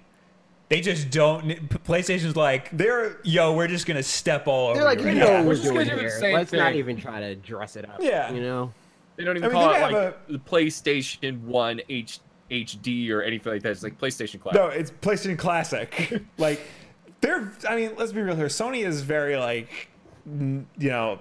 [SPEAKER 1] They just don't. PlayStation's like,
[SPEAKER 2] They're
[SPEAKER 1] yo, we're just gonna step all over.
[SPEAKER 4] They're like,
[SPEAKER 1] you
[SPEAKER 4] you
[SPEAKER 1] right
[SPEAKER 4] know
[SPEAKER 1] now."
[SPEAKER 4] what
[SPEAKER 2] We're
[SPEAKER 4] we're
[SPEAKER 2] just
[SPEAKER 4] doing
[SPEAKER 3] gonna do the
[SPEAKER 4] here.
[SPEAKER 3] same
[SPEAKER 4] Let's not
[SPEAKER 3] thing.
[SPEAKER 4] even try to dress it up.
[SPEAKER 2] Yeah.
[SPEAKER 4] You know?
[SPEAKER 3] They don't
[SPEAKER 2] I
[SPEAKER 3] even
[SPEAKER 2] mean,
[SPEAKER 3] call
[SPEAKER 2] they
[SPEAKER 3] it
[SPEAKER 2] have
[SPEAKER 3] like the PlayStation One H- HD or anything like that. It's like PlayStation Classic.
[SPEAKER 2] no, it's PlayStation Classic. <laughs> like they're. I mean, let's be real here. Sony is very like, n- you know,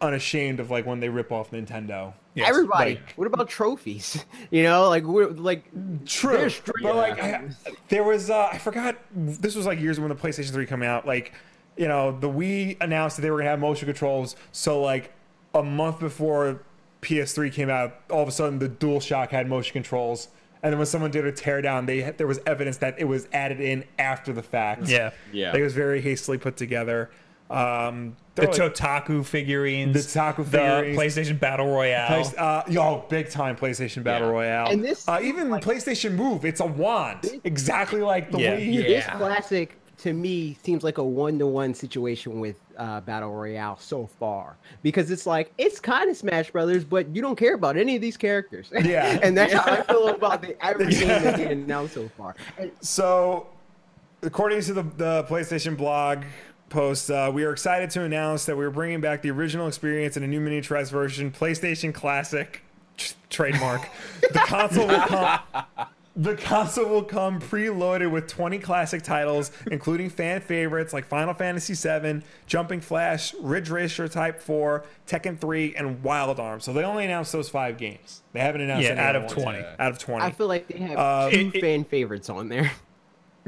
[SPEAKER 2] unashamed of like when they rip off Nintendo.
[SPEAKER 1] Yes,
[SPEAKER 4] Everybody.
[SPEAKER 2] like-
[SPEAKER 4] what about trophies? <laughs> You know, like we're like
[SPEAKER 2] True,
[SPEAKER 4] They're straight
[SPEAKER 2] but like I,
[SPEAKER 4] assholes.
[SPEAKER 2] <laughs> there was uh, I forgot this was like years when the PlayStation Three came out. Like you know the Wii announced that they were gonna have motion controls. So like a month before PS3 came out, all of a sudden the DualShock had motion controls. And then when someone did a teardown, they there was evidence that it was added in after the fact.
[SPEAKER 1] Yeah.
[SPEAKER 3] Yeah.
[SPEAKER 2] Like, it was very hastily put together. Um,
[SPEAKER 1] The
[SPEAKER 2] they're like-
[SPEAKER 1] Totaku figurines.
[SPEAKER 2] The Taku figurines.
[SPEAKER 1] The PlayStation Battle Royale.
[SPEAKER 2] uh, yo, big time PlayStation Battle
[SPEAKER 3] Yeah.
[SPEAKER 2] Royale.
[SPEAKER 4] And this-
[SPEAKER 2] uh, even the PlayStation Move, it's a wand, exactly like the
[SPEAKER 1] Yeah.
[SPEAKER 2] Wii.
[SPEAKER 3] Yeah.
[SPEAKER 4] This classic to me seems like a one-to-one situation with uh, Battle Royale so far because it's like it's kind of Smash Brothers, but you don't care about any of these characters.
[SPEAKER 2] Yeah.
[SPEAKER 4] <laughs> and that's how I feel about the, everything that they announced so far. And
[SPEAKER 2] So, according to the, the PlayStation blog post, uh, we are excited to announce that we're bringing back the original experience in a new miniaturized version, PlayStation Classic t- trademark. the console will come. The console will come preloaded with 20 classic titles, including fan favorites like Final Fantasy VII, Jumping Flash, Ridge Racer Type 4, Tekken 3, and Wild Arms. So they only announced those five games. They haven't announced
[SPEAKER 1] Yeah,
[SPEAKER 2] any
[SPEAKER 1] out
[SPEAKER 2] other
[SPEAKER 1] of
[SPEAKER 2] ones.
[SPEAKER 1] 20.
[SPEAKER 2] Out of 20.
[SPEAKER 4] I feel like they have
[SPEAKER 2] Uh,
[SPEAKER 4] two
[SPEAKER 1] it- it-
[SPEAKER 4] fan favorites on there. <laughs>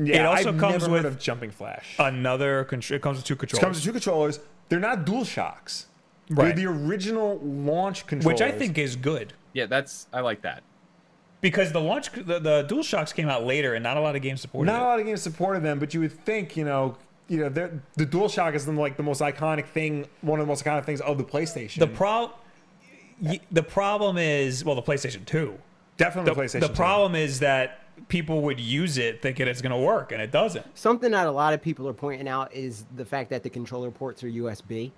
[SPEAKER 2] Yeah,
[SPEAKER 1] It also
[SPEAKER 2] I've
[SPEAKER 1] comes
[SPEAKER 2] never
[SPEAKER 1] with-
[SPEAKER 2] heard of Jumping Flash.
[SPEAKER 1] Another control. It comes with two controls.
[SPEAKER 2] it comes with two controllers. They're not Dual Shocks.
[SPEAKER 1] Right.
[SPEAKER 2] They're the original launch controllers.
[SPEAKER 1] which I think is good
[SPEAKER 3] yeah, that's I like that.
[SPEAKER 1] because the launch, the, the Dual Shocks came out later, and not a lot of games supported
[SPEAKER 2] not a
[SPEAKER 1] it.
[SPEAKER 2] lot of games supported them, but you would think, you know, you know, they're- the Dual Shock is the, like the most iconic thing, one of the most iconic things of the PlayStation.
[SPEAKER 1] The problem, the problem is, well, the PlayStation Two.
[SPEAKER 2] Definitely
[SPEAKER 1] The,
[SPEAKER 2] the, PlayStation.
[SPEAKER 1] the
[SPEAKER 2] two.
[SPEAKER 1] problem is that people would use it thinking it's going to work, and it doesn't.
[SPEAKER 4] Something that a lot of people are pointing out is the fact that the controller ports are USB.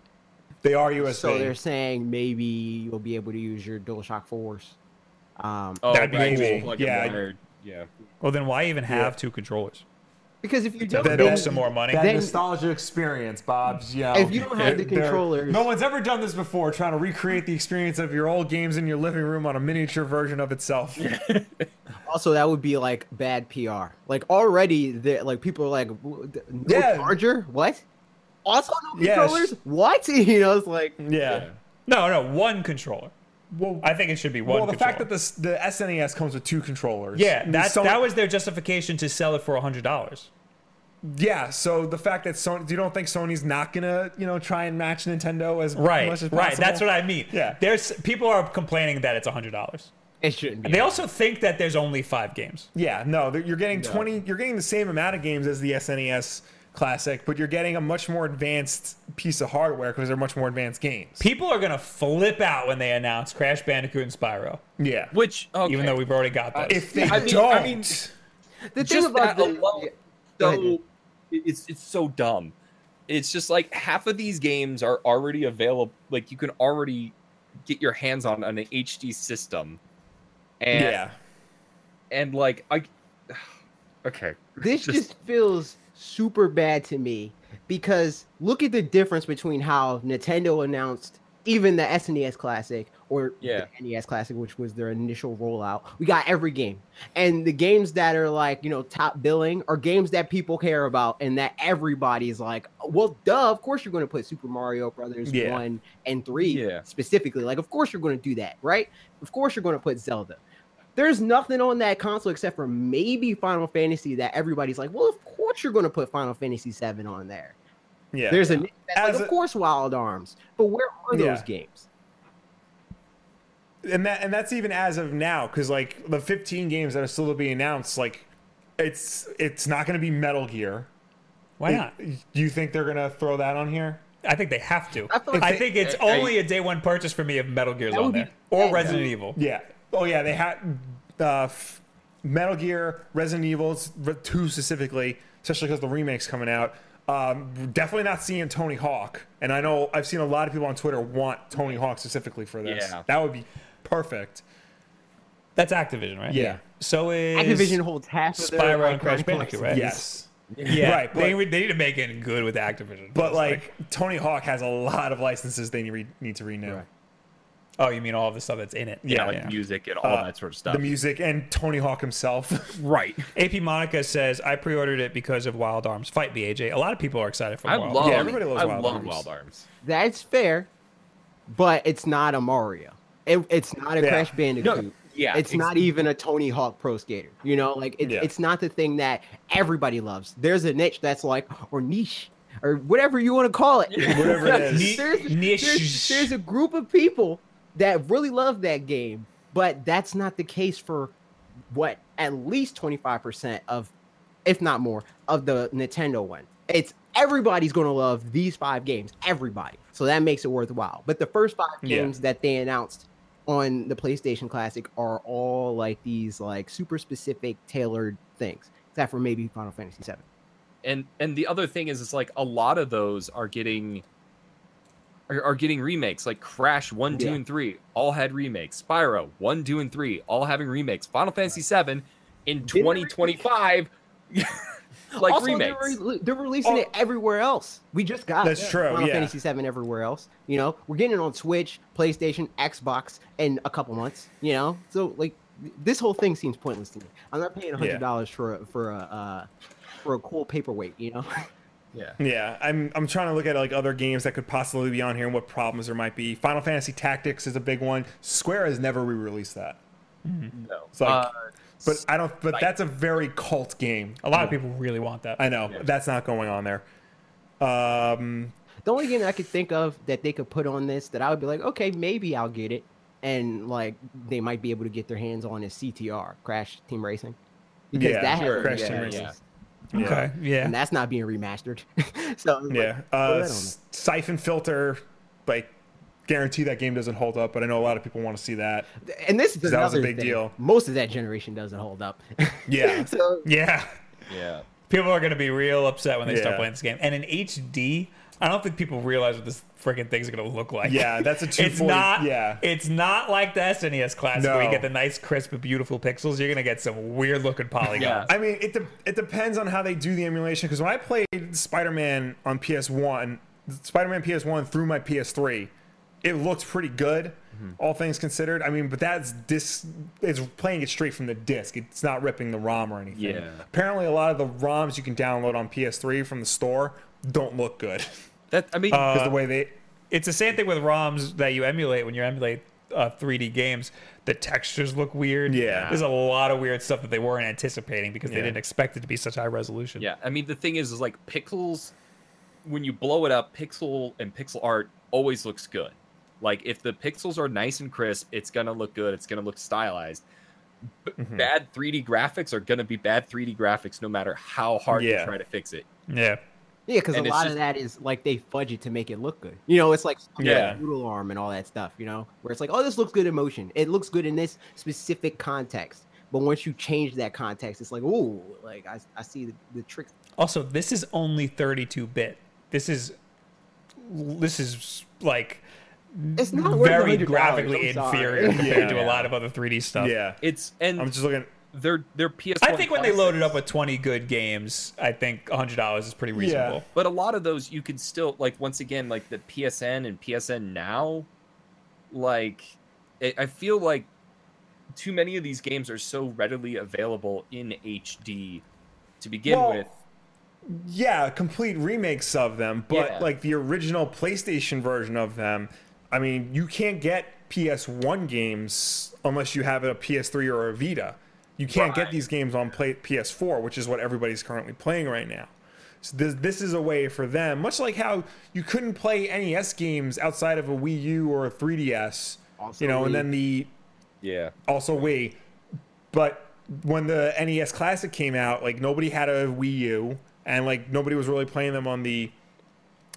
[SPEAKER 2] they are USB.
[SPEAKER 4] So they're saying maybe you'll be able to use your DualShock 4s. Um,
[SPEAKER 3] Oh,
[SPEAKER 1] That'd be
[SPEAKER 3] right,
[SPEAKER 2] cool.
[SPEAKER 3] just plug in
[SPEAKER 2] Yeah.
[SPEAKER 3] wired. yeah.
[SPEAKER 1] Well, then why even have two controllers?
[SPEAKER 4] because if you don't,
[SPEAKER 1] That
[SPEAKER 2] Then-
[SPEAKER 1] makes some more money.
[SPEAKER 2] that
[SPEAKER 4] Then-
[SPEAKER 2] nostalgia experience, Bob's. Yeah.
[SPEAKER 4] If you don't have the
[SPEAKER 2] They're-
[SPEAKER 4] controllers-
[SPEAKER 2] no one's ever done this before. Trying to recreate the experience of your old games in your living room on a miniature version of itself.
[SPEAKER 4] Also, that would be like bad PR. Like already, the- like people are like, "W- th- no
[SPEAKER 2] Yeah.
[SPEAKER 4] charger, what? Also, no
[SPEAKER 2] Yes.
[SPEAKER 4] controllers, what? <laughs> You know, it's like
[SPEAKER 2] yeah.
[SPEAKER 1] No, no, one controller.
[SPEAKER 2] Well,
[SPEAKER 1] I think it should be one.
[SPEAKER 2] well, the fact
[SPEAKER 1] controller.
[SPEAKER 2] that the the SNES comes with two controllers.
[SPEAKER 1] yeah, that
[SPEAKER 2] Sony-
[SPEAKER 1] that was their justification to sell it for hundred dollars.
[SPEAKER 2] yeah. So the fact that Sony, you don't think Sony's not gonna you know try and match Nintendo as
[SPEAKER 1] Right,
[SPEAKER 2] much as possible?
[SPEAKER 1] right. That's what I mean.
[SPEAKER 2] Yeah.
[SPEAKER 1] there's people are complaining that it's hundred dollars.
[SPEAKER 4] it shouldn't be.
[SPEAKER 1] They also think that there's only five games.
[SPEAKER 2] Yeah, no, that you're getting twenty. You're getting the same amount of games as the SNES Classic, but you're getting a much more advanced piece of hardware because they're much more advanced games.
[SPEAKER 1] People are gonna flip out when they announce Crash Bandicoot and Spyro,
[SPEAKER 2] Yeah.
[SPEAKER 3] Which okay.
[SPEAKER 1] even though we've already got those.
[SPEAKER 2] Uh, If they
[SPEAKER 3] I mean-
[SPEAKER 2] don't,
[SPEAKER 3] I mean-
[SPEAKER 4] the
[SPEAKER 3] just that
[SPEAKER 4] the-
[SPEAKER 3] alone,
[SPEAKER 4] Go ahead,
[SPEAKER 3] so it- it's it's so dumb. It's just like half of these games are already available. Like you can already get your hands on an HD system, and
[SPEAKER 2] yeah,
[SPEAKER 3] and like I <sighs> okay.
[SPEAKER 4] this just, feels super bad to me because look at the difference between how Nintendo announced even the SNES Classic or
[SPEAKER 3] Yeah.
[SPEAKER 4] the NES Classic, which was their initial rollout. We got every game, and the games that are like you know top billing are games that people care about and that everybody's like, well, duh, of course you're going to put Super Mario Brothers
[SPEAKER 2] Yeah.
[SPEAKER 4] one and three
[SPEAKER 3] Yeah.
[SPEAKER 4] specifically. Like, of course you're going to do that, right? Of course you're going to put Zelda. There's nothing on that console except for maybe Final Fantasy that everybody's like, well, of course you're going to put Final Fantasy VII on there.
[SPEAKER 2] yeah.
[SPEAKER 4] There's a like,
[SPEAKER 2] As
[SPEAKER 4] of
[SPEAKER 2] a-
[SPEAKER 4] course Wild Arms, but where are those
[SPEAKER 2] Yeah.
[SPEAKER 4] games?
[SPEAKER 2] and that and that's even as of now because like the 15 games that are still to be announced like it's it's not going to be metal gear
[SPEAKER 1] Why not?
[SPEAKER 2] do you think they're going to throw that on here
[SPEAKER 1] I think they have to. I,
[SPEAKER 4] I feel like they-
[SPEAKER 1] think it's
[SPEAKER 3] I- I-
[SPEAKER 1] only a day one purchase for me of Metal Gear's
[SPEAKER 4] That would
[SPEAKER 1] on
[SPEAKER 4] be
[SPEAKER 1] there or
[SPEAKER 4] bad,
[SPEAKER 1] Resident
[SPEAKER 4] though.
[SPEAKER 1] Evil.
[SPEAKER 2] yeah oh yeah they had uh f- metal gear resident evils Re- 2 specifically especially because the remake's coming out um, definitely not seeing Tony Hawk, and I know I've seen a lot of people on Twitter want Tony Hawk specifically for this.
[SPEAKER 3] Yeah.
[SPEAKER 2] That would be perfect.
[SPEAKER 1] That's Activision, right?
[SPEAKER 2] Yeah.
[SPEAKER 1] So is
[SPEAKER 4] Activision holds half of their
[SPEAKER 1] Spyro and
[SPEAKER 4] iconic
[SPEAKER 1] Crash
[SPEAKER 4] collection.
[SPEAKER 1] Bandicoot, right?
[SPEAKER 2] Yes,
[SPEAKER 1] <laughs> Yeah,
[SPEAKER 2] Right,
[SPEAKER 1] they,
[SPEAKER 2] but-
[SPEAKER 1] would- they need to make it good with Activision.
[SPEAKER 2] But
[SPEAKER 1] It's
[SPEAKER 2] like Tony Hawk has a lot of licenses they re- need to renew.
[SPEAKER 4] Right.
[SPEAKER 1] oh, you mean all of the stuff that's in it?
[SPEAKER 3] yeah, like music and all
[SPEAKER 2] Uh,
[SPEAKER 3] that sort of stuff.
[SPEAKER 2] The music and Tony Hawk himself. <laughs>
[SPEAKER 3] right.
[SPEAKER 1] AP Monica says I pre-ordered it because of Wild Arms. Fight me, AJ. A lot of people are excited for
[SPEAKER 3] I
[SPEAKER 1] Wild.
[SPEAKER 3] love.
[SPEAKER 2] Yeah, everybody loves
[SPEAKER 3] I
[SPEAKER 2] Wild
[SPEAKER 3] love
[SPEAKER 2] Arms.
[SPEAKER 3] Wild Arms.
[SPEAKER 4] That's fair, but it's not a Mario. It, it's not a
[SPEAKER 2] Yeah.
[SPEAKER 4] Crash Bandicoot.
[SPEAKER 3] No, yeah,
[SPEAKER 4] it's
[SPEAKER 3] ex-
[SPEAKER 4] not even a Tony Hawk Pro Skater. You know, like it,
[SPEAKER 2] Yeah.
[SPEAKER 4] it's not the thing that everybody loves. There's a niche that's like or niche or whatever you want to call it.
[SPEAKER 2] Whatever it
[SPEAKER 1] Ni-
[SPEAKER 2] is.
[SPEAKER 4] there's,
[SPEAKER 1] niche.
[SPEAKER 4] there's- there's a group of people that really love that game, but that's not the case for what at least 25% of, if not more, of the Nintendo one. It's everybody's going to love these five games, everybody. So that makes it worthwhile. But the first five
[SPEAKER 2] Yeah.
[SPEAKER 4] games that they announced on the PlayStation Classic are all like these like super specific tailored things, except for maybe Final Fantasy VII.
[SPEAKER 3] and and the other thing is it's like a lot of those are getting are, are getting remakes like crash 1 2
[SPEAKER 4] Yeah.
[SPEAKER 3] and 3 all had remakes spyro 1 2 and 3 all having remakes final fantasy 7 in
[SPEAKER 4] Didn't remake-
[SPEAKER 3] 2025 <laughs> like
[SPEAKER 4] also,
[SPEAKER 3] remakes
[SPEAKER 4] They're, re- they're releasing
[SPEAKER 2] Oh.
[SPEAKER 4] it everywhere else. We just got
[SPEAKER 2] That's true,
[SPEAKER 4] Final
[SPEAKER 2] yeah.
[SPEAKER 4] Fantasy VII everywhere else. You know, we're getting it on Switch, PlayStation, Xbox in a couple months. You know, so like th- this whole thing seems pointless to me. I'm not paying hundred dollars for a, for a uh, for a cool paperweight. You know, <laughs>
[SPEAKER 3] yeah
[SPEAKER 2] Yeah, I'm I'm trying to look at like other games that could possibly be on here and what problems there might be. Final Fantasy Tactics is a big one. Square has never re-released that.
[SPEAKER 1] Mm-hmm.
[SPEAKER 3] no.
[SPEAKER 2] It's like,
[SPEAKER 3] Uh,
[SPEAKER 2] but I don't. But that's a very cult game.
[SPEAKER 1] a lot of people really want that.
[SPEAKER 2] I know that's not going on there. Um,
[SPEAKER 4] the only game I could think of that they could put on this that I would be like, okay, maybe I'll get it, and like they might be able to get their hands on is CTR Crash Team Racing. Because
[SPEAKER 2] Yeah,
[SPEAKER 4] that hasn't been
[SPEAKER 2] sure, Crash Team
[SPEAKER 4] released.
[SPEAKER 3] Racing.
[SPEAKER 2] yeah.
[SPEAKER 1] okay, yeah.
[SPEAKER 4] and that's not being remastered. <laughs> so like,
[SPEAKER 2] Yeah.
[SPEAKER 4] throw
[SPEAKER 2] Uh,
[SPEAKER 4] that on
[SPEAKER 2] S- siphon filter, like guarantee that game doesn't hold up, but I know a lot of people want to see that.
[SPEAKER 4] there. and this is
[SPEAKER 2] that was a
[SPEAKER 4] another
[SPEAKER 2] big
[SPEAKER 4] thing.
[SPEAKER 2] deal.
[SPEAKER 4] Most of that generation doesn't hold up. <laughs>
[SPEAKER 2] Yeah.
[SPEAKER 4] so
[SPEAKER 1] Yeah.
[SPEAKER 3] yeah
[SPEAKER 1] People are going to be real upset when they start
[SPEAKER 2] Yeah.
[SPEAKER 1] playing this game. And in HD, I don't think people realize what this freaking thing's going to look like.
[SPEAKER 2] Yeah, that's
[SPEAKER 1] <laughs>
[SPEAKER 2] a
[SPEAKER 1] It's
[SPEAKER 2] 240
[SPEAKER 1] not.
[SPEAKER 2] yeah.
[SPEAKER 1] It's not like the SNES classic where you
[SPEAKER 2] No.
[SPEAKER 1] get the nice, crisp, beautiful pixels. You're going to get some weird looking polygons.
[SPEAKER 3] Yeah.
[SPEAKER 2] I mean, it de- it depends on how they do the emulation. Because when I played Spider Man on PS One, Spider Man PS One through my PS Three, it looked pretty good, all things considered. I mean, but that's dis- it's playing it straight from the disc. It's not ripping the ROM or anything.
[SPEAKER 3] Yeah.
[SPEAKER 2] Apparently, a lot of the ROMs you can download on PS Three from the store don't look good <laughs>
[SPEAKER 3] that i mean
[SPEAKER 2] because the way they
[SPEAKER 1] It's the same thing with ROMs that you emulate when you emulate uh, 3D games. The textures look weird.
[SPEAKER 2] Yeah.
[SPEAKER 1] There's a lot of weird stuff that they weren't anticipating because they
[SPEAKER 2] Yeah.
[SPEAKER 1] didn't expect it to be such high resolution.
[SPEAKER 3] yeah i mean the thing is is like pixels when you blow it up pixel and pixel art always looks good like if the pixels are nice and crisp it's gonna look good it's gonna look stylized B-
[SPEAKER 1] Mm-hmm.
[SPEAKER 3] bad 3d graphics are gonna be bad 3d graphics no matter how hard
[SPEAKER 2] Yeah.
[SPEAKER 3] you try to fix it
[SPEAKER 1] Yeah.
[SPEAKER 4] yeah, because a
[SPEAKER 3] And it's
[SPEAKER 4] lot
[SPEAKER 3] just-
[SPEAKER 4] of that is like they fudge it to make it look good. You know, it's like stuff like
[SPEAKER 2] Yeah.
[SPEAKER 4] noodle arm and all that stuff. You know, where it's like, oh, this looks good in motion. It looks good in this specific context. But once you change that context, it's like, oh, like I, I see the, the trick.
[SPEAKER 1] Also, this is only 32 bit. This is this is like
[SPEAKER 4] It's not worth
[SPEAKER 1] very
[SPEAKER 4] $100,
[SPEAKER 1] graphically
[SPEAKER 4] I'm sorry.
[SPEAKER 1] inferior compared to a
[SPEAKER 2] Yeah.
[SPEAKER 1] lot of other 3D stuff.
[SPEAKER 2] yeah.
[SPEAKER 3] it's and
[SPEAKER 2] I'm just looking.
[SPEAKER 3] they're they're ps
[SPEAKER 1] I think when they load it up with 20 good games, I think $100 is pretty reasonable.
[SPEAKER 3] but a lot of those you can still like once again like the psn and psn now like i i feel like too many of these games are so readily available in hd to begin
[SPEAKER 2] Well,
[SPEAKER 3] with
[SPEAKER 2] yeah, complete remakes of them, but
[SPEAKER 3] Yeah.
[SPEAKER 2] like the original PlayStation version of them, I mean, you can't get PS1 games unless you have a PS3 or a Vita. You can't get
[SPEAKER 3] Right.
[SPEAKER 2] these games on play- PS4, which is what everybody's currently playing right now. So this, this is a way for them, much like how you couldn't play NES games outside of a Wii U or a 3DS,
[SPEAKER 4] Also
[SPEAKER 2] you know,
[SPEAKER 4] Wii.
[SPEAKER 2] and then the
[SPEAKER 3] yeah
[SPEAKER 2] also Wii. But when the NES Classic came out, like nobody had a Wii U, and like nobody was really playing them on the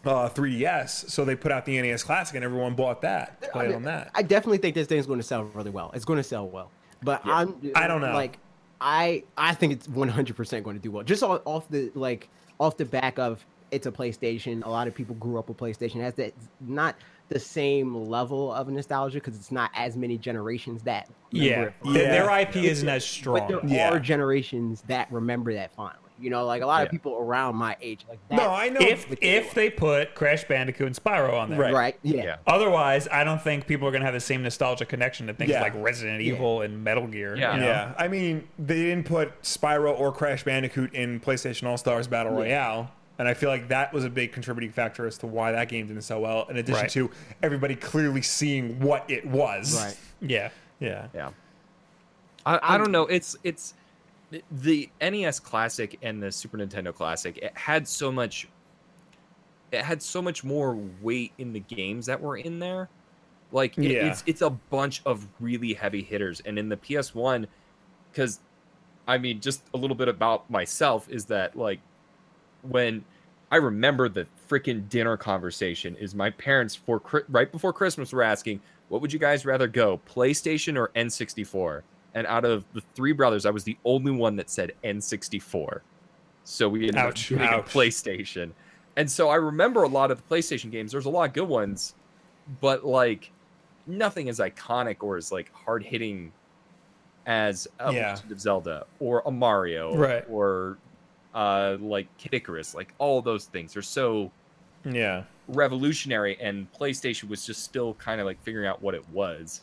[SPEAKER 2] uh, 3DS. So they put out the NES Classic, and everyone bought that, to
[SPEAKER 4] I
[SPEAKER 2] played
[SPEAKER 4] mean,
[SPEAKER 2] on that.
[SPEAKER 4] I definitely think this thing's going to sell really well. It's going to sell well, but I'm
[SPEAKER 2] I don't know.
[SPEAKER 4] Like, I I think it's 100 percent going to do well. Just off, off the like off the back of it's a PlayStation. A lot of people grew up with PlayStation. It has that not the same level of nostalgia because it's not as many generations that remember
[SPEAKER 1] Yeah.
[SPEAKER 4] it fondly.
[SPEAKER 1] Their-
[SPEAKER 2] Yeah.
[SPEAKER 1] Their IP isn't as
[SPEAKER 4] but there
[SPEAKER 1] strong.
[SPEAKER 2] Yeah.
[SPEAKER 4] are generations that remember that fondly. You know, like a lot of
[SPEAKER 3] Yeah.
[SPEAKER 4] people around my age, like that.
[SPEAKER 2] No, I know.
[SPEAKER 1] If
[SPEAKER 4] With the
[SPEAKER 1] if they put Crash Bandicoot and Spyro on there,
[SPEAKER 2] Right.
[SPEAKER 4] right? Yeah.
[SPEAKER 3] Yeah.
[SPEAKER 1] Otherwise, I don't think people are going to have the same nostalgic connection to things
[SPEAKER 2] Yeah.
[SPEAKER 1] like Resident Evil and Metal Gear.
[SPEAKER 3] Yeah.
[SPEAKER 1] you know?
[SPEAKER 2] yeah, I mean, they didn't put Spyro or Crash Bandicoot in PlayStation All Stars Battle Royale, and I feel like that was a big contributing factor as to why that game didn't sell well. In addition
[SPEAKER 1] Right.
[SPEAKER 2] to everybody clearly seeing what it was.
[SPEAKER 4] Right.
[SPEAKER 1] yeah.
[SPEAKER 2] Yeah.
[SPEAKER 3] Yeah. I, I don't know. It's it's the NES Classic and the Super Nintendo Classic. It had so much. It had so much more weight in the games that were in there. Like it-
[SPEAKER 2] Yeah.
[SPEAKER 3] it's it's a bunch of really heavy hitters, and in the PS One, because I mean, just a little bit about myself is that like when I remember the freaking dinner conversation is my parents for Chri- right before Christmas were asking, "What would you guys rather go, PlayStation or N64?" And out of the three brothers, I was the only one that said N64. So we ended
[SPEAKER 1] Ouch,
[SPEAKER 3] up doing
[SPEAKER 1] ouch.
[SPEAKER 3] PlayStation. And so I remember a lot of the PlayStation games. There's a lot of good ones, but like nothing as iconic or as like hard hitting as a
[SPEAKER 2] Yeah.
[SPEAKER 3] Legend of Zelda or a Mario
[SPEAKER 1] Right.
[SPEAKER 3] or uh, like Kid Icarus, like all those things are so
[SPEAKER 2] Yeah.
[SPEAKER 3] revolutionary, and PlayStation was just still kind of like figuring out what it was.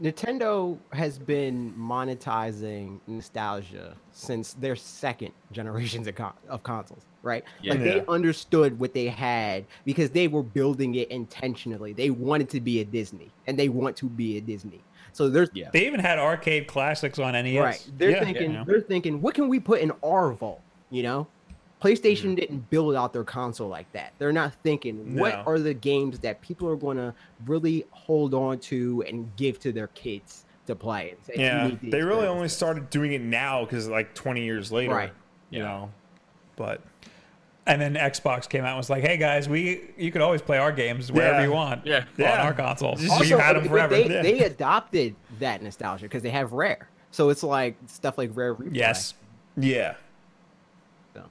[SPEAKER 4] Nintendo has been monetizing nostalgia since their second generations of, con- of consoles, right? Like
[SPEAKER 2] Yeah.
[SPEAKER 4] they understood what they had because they were building it intentionally. They wanted to be a Disney and they want to be a Disney. So there's
[SPEAKER 3] Yeah.
[SPEAKER 1] They even had arcade classics on NES.
[SPEAKER 4] right. They're
[SPEAKER 2] Yeah.
[SPEAKER 4] thinking
[SPEAKER 1] Yeah.
[SPEAKER 4] they're thinking what can we put in our vault, you know? PlayStation didn't build out their console like that. They're not thinking what
[SPEAKER 2] No.
[SPEAKER 4] are the games that people are going to really hold on to and give to their kids to play. It's- it's
[SPEAKER 2] Yeah.
[SPEAKER 4] unique to
[SPEAKER 2] They really
[SPEAKER 4] experience.
[SPEAKER 2] only started doing it now because, like, 20 years later,
[SPEAKER 4] Right.
[SPEAKER 2] you know. But
[SPEAKER 1] And then Xbox came out and was like, "Hey guys, we you can always play our games wherever
[SPEAKER 2] Yeah.
[SPEAKER 1] you want.
[SPEAKER 3] Yeah.
[SPEAKER 1] on
[SPEAKER 2] Yeah.
[SPEAKER 1] our console.
[SPEAKER 2] Just-
[SPEAKER 1] We've had
[SPEAKER 4] but
[SPEAKER 1] them forever.
[SPEAKER 4] They,
[SPEAKER 2] Yeah.
[SPEAKER 4] they adopted that nostalgia because they have rare, so it's like stuff like rare replay.
[SPEAKER 1] yes,
[SPEAKER 2] yeah,
[SPEAKER 4] so.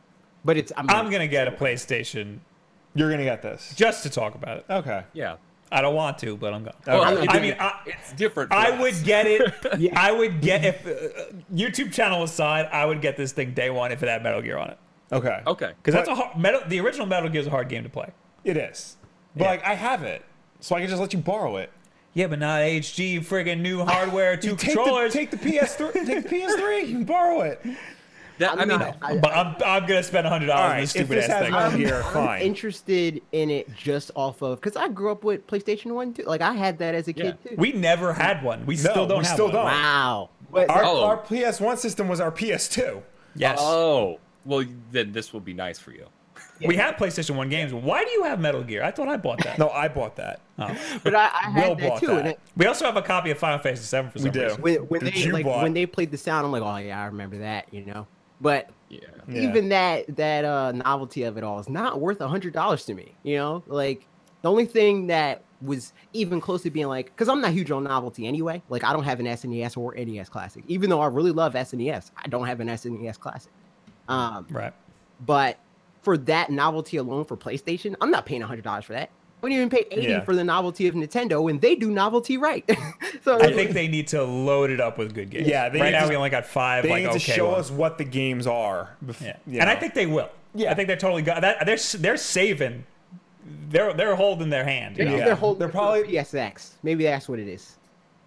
[SPEAKER 4] but it's I mean,
[SPEAKER 1] I'm gonna get a PlayStation
[SPEAKER 2] you're going to get this.
[SPEAKER 1] just to talk about it.
[SPEAKER 2] Okay.
[SPEAKER 3] Yeah.
[SPEAKER 1] I don't want to, but I'm gonna.
[SPEAKER 2] Well,
[SPEAKER 3] Well,
[SPEAKER 2] I
[SPEAKER 1] I
[SPEAKER 3] it's-
[SPEAKER 1] mean, I,
[SPEAKER 3] it's different. for
[SPEAKER 1] I
[SPEAKER 3] us.
[SPEAKER 1] would get
[SPEAKER 2] <laughs>
[SPEAKER 1] it. I would get if uh, YouTube channel aside, I would get this thing day one if it had Metal Gear on it
[SPEAKER 2] Okay.
[SPEAKER 3] Okay.
[SPEAKER 1] because that's a hard, metal. The original Metal Gear is a hard game to play.
[SPEAKER 2] It is. But,
[SPEAKER 1] Yeah.
[SPEAKER 2] like, I have it, so I can just let you borrow it.
[SPEAKER 1] Yeah, but not HG friggin'
[SPEAKER 2] <laughs>
[SPEAKER 1] new hardware, two
[SPEAKER 2] Take the,
[SPEAKER 1] controllers.
[SPEAKER 2] take the PS3, take the PS3, you can borrow it.
[SPEAKER 3] That, I mean,
[SPEAKER 4] not- I-
[SPEAKER 1] but I'm, I'm gonna spend hundred dollars
[SPEAKER 2] All
[SPEAKER 1] on
[SPEAKER 2] right,
[SPEAKER 1] this
[SPEAKER 2] if
[SPEAKER 1] stupid
[SPEAKER 2] this
[SPEAKER 1] ass
[SPEAKER 2] has
[SPEAKER 1] thing.
[SPEAKER 2] Metal Gear,
[SPEAKER 4] I'm
[SPEAKER 2] fine.
[SPEAKER 4] interested in it just off of because I grew up with PlayStation One too. Like I had that as a kid too.
[SPEAKER 1] We never had one. We still don't
[SPEAKER 2] we
[SPEAKER 1] have
[SPEAKER 2] still
[SPEAKER 1] one.
[SPEAKER 2] don't.
[SPEAKER 4] wow, but
[SPEAKER 2] Our,
[SPEAKER 3] Oh.
[SPEAKER 2] our PS1 system was our PS2.
[SPEAKER 1] Yes.
[SPEAKER 3] oh, well, then this will be nice for you.
[SPEAKER 1] We have PlayStation 1 games. Why do you have Metal Gear? I thought I bought that.
[SPEAKER 2] No, I bought that.
[SPEAKER 1] Oh.
[SPEAKER 4] but I, I
[SPEAKER 2] Will
[SPEAKER 4] had
[SPEAKER 2] bought
[SPEAKER 4] that too. And
[SPEAKER 2] that.
[SPEAKER 4] it,
[SPEAKER 1] We also have a copy of Final Fantasy 7 for some
[SPEAKER 2] do.
[SPEAKER 1] reason.
[SPEAKER 4] when, when
[SPEAKER 2] That
[SPEAKER 4] they
[SPEAKER 2] you
[SPEAKER 4] like
[SPEAKER 2] bought.
[SPEAKER 4] when they played the sound, I'm like, oh yeah, I remember that, you know. But
[SPEAKER 3] Yeah.
[SPEAKER 2] Yeah.
[SPEAKER 4] even that that uh novelty of it all is not worth a hundred dollars to me you know like the only thing that was even close to being like because i'm not huge on novelty anyway like i don't have an snes or nes classic even though i really love snes i don't have an snes classic um
[SPEAKER 1] <laughs> Right.
[SPEAKER 4] but for that novelty alone for playstation i'm not paying a hundred dollars for that I wouldn't even pay 80
[SPEAKER 2] Yeah.
[SPEAKER 4] for the novelty of nintendo and they do novelty right <laughs> so
[SPEAKER 1] I think they need to load it up with good games.
[SPEAKER 2] Yeah, they
[SPEAKER 1] right
[SPEAKER 2] need
[SPEAKER 1] now
[SPEAKER 2] to-
[SPEAKER 1] we only got five.
[SPEAKER 2] They
[SPEAKER 1] like,
[SPEAKER 2] need
[SPEAKER 1] okay
[SPEAKER 2] to show
[SPEAKER 1] ones.
[SPEAKER 2] us what the games are. Bef-
[SPEAKER 1] Yeah.
[SPEAKER 2] you
[SPEAKER 1] And I
[SPEAKER 2] know.
[SPEAKER 1] think they will.
[SPEAKER 2] Yeah.
[SPEAKER 1] I think they're totally got that. They're s- they're saving. They're they're holding their hand. You
[SPEAKER 4] Maybe
[SPEAKER 1] know?
[SPEAKER 2] Yeah.
[SPEAKER 4] they're holding
[SPEAKER 2] They're
[SPEAKER 4] it for the
[SPEAKER 2] probably-
[SPEAKER 4] psx maybe that's what it is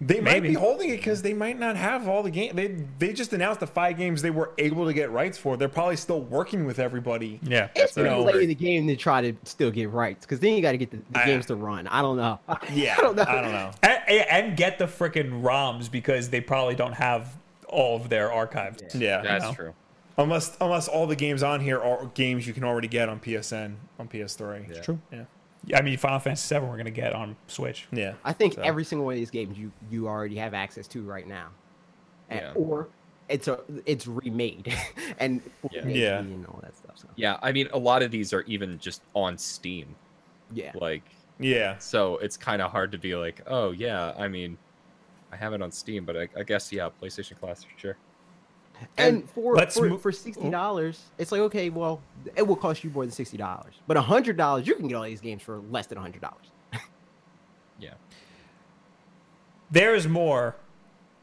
[SPEAKER 2] they might
[SPEAKER 1] maybe.
[SPEAKER 2] be holding it because they might not have all the game. They they just announced the five games they were able to get rights for. They're probably still working with everybody.
[SPEAKER 1] Yeah.
[SPEAKER 4] It's
[SPEAKER 2] what
[SPEAKER 4] pretty
[SPEAKER 2] I
[SPEAKER 4] late
[SPEAKER 2] heard.
[SPEAKER 4] in the game to try to still get rights because then you got to get the, the
[SPEAKER 2] I-
[SPEAKER 4] games to run. I don't know. <laughs>
[SPEAKER 2] Yeah,
[SPEAKER 4] I don't know.
[SPEAKER 2] I don't know.
[SPEAKER 1] And, and and get the freaking ROMs because they probably don't have all of their archives.
[SPEAKER 2] Yeah,
[SPEAKER 3] That's
[SPEAKER 1] know.
[SPEAKER 3] true.
[SPEAKER 2] unless unless all the games on here are games you can already get on PSN on PS3.
[SPEAKER 3] Yeah.
[SPEAKER 2] true. Yeah,
[SPEAKER 1] I mean, Final Fantasy 7 we're going to get on Switch.
[SPEAKER 2] yeah.
[SPEAKER 4] I think
[SPEAKER 2] So-
[SPEAKER 4] every single one of these games you you already have access to right now, And-
[SPEAKER 3] Yeah.
[SPEAKER 4] or it's a it's remade <laughs> and full
[SPEAKER 3] Yeah.
[SPEAKER 4] HD
[SPEAKER 2] Yeah.
[SPEAKER 4] and all that stuff. So
[SPEAKER 3] Yeah. I mean, a lot of these are even just on Steam.
[SPEAKER 4] yeah,
[SPEAKER 3] Like,
[SPEAKER 2] yeah.
[SPEAKER 3] so it's kind of hard to be like, oh, yeah, I mean, I have it on Steam, but I, I guess, yeah, PlayStation Classic, sure.
[SPEAKER 4] and,
[SPEAKER 2] and
[SPEAKER 4] for
[SPEAKER 1] let's
[SPEAKER 4] for,
[SPEAKER 1] mo-
[SPEAKER 4] for sixty dollars, it's like okay, well, it will cost you more than sixty dollars, but hundred dollars you can get all these games for less than hundred dollars.
[SPEAKER 3] Yeah.
[SPEAKER 1] There is more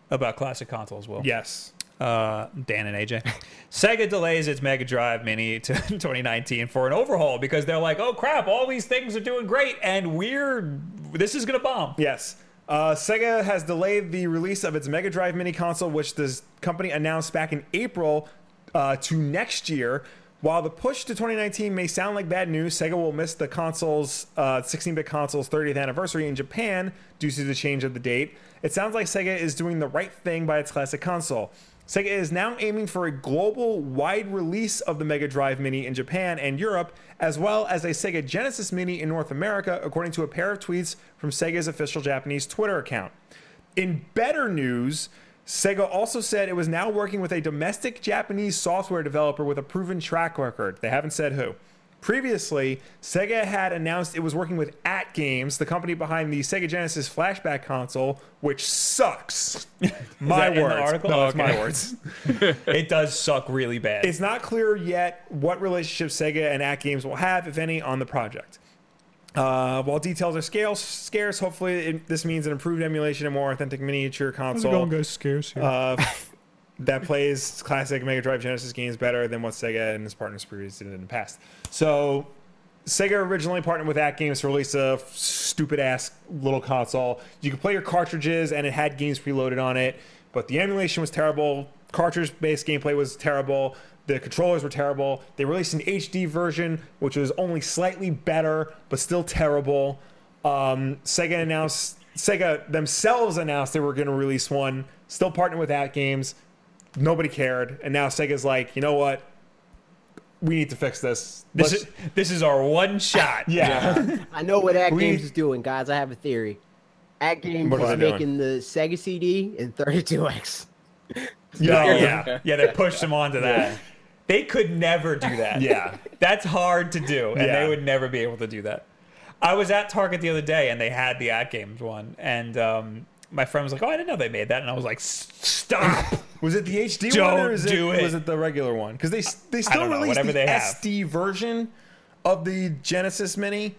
[SPEAKER 1] about classic console as well.
[SPEAKER 2] Yes.
[SPEAKER 1] uh, Dan and AJ. <laughs> Sega delays its Mega Drive Mini to <laughs> 2019 for an overhaul because they're like, oh crap, all these things are doing great and we're this is gonna bomb.
[SPEAKER 2] Yes. Uh, Sega has delayed the release of its Mega Drive mini console, which this company announced back in April, uh, to next year. While the push to 2019 may sound like bad news, Sega will miss the console's uh, 16-bit console's 30th anniversary in Japan due to the change of the date. It sounds like Sega is doing the right thing by its classic console. Sega is now aiming for a global wide release of the Mega Drive Mini in Japan and Europe, as well as a Sega Genesis Mini in North America, according to a pair of tweets from Sega's official Japanese Twitter account. In better news, Sega also said it was now working with a domestic Japanese software developer with a proven track record. They haven't said who. Previously, Sega had announced it was working with At Games, the company behind the Sega Genesis Flashback console,
[SPEAKER 1] <laughs>
[SPEAKER 2] which sucks. my
[SPEAKER 1] that in the
[SPEAKER 2] words.
[SPEAKER 1] article?
[SPEAKER 2] No,
[SPEAKER 1] Oh,
[SPEAKER 2] it's
[SPEAKER 1] okay.
[SPEAKER 2] my words.
[SPEAKER 1] It does suck really bad.
[SPEAKER 2] It's not clear yet what relationship Sega and At Games will have, if any, on the project. Uh, while details are scale, scarce, hopefully it, this means an improved emulation and more authentic miniature console
[SPEAKER 1] scarce here. <laughs>
[SPEAKER 2] uh, that plays classic Mega Drive Genesis games better than what Sega and its partners previously did in the past. So, Sega originally partnered with At Games to release a stupid ass little console. You could play your cartridges, and it had games preloaded on it, but the emulation was terrible. Cartridge based gameplay was terrible. The controllers were terrible. They released an HD version, which was only slightly better, but still terrible. Um, Sega announced, Sega themselves announced they were going to release one, still partnering with At Games. Nobody cared, and now Sega's like, you know what? We need to fix this.
[SPEAKER 1] this
[SPEAKER 2] Let's-
[SPEAKER 1] is this is our one shot.
[SPEAKER 2] <laughs> yeah.
[SPEAKER 4] I know what At
[SPEAKER 2] We-
[SPEAKER 4] Games is doing, guys. I have a theory. At Games
[SPEAKER 2] What are
[SPEAKER 4] is
[SPEAKER 2] they
[SPEAKER 4] making the Sega CD and 32X.
[SPEAKER 1] Oh,
[SPEAKER 2] yeah, yeah,
[SPEAKER 1] yeah, yeah. They pushed them onto that. They could never do that.
[SPEAKER 2] Yeah.
[SPEAKER 1] that's hard to do, and
[SPEAKER 2] Yeah.
[SPEAKER 1] they would never be able to do that. I was at Target the other day, and they had the At Games one, and um, my friend was like, "Oh, I didn't know they made that," and I was like, "S-
[SPEAKER 2] <laughs>
[SPEAKER 1] "Stop!"
[SPEAKER 2] Was it the HD
[SPEAKER 1] Don't
[SPEAKER 2] one or is
[SPEAKER 1] do it.
[SPEAKER 2] was it the regular one? Because they they still
[SPEAKER 1] don't know,
[SPEAKER 2] released
[SPEAKER 1] whatever
[SPEAKER 2] the
[SPEAKER 1] they have.
[SPEAKER 2] SD version of the Genesis Mini,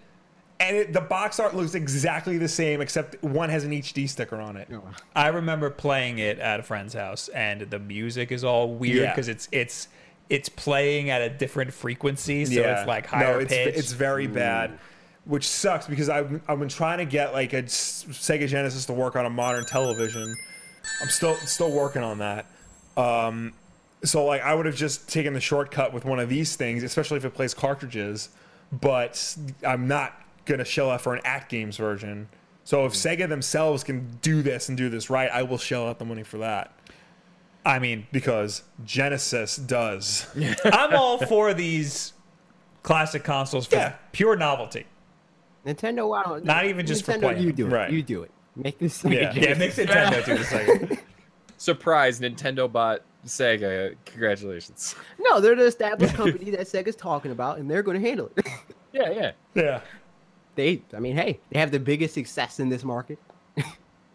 [SPEAKER 2] and it, the box art looks exactly the same except one has an HD sticker on it.
[SPEAKER 1] I remember playing it at a friend's house, and the music is all weird
[SPEAKER 2] Yeah.
[SPEAKER 1] because it's it's it's playing at a different frequency, so it's like higher
[SPEAKER 2] no, it's,
[SPEAKER 1] pitch.
[SPEAKER 2] It's very bad, which sucks because I've I've been trying to get like a s- Sega Genesis to work on a modern television. I'm still still working on that. Um, so like I would have just taken the shortcut with one of these things, especially if it plays cartridges. But I'm not gonna shell out for an at games version. So if Sega themselves can do this and do this right, I will shell out the money for that
[SPEAKER 1] I mean,
[SPEAKER 2] because Genesis
[SPEAKER 1] <laughs>
[SPEAKER 2] does.
[SPEAKER 1] I'm all for these classic consoles for
[SPEAKER 2] Yeah.
[SPEAKER 1] pure novelty.
[SPEAKER 4] Nintendo, I don't
[SPEAKER 1] Not even just for
[SPEAKER 4] Nintendo,
[SPEAKER 1] playing.
[SPEAKER 4] you do it.
[SPEAKER 2] Right.
[SPEAKER 4] You do it. Make this Sega
[SPEAKER 2] Yeah.
[SPEAKER 1] Yeah,
[SPEAKER 4] Genesis.
[SPEAKER 1] it makes Nintendo do the same.
[SPEAKER 3] Surprise, Nintendo bought Sega. Congratulations.
[SPEAKER 4] No, they're the established
[SPEAKER 1] <laughs>
[SPEAKER 4] company that Sega's talking about, and they're going to handle it. <laughs>
[SPEAKER 3] Yeah, yeah.
[SPEAKER 2] yeah,
[SPEAKER 4] they, I mean, hey, they have the biggest success in this market.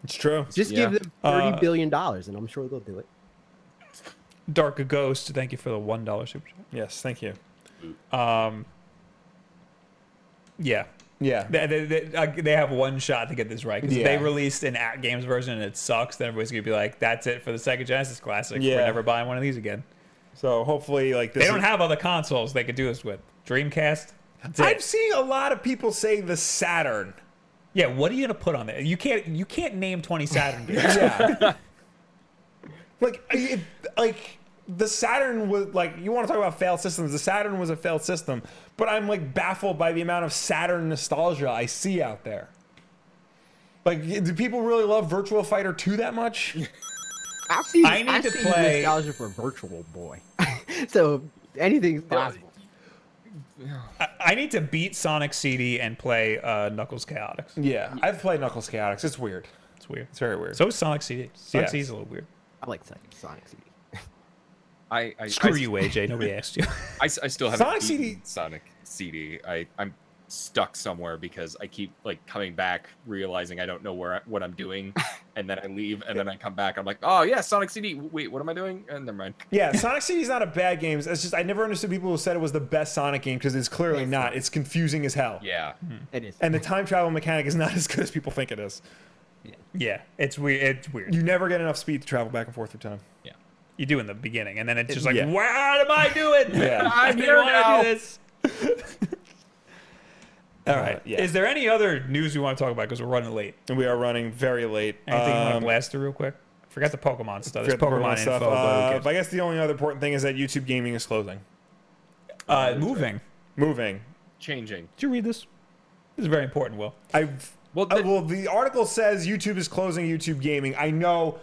[SPEAKER 2] it's true.
[SPEAKER 4] Just
[SPEAKER 3] Yeah.
[SPEAKER 4] give them thirty billion
[SPEAKER 1] Uh,
[SPEAKER 4] dollars, and I'm sure they'll do it.
[SPEAKER 1] Dark Ghost, thank you for the one dollar super chat.
[SPEAKER 2] Yes, thank you.
[SPEAKER 1] Yeah.
[SPEAKER 2] Yeah.
[SPEAKER 1] They, they, they, uh, they have one shot to get this right because if
[SPEAKER 2] Yeah.
[SPEAKER 1] they released an at games version and it sucks, then everybody's gonna be like, "That's it for the Sega Genesis Classic. We're
[SPEAKER 2] Yeah.
[SPEAKER 1] never buying one of these again."
[SPEAKER 2] So hopefully, like this.
[SPEAKER 1] They don't
[SPEAKER 2] is-
[SPEAKER 1] have other consoles they could do this with. Dreamcast. that's it.
[SPEAKER 2] I've seen a lot of people say the Saturn.
[SPEAKER 1] Yeah, what are you gonna put on there? You can't. You can't name twenty Saturn <laughs> games.
[SPEAKER 2] <laughs> Yeah. like, I- it, like the Saturn was like you want to talk about failed systems. The Saturn was a failed system, but I'm like baffled by the amount of Saturn nostalgia I see out there. Like, y- do people really love Virtual Fighter 2 that <laughs> much?
[SPEAKER 4] I see.
[SPEAKER 1] I need to
[SPEAKER 4] see
[SPEAKER 1] play-
[SPEAKER 4] nostalgia for Virtual Boy. <laughs> so anything's possible.
[SPEAKER 1] I, I need to beat Sonic CD and play uh, Knuckles Chaotix.
[SPEAKER 2] yeah, I've played Knuckles Chaotix. It's weird.
[SPEAKER 1] It's weird.
[SPEAKER 2] It's very weird.
[SPEAKER 1] So is Sonic CD. Sonic
[SPEAKER 2] Yeah.
[SPEAKER 1] CD's a little weird.
[SPEAKER 4] I like Sonic, Sonic CD.
[SPEAKER 3] I, I
[SPEAKER 1] Screw
[SPEAKER 3] I,
[SPEAKER 1] you, AJ. <laughs> Nobody asked you.
[SPEAKER 3] I, s- I still haven't Sonic
[SPEAKER 2] Sonic CD
[SPEAKER 3] CD. Sonic CD. I I'm stuck somewhere because I keep like coming back, realizing I don't know where I, what I'm
[SPEAKER 1] <laughs>
[SPEAKER 3] doing, and then I leave, and then I come back. I'm like, oh yeah, Sonic CD. W- Wait, what am I doing? And never mind.
[SPEAKER 2] Yeah, Sonic CD is not a bad game. It's just I never understood people who said it was the best Sonic game because it's clearly not. It's confusing as hell.
[SPEAKER 3] Yeah,
[SPEAKER 1] Hmm.
[SPEAKER 4] It is.
[SPEAKER 2] And the time travel mechanic is not <laughs> as good as people think it is.
[SPEAKER 1] yeah, it's weird. It's weird.
[SPEAKER 2] You never get enough speed to travel back and forth through time.
[SPEAKER 3] yeah.
[SPEAKER 1] You do in the beginning, and then it's just like,
[SPEAKER 2] yeah.
[SPEAKER 1] what am I doing? <laughs>
[SPEAKER 2] <laughs> Yeah.
[SPEAKER 1] I
[SPEAKER 3] I'm
[SPEAKER 1] didn't
[SPEAKER 3] here
[SPEAKER 1] wanna do
[SPEAKER 3] now.
[SPEAKER 1] this. All right.
[SPEAKER 2] Uh, yeah.
[SPEAKER 1] Is there any other news we want to talk about? Because we're running late.
[SPEAKER 2] And we are running very late.
[SPEAKER 1] Anything you want to
[SPEAKER 2] Um,
[SPEAKER 1] blast through real quick? Forgot the Pokemon stuff. There's
[SPEAKER 2] forget the
[SPEAKER 1] Pokemon,
[SPEAKER 2] Pokemon
[SPEAKER 1] info.
[SPEAKER 2] stuff.
[SPEAKER 1] but
[SPEAKER 2] Uh,
[SPEAKER 1] who
[SPEAKER 2] but I guess the only other important thing is that YouTube Gaming is closing,
[SPEAKER 1] cares? uh, moving.
[SPEAKER 2] moving.
[SPEAKER 3] Changing.
[SPEAKER 1] Did you read this? This is very important, Will.
[SPEAKER 2] I've
[SPEAKER 3] Well,
[SPEAKER 2] well,
[SPEAKER 3] the-
[SPEAKER 2] well, the article says YouTube is closing YouTube Gaming. I know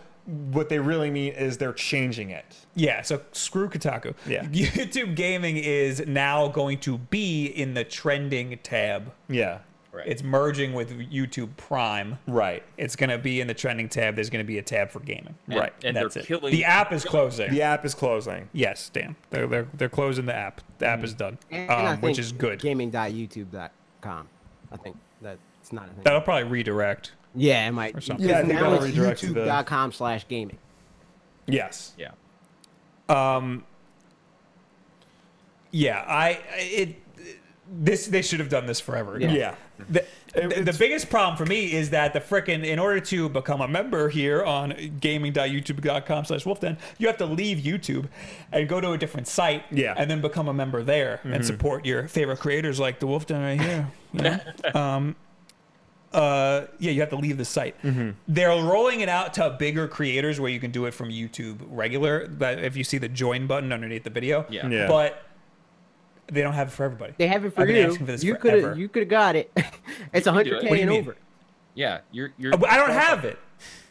[SPEAKER 2] what they really mean is they're changing it.
[SPEAKER 1] Yeah, so screw Kotaku.
[SPEAKER 2] Yeah.
[SPEAKER 1] <laughs> YouTube gaming is now going to be in the trending tab.
[SPEAKER 2] Yeah,
[SPEAKER 3] Right.
[SPEAKER 1] It's merging with YouTube Prime.
[SPEAKER 2] right.
[SPEAKER 1] It's going to be in the trending tab. There's going to be a tab for gaming.
[SPEAKER 3] And-
[SPEAKER 2] right,
[SPEAKER 3] And
[SPEAKER 1] That's
[SPEAKER 3] they're
[SPEAKER 1] it.
[SPEAKER 3] killing
[SPEAKER 1] The app is closing.
[SPEAKER 2] The app is closing.
[SPEAKER 1] Yes, damn. They're, they're, they're closing the app. The app is done,
[SPEAKER 4] Mm. And I
[SPEAKER 1] um, which
[SPEAKER 4] think
[SPEAKER 1] is good.
[SPEAKER 4] Gaming.youtube.com. I think that it's not a thing.
[SPEAKER 1] That'll probably redirect.
[SPEAKER 4] yeah, it might. Or
[SPEAKER 1] something.
[SPEAKER 2] Yeah, I think
[SPEAKER 4] now
[SPEAKER 2] that'll
[SPEAKER 4] it's
[SPEAKER 2] redirect you to-
[SPEAKER 4] youtube.com slash gaming.
[SPEAKER 2] Yes.
[SPEAKER 3] Yeah.
[SPEAKER 1] Yeah, I it this they should have done this forever ago.
[SPEAKER 4] Yeah.
[SPEAKER 2] Yeah.
[SPEAKER 1] The,
[SPEAKER 2] It-
[SPEAKER 1] the, the
[SPEAKER 2] it's-
[SPEAKER 1] biggest problem for me is that the frickin' in order to become a member here on gaming.youtube.com slash wolfden, you have to leave YouTube and go to a different site
[SPEAKER 2] Yeah. Mm-hmm.
[SPEAKER 1] and then become a member there and support your favorite creators like the wolfden right here. you know? um, uh, yeah, you have to leave the site.
[SPEAKER 2] Mm-hmm.
[SPEAKER 1] They're rolling it out to bigger creators where you can do it from YouTube regular. But if you see the join button underneath the video,
[SPEAKER 3] Yeah.
[SPEAKER 2] Yeah.
[SPEAKER 1] but they don't have it for everybody.
[SPEAKER 4] They have it for
[SPEAKER 1] I've been
[SPEAKER 4] you.
[SPEAKER 1] asking for this
[SPEAKER 4] you
[SPEAKER 1] forever.
[SPEAKER 4] could you could have got it. <laughs> it's
[SPEAKER 3] do it.
[SPEAKER 4] 100k
[SPEAKER 3] What
[SPEAKER 1] do you mean?
[SPEAKER 4] and over.
[SPEAKER 3] Yeah. You're. You're.
[SPEAKER 1] I don't have it.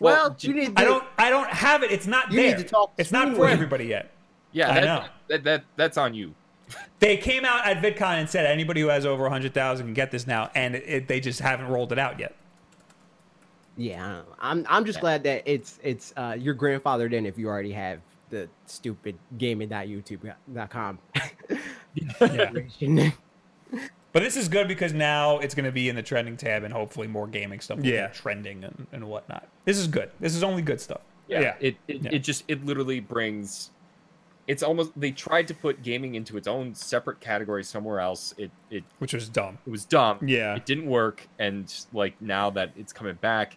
[SPEAKER 4] Well,
[SPEAKER 3] Well, j-
[SPEAKER 4] you need.
[SPEAKER 1] I
[SPEAKER 4] to-
[SPEAKER 1] don't. I don't have it. It's not
[SPEAKER 4] You need
[SPEAKER 1] there.
[SPEAKER 4] to talk to
[SPEAKER 1] it's not
[SPEAKER 4] me.
[SPEAKER 1] for everybody yet.
[SPEAKER 3] Yeah.
[SPEAKER 1] I
[SPEAKER 3] That,
[SPEAKER 1] know.
[SPEAKER 3] That, that that's on you.
[SPEAKER 1] They came out at VidCon and said anybody who has over hundred thousand can get this now, and it, they just haven't rolled it out yet.
[SPEAKER 4] Yeah, I don't know. I'm. I'm just glad that it's it's uh your grandfathered in if you already have the stupid gaming.youtube.com. yeah.
[SPEAKER 1] But this is good because now it's going to be in the trending tab, and hopefully more gaming stuff. Will
[SPEAKER 2] Yeah.
[SPEAKER 1] be trending and, and whatnot. This is good. This is only good stuff.
[SPEAKER 3] Yeah.
[SPEAKER 2] Yeah.
[SPEAKER 3] It it,
[SPEAKER 1] Yeah.
[SPEAKER 3] it just it literally brings. It's almost they tried to put gaming into its own separate category somewhere else. It it
[SPEAKER 1] Which was dumb.
[SPEAKER 3] it was dumb.
[SPEAKER 2] Yeah.
[SPEAKER 3] It didn't work. And like now that it's coming back,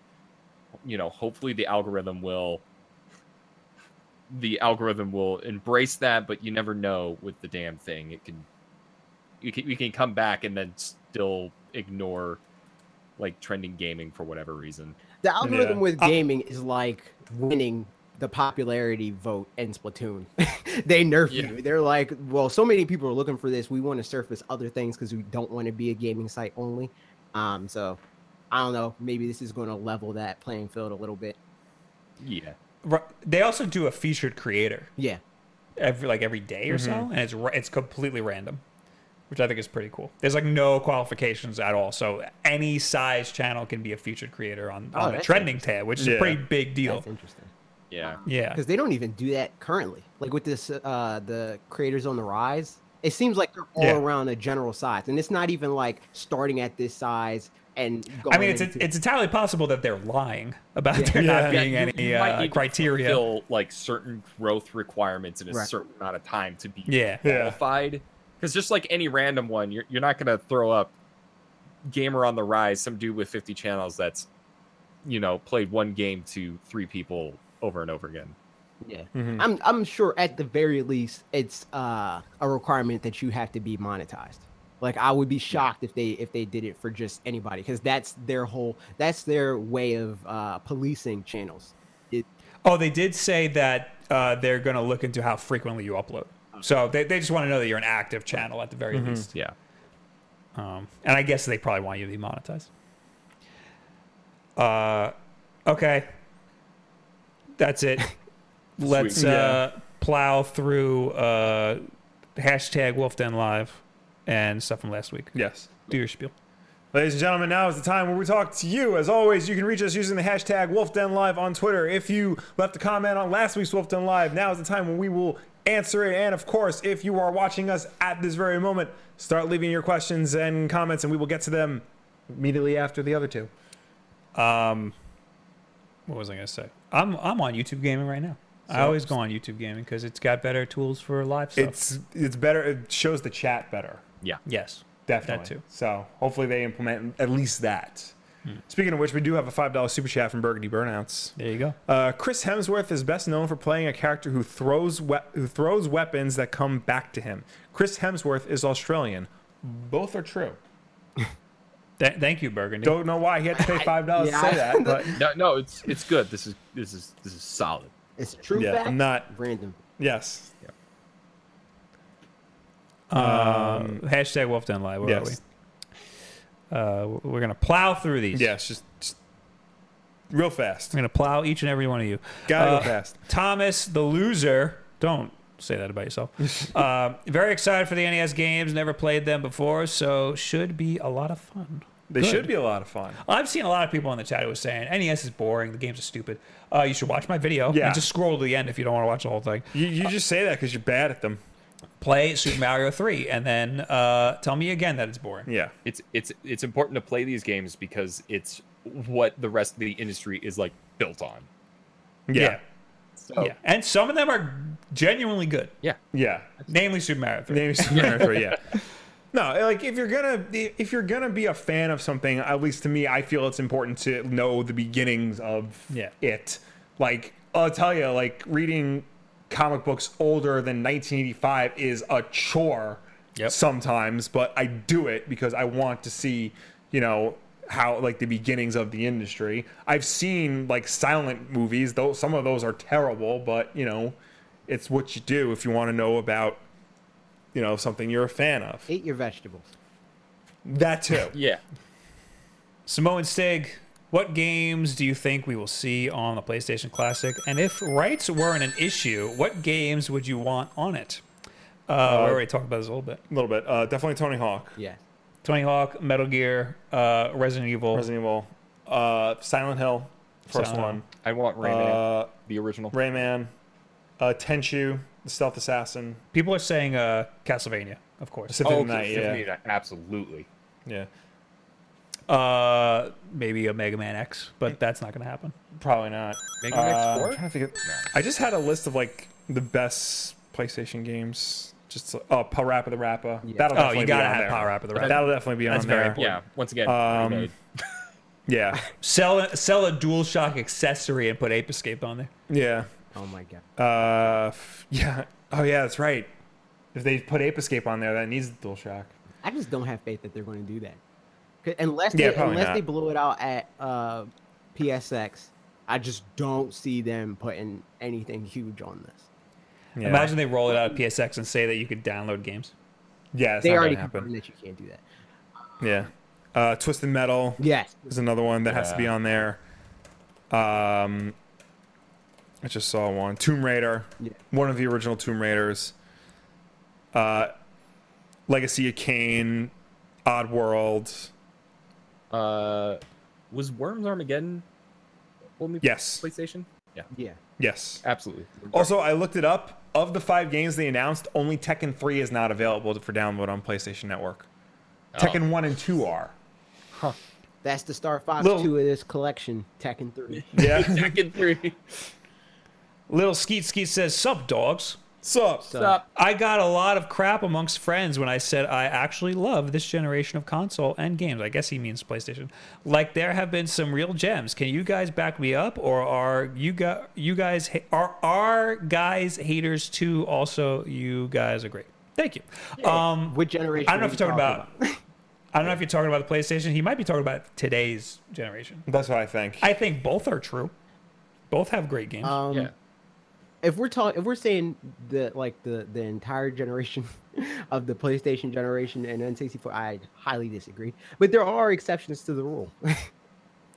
[SPEAKER 3] you know, hopefully the algorithm will the algorithm will embrace that, but you never know with the damn thing. It can you can you can come back and then still ignore like trending gaming for whatever reason.
[SPEAKER 4] <laughs> The algorithm
[SPEAKER 2] Yeah.
[SPEAKER 4] with gaming is like winning the popularity vote in Splatoon. <laughs> they nerf
[SPEAKER 3] Yeah.
[SPEAKER 4] you. They're like, well, so many people are looking for this. We want to surface other things because we don't want to be a gaming site only. Um, so I don't know. Maybe this is going to level that playing field a little bit.
[SPEAKER 3] Yeah.
[SPEAKER 1] Ru- They also do a featured creator
[SPEAKER 4] Yeah.
[SPEAKER 1] every like every day or
[SPEAKER 3] Mm-hmm.
[SPEAKER 1] so, and it's ra- it's completely random, which I think is pretty cool. There's like no qualifications at all, so any size channel can be a featured creator on,
[SPEAKER 4] Oh,
[SPEAKER 1] on the
[SPEAKER 4] that's
[SPEAKER 1] trending tab, which is a
[SPEAKER 2] Yeah.
[SPEAKER 1] pretty big deal.
[SPEAKER 4] That's interesting.
[SPEAKER 3] Yeah.
[SPEAKER 1] Yeah,
[SPEAKER 4] Because they don't even do that currently. Like with this, uh, the creators on the rise, it seems like they're all
[SPEAKER 1] Yeah.
[SPEAKER 4] around a general size. And it's not even like starting at this size and going
[SPEAKER 1] I mean it's
[SPEAKER 4] into-
[SPEAKER 1] it's entirely possible that they're lying about there not
[SPEAKER 2] Yeah.
[SPEAKER 1] being
[SPEAKER 3] Yeah, you-
[SPEAKER 1] any
[SPEAKER 3] you might
[SPEAKER 1] uh,
[SPEAKER 3] need to
[SPEAKER 1] criteria.
[SPEAKER 3] fulfill like certain growth requirements in a
[SPEAKER 4] Right.
[SPEAKER 3] certain amount of time to be
[SPEAKER 1] Yeah.
[SPEAKER 2] Yeah.
[SPEAKER 3] qualified. Because just like any random one, you're you're not gonna throw up gamer on the rise, some dude with 50 channels that's you know played one game to three people over and over again.
[SPEAKER 4] Yeah.
[SPEAKER 1] Mm-hmm.
[SPEAKER 4] I'm I'm sure at the very least it's uh, a requirement that you have to be monetized. Like I would be shocked if they if they did it for just anybody because that's their whole that's their way of uh, policing channels. It,
[SPEAKER 1] Oh, they did say that uh, they're going to look into how frequently you upload. So they, they just want to know that you're an active channel at the very least.
[SPEAKER 3] Yeah.
[SPEAKER 1] Um, and I guess they probably want you to be monetized. Uh, okay. That's it. Let's
[SPEAKER 3] Sweet.
[SPEAKER 1] uh, plow through uh, hashtag Wolfden Live and stuff from last week.
[SPEAKER 2] Yes.
[SPEAKER 1] Do your spiel.
[SPEAKER 2] Ladies and gentlemen, now is the time where we talk to you. As always, you can reach us using the hashtag WolfDenLive on Twitter. If you left a comment on last week's Wolfden Live, now is the time when we will answer it. And of course, if you are watching us at this very moment, start leaving your questions and comments, and we will get to them immediately after the other two.
[SPEAKER 1] What was I going to say? I'm, I'm on YouTube gaming right now. I always go on YouTube gaming because it's got better tools for live stuff.
[SPEAKER 2] It's it's better. It shows the chat better,
[SPEAKER 3] Yeah.
[SPEAKER 1] yes.
[SPEAKER 2] definitely.
[SPEAKER 1] too.
[SPEAKER 2] So hopefully they implement at least that. Speaking of which, we do have a five dollar super chat from Burgundy Burnouts.
[SPEAKER 1] There you go.
[SPEAKER 2] Uh, Chris Hemsworth is best known for playing a character who throws we- who throws weapons that come back to him. Chris Hemsworth is Australian. Both are true.
[SPEAKER 1] Th- thank you, Burgundy.
[SPEAKER 2] Don't know why he had to pay five dollars
[SPEAKER 4] yeah, <laughs>
[SPEAKER 2] to
[SPEAKER 4] I-
[SPEAKER 2] say that, but
[SPEAKER 3] No, no, it's it's good. This is this is this is solid.
[SPEAKER 4] It's true
[SPEAKER 2] Yeah,
[SPEAKER 4] fact.
[SPEAKER 2] I'm not-
[SPEAKER 4] random.
[SPEAKER 2] yes,
[SPEAKER 1] Hashtag Wolf Den Lie. Where
[SPEAKER 2] yes,
[SPEAKER 1] are we? Uh, we're gonna plow through these.
[SPEAKER 2] yes. Just, just real fast.
[SPEAKER 1] We're gonna plow each and every one of you.
[SPEAKER 2] Gotta
[SPEAKER 1] Uh,
[SPEAKER 2] go fast.
[SPEAKER 1] Thomas the loser. Don't say that about
[SPEAKER 2] <laughs>
[SPEAKER 1] yourself. uh, very excited for the NES games. Never played them before, so should be a lot of fun.
[SPEAKER 2] They
[SPEAKER 1] good.
[SPEAKER 2] should be a lot of fun.
[SPEAKER 1] I've seen a lot of people in the chat who was saying NES is boring. The games are stupid. Uh, you should watch my video.
[SPEAKER 2] Yeah.
[SPEAKER 1] And just scroll to the end if you don't want to watch the whole thing.
[SPEAKER 2] You, you just say that because you're bad at them.
[SPEAKER 1] Play Super Mario 3 and then uh, tell me again that it's boring.
[SPEAKER 2] Yeah.
[SPEAKER 3] It's it's it's important to play these games because it's what the rest of the industry is like built on.
[SPEAKER 2] Yeah. Oh.
[SPEAKER 3] So
[SPEAKER 1] Yeah. And some of them are genuinely good,
[SPEAKER 3] yeah.
[SPEAKER 2] Yeah.
[SPEAKER 1] namely Super Mario 3.
[SPEAKER 2] Name Super Mario 3, yeah. <laughs> No, like if you're gonna if you're gonna be a fan of something, at least to me, I feel it's important to know the beginnings of
[SPEAKER 1] Yeah.
[SPEAKER 2] it. Like I'll tell you, like reading comic books older than 1985 is a chore
[SPEAKER 1] Yep.
[SPEAKER 2] sometimes, but I do it because I want to see, you know, how like the beginnings of the industry. I've seen like silent movies, though some of those are terrible, but you know, it's what you do if you want to know about you know something you're a fan of.
[SPEAKER 4] Eat your vegetables.
[SPEAKER 2] That too.
[SPEAKER 3] Yeah.
[SPEAKER 1] Samoan Stig, what games do you think we will see on the PlayStation Classic? And if rights weren't an issue, what games would you want on it? Uh, we already talked about this a little bit.
[SPEAKER 2] A little bit. Uh, definitely Tony Hawk,
[SPEAKER 4] Yeah.
[SPEAKER 1] Tony Hawk, Metal Gear, uh, Resident Evil.
[SPEAKER 2] Resident Evil, uh, Silent Hill, first
[SPEAKER 1] Silent
[SPEAKER 3] I want
[SPEAKER 2] one,
[SPEAKER 3] Rayman,
[SPEAKER 2] uh,
[SPEAKER 3] the original.
[SPEAKER 2] Rayman, uh, Tenchu, the Stealth Assassin,
[SPEAKER 1] People are saying uh, Castlevania, of course.
[SPEAKER 2] Pacific
[SPEAKER 3] Oh, okay,
[SPEAKER 2] Knight.
[SPEAKER 3] Symphony
[SPEAKER 2] Yeah.
[SPEAKER 3] of the Night, absolutely.
[SPEAKER 2] yeah,
[SPEAKER 1] Uh, maybe a Mega Man X, but that's not going to happen.
[SPEAKER 2] probably not.
[SPEAKER 3] Mega Man
[SPEAKER 2] Uh, I'm
[SPEAKER 3] X4?
[SPEAKER 2] trying to think of-
[SPEAKER 3] No.
[SPEAKER 2] I just had a list of like the best PlayStation games. Just uh, oh, Pa Rappa the Rappa. That'll
[SPEAKER 1] Oh,
[SPEAKER 2] definitely
[SPEAKER 1] you
[SPEAKER 2] be
[SPEAKER 1] gotta
[SPEAKER 2] on
[SPEAKER 1] have
[SPEAKER 2] there.
[SPEAKER 1] Power Up of the Red.
[SPEAKER 2] That'll definitely be on
[SPEAKER 1] That's
[SPEAKER 2] there.
[SPEAKER 1] very important.
[SPEAKER 3] Yeah. Once again,
[SPEAKER 2] Um,
[SPEAKER 3] remade.
[SPEAKER 2] Yeah,
[SPEAKER 1] Sell sell a DualShock accessory and put Ape Escape on there.
[SPEAKER 2] yeah.
[SPEAKER 4] Oh my god.
[SPEAKER 2] Uh, f- yeah. Oh, yeah. That's right. If they put Ape Escape on there, that needs the DualShock.
[SPEAKER 4] I just don't have faith that they're going to do that. 'Cause Unless
[SPEAKER 2] Yeah,
[SPEAKER 4] they,
[SPEAKER 2] probably
[SPEAKER 4] unless
[SPEAKER 2] not.
[SPEAKER 4] they blow it out at uh, PSX, I just don't see them putting anything huge on this.
[SPEAKER 2] Yeah.
[SPEAKER 1] Imagine they roll it out at PSX and say that you could download games.
[SPEAKER 2] Yeah, it's
[SPEAKER 4] they
[SPEAKER 2] not
[SPEAKER 4] already
[SPEAKER 2] gonna happen.
[SPEAKER 4] confirmed that you can't do that.
[SPEAKER 2] Yeah. Uh, Twisted Metal
[SPEAKER 4] Yes.
[SPEAKER 2] is another one that has to be
[SPEAKER 3] Yeah.
[SPEAKER 2] on there. Um, I just saw one. Tomb Raider.
[SPEAKER 4] Yeah.
[SPEAKER 2] One of the original Tomb Raiders. Uh, Legacy of Kane. Odd World.
[SPEAKER 3] Uh, was Worms Armageddon? Only
[SPEAKER 2] Yes.
[SPEAKER 3] PlayStation. Yeah,
[SPEAKER 4] Yeah.
[SPEAKER 2] Yes.
[SPEAKER 3] <laughs> absolutely.
[SPEAKER 2] Also, I looked it up. Of the five games they announced, only Tekken 3 is not available for download on PlayStation Network. Tekken 1 and 2 are.
[SPEAKER 4] That's the Star Fox
[SPEAKER 2] Little-
[SPEAKER 4] 2 of this collection, Tekken 3.
[SPEAKER 2] <laughs> Yeah.
[SPEAKER 3] Tekken <laughs> Three.
[SPEAKER 1] Little Skeet Skeet says, "Sup, dogs."
[SPEAKER 2] Sup?
[SPEAKER 4] So,
[SPEAKER 3] Stop.
[SPEAKER 1] I got a lot of crap amongst friends when I said I actually love this generation of console and games. I guess he means PlayStation. Like there have been some real gems. Can you guys back me up, or are you got you guys ha- are are guys haters too? Also, you guys are great. Thank you. Um,
[SPEAKER 4] What generation?
[SPEAKER 1] I don't know
[SPEAKER 4] are
[SPEAKER 1] if
[SPEAKER 4] we
[SPEAKER 1] you're talking about. <laughs> I don't know if you're talking about the PlayStation. He might be talking about today's generation.
[SPEAKER 2] That's what I think.
[SPEAKER 1] I think both are true. Both have great games.
[SPEAKER 4] Um,
[SPEAKER 3] yeah.
[SPEAKER 4] if we're talking if we're saying the like the the entire generation <laughs> of the PlayStation generation and N64, I highly disagree. But there are exceptions to the rule.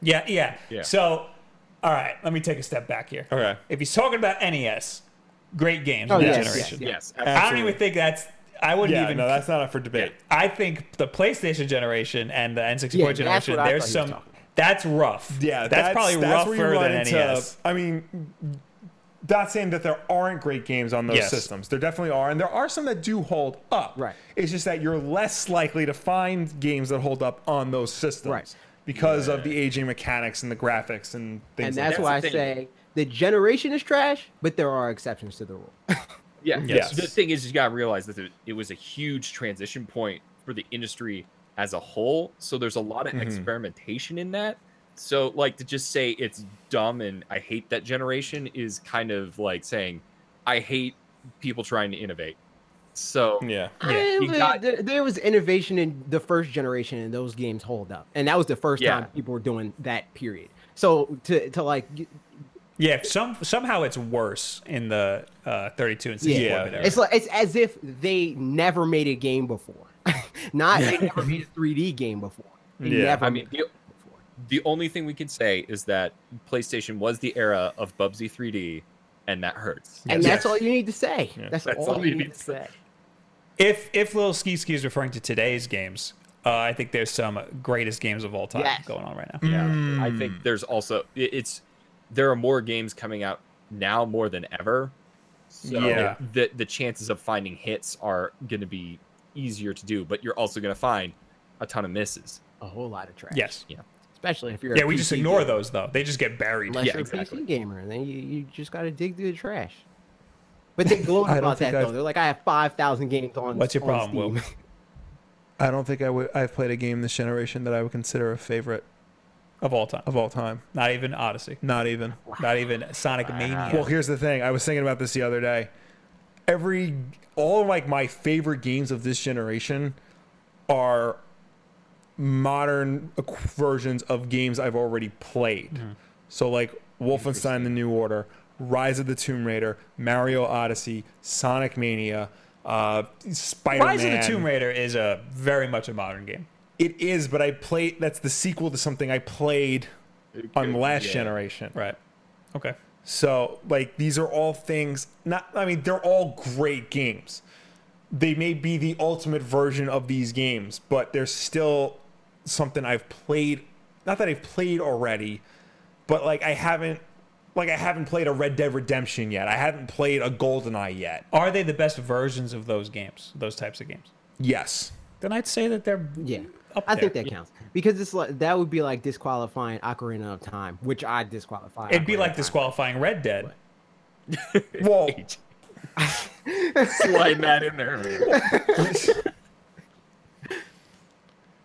[SPEAKER 1] Yeah, yeah,
[SPEAKER 3] Yeah.
[SPEAKER 1] So, all right, let me take a step back here.
[SPEAKER 2] Okay.
[SPEAKER 1] If he's talking about NES, great games
[SPEAKER 4] Oh,
[SPEAKER 1] of that
[SPEAKER 4] yes,
[SPEAKER 1] generation.
[SPEAKER 4] yes,
[SPEAKER 3] Yes.
[SPEAKER 2] Uh,
[SPEAKER 1] I
[SPEAKER 3] Absolutely.
[SPEAKER 1] don't even think that's. I wouldn't
[SPEAKER 2] yeah,
[SPEAKER 1] even.
[SPEAKER 2] no, that's not up for debate.
[SPEAKER 1] I think the PlayStation generation and the N64
[SPEAKER 4] Yeah, that's
[SPEAKER 1] generation.
[SPEAKER 4] what I
[SPEAKER 1] There's
[SPEAKER 4] thought he was
[SPEAKER 1] some.
[SPEAKER 4] talking
[SPEAKER 1] That's rough.
[SPEAKER 2] Yeah,
[SPEAKER 1] that's, probably rougher
[SPEAKER 2] where you run
[SPEAKER 1] than E
[SPEAKER 2] into-
[SPEAKER 1] NES.
[SPEAKER 2] I mean, not saying that there aren't great games on those
[SPEAKER 1] Yes.
[SPEAKER 2] systems. There definitely are, and there are some that do hold up.
[SPEAKER 4] Right.
[SPEAKER 2] It's just that you're less likely to find games that hold up on those systems
[SPEAKER 4] Right.
[SPEAKER 2] because of the aging mechanics and the graphics and
[SPEAKER 4] and
[SPEAKER 2] things. like
[SPEAKER 4] that's
[SPEAKER 3] the
[SPEAKER 2] that.
[SPEAKER 4] why I
[SPEAKER 3] thing.
[SPEAKER 4] say the generation is trash, but there are exceptions to the rule.
[SPEAKER 3] Yeah.
[SPEAKER 2] Yes.
[SPEAKER 3] The thing is, you gotta realize that it, it was a huge transition point for the industry as a whole. So there's a lot of
[SPEAKER 2] Mm-hmm.
[SPEAKER 3] experimentation in that. So like to just say it's dumb and I hate that generation is kind of like saying I hate people trying to innovate. So
[SPEAKER 2] Yeah.
[SPEAKER 4] I mean,
[SPEAKER 3] you
[SPEAKER 4] but
[SPEAKER 3] got-
[SPEAKER 4] there, there was innovation in the first generation, and those games hold up. And that was the first
[SPEAKER 3] Yeah.
[SPEAKER 4] time people were doing that period. So to to like, y-
[SPEAKER 1] Yeah, if some somehow it's worse in the uh, 32 and 64
[SPEAKER 2] Yeah.
[SPEAKER 1] bit era.
[SPEAKER 4] it's like it's as if they never made a game before. <laughs> Not they never made a 3D game before. They
[SPEAKER 2] Yeah,
[SPEAKER 4] never
[SPEAKER 3] I mean
[SPEAKER 4] made
[SPEAKER 3] the,
[SPEAKER 4] it before.
[SPEAKER 3] the only thing we can say is that PlayStation was the era of Bubsy 3D and that hurts.
[SPEAKER 4] And
[SPEAKER 2] Yes.
[SPEAKER 4] that's all you need to say. That's,
[SPEAKER 3] That's
[SPEAKER 4] all, you need to say.
[SPEAKER 1] if if Little Ski Ski is referring to today's games, uh, I think there's some greatest games of all time
[SPEAKER 4] Yes.
[SPEAKER 1] going on right now.
[SPEAKER 2] Mm.
[SPEAKER 3] Yeah,
[SPEAKER 1] Hmm.
[SPEAKER 3] I think there's also it- it's there are more games coming out now more than ever. So
[SPEAKER 1] Yeah.
[SPEAKER 3] the the chances of finding hits are going to be easier to do, but you're also going to find a ton of
[SPEAKER 4] <laughs>
[SPEAKER 3] misses.
[SPEAKER 4] A whole lot of trash.
[SPEAKER 1] Yes.
[SPEAKER 3] Yeah.
[SPEAKER 4] Especially if you're.
[SPEAKER 1] Yeah,
[SPEAKER 4] a
[SPEAKER 1] we just
[SPEAKER 4] PC
[SPEAKER 1] ignore
[SPEAKER 4] gamer.
[SPEAKER 1] those though. They just get buried.
[SPEAKER 4] Unless
[SPEAKER 3] Yeah,
[SPEAKER 4] you're a
[SPEAKER 3] exactly.
[SPEAKER 4] PC gamer, then you, you just got to dig through the trash. But they gloat
[SPEAKER 2] I don't
[SPEAKER 4] about that
[SPEAKER 2] think I've-
[SPEAKER 4] though. They're like, I have five thousand games on.
[SPEAKER 1] What's your
[SPEAKER 4] on
[SPEAKER 1] problem, Will?
[SPEAKER 4] Steam.
[SPEAKER 6] I don't think I would. I've played a game this generation that I would consider a favorite
[SPEAKER 1] Of all
[SPEAKER 2] Oh.
[SPEAKER 1] time.
[SPEAKER 6] of all time.
[SPEAKER 1] Not even Odyssey.
[SPEAKER 6] Not even.
[SPEAKER 1] Not even Sonic Mania.
[SPEAKER 2] Well, here's the thing. I was thinking about this the other day. Every all like my favorite games of this generation are modern equ- versions of games I've already played.
[SPEAKER 1] Mm-hmm.
[SPEAKER 2] So like Wolfenstein: The New Order, Rise of the Tomb Raider, Mario Odyssey, Sonic Mania, uh, Spider-Man.
[SPEAKER 1] Rise of the Tomb Raider is a very much a modern game.
[SPEAKER 2] It is, but I played. That's the sequel to something I played on last
[SPEAKER 3] yeah.
[SPEAKER 2] generation.
[SPEAKER 1] Right. Okay.
[SPEAKER 2] So like these are all things not I mean they're all great games. They may be the ultimate version of these games, but they're still something I've played not that I've played already, but like I haven't like I haven't played a Red Dead Redemption yet. I haven't played a GoldenEye yet.
[SPEAKER 1] Are they the best versions of those games? Those types of games?
[SPEAKER 2] Yes.
[SPEAKER 1] Then I'd say that they're
[SPEAKER 4] <laughs> Yeah,
[SPEAKER 1] Up
[SPEAKER 4] I think
[SPEAKER 1] there.
[SPEAKER 4] that counts because it's like that would be like disqualifying Ocarina of Time, which I disqualify.
[SPEAKER 1] It'd be
[SPEAKER 4] Ocarina
[SPEAKER 1] like
[SPEAKER 4] of Time.
[SPEAKER 1] disqualifying Red Dead.
[SPEAKER 2] Well,
[SPEAKER 3] Slide that in there.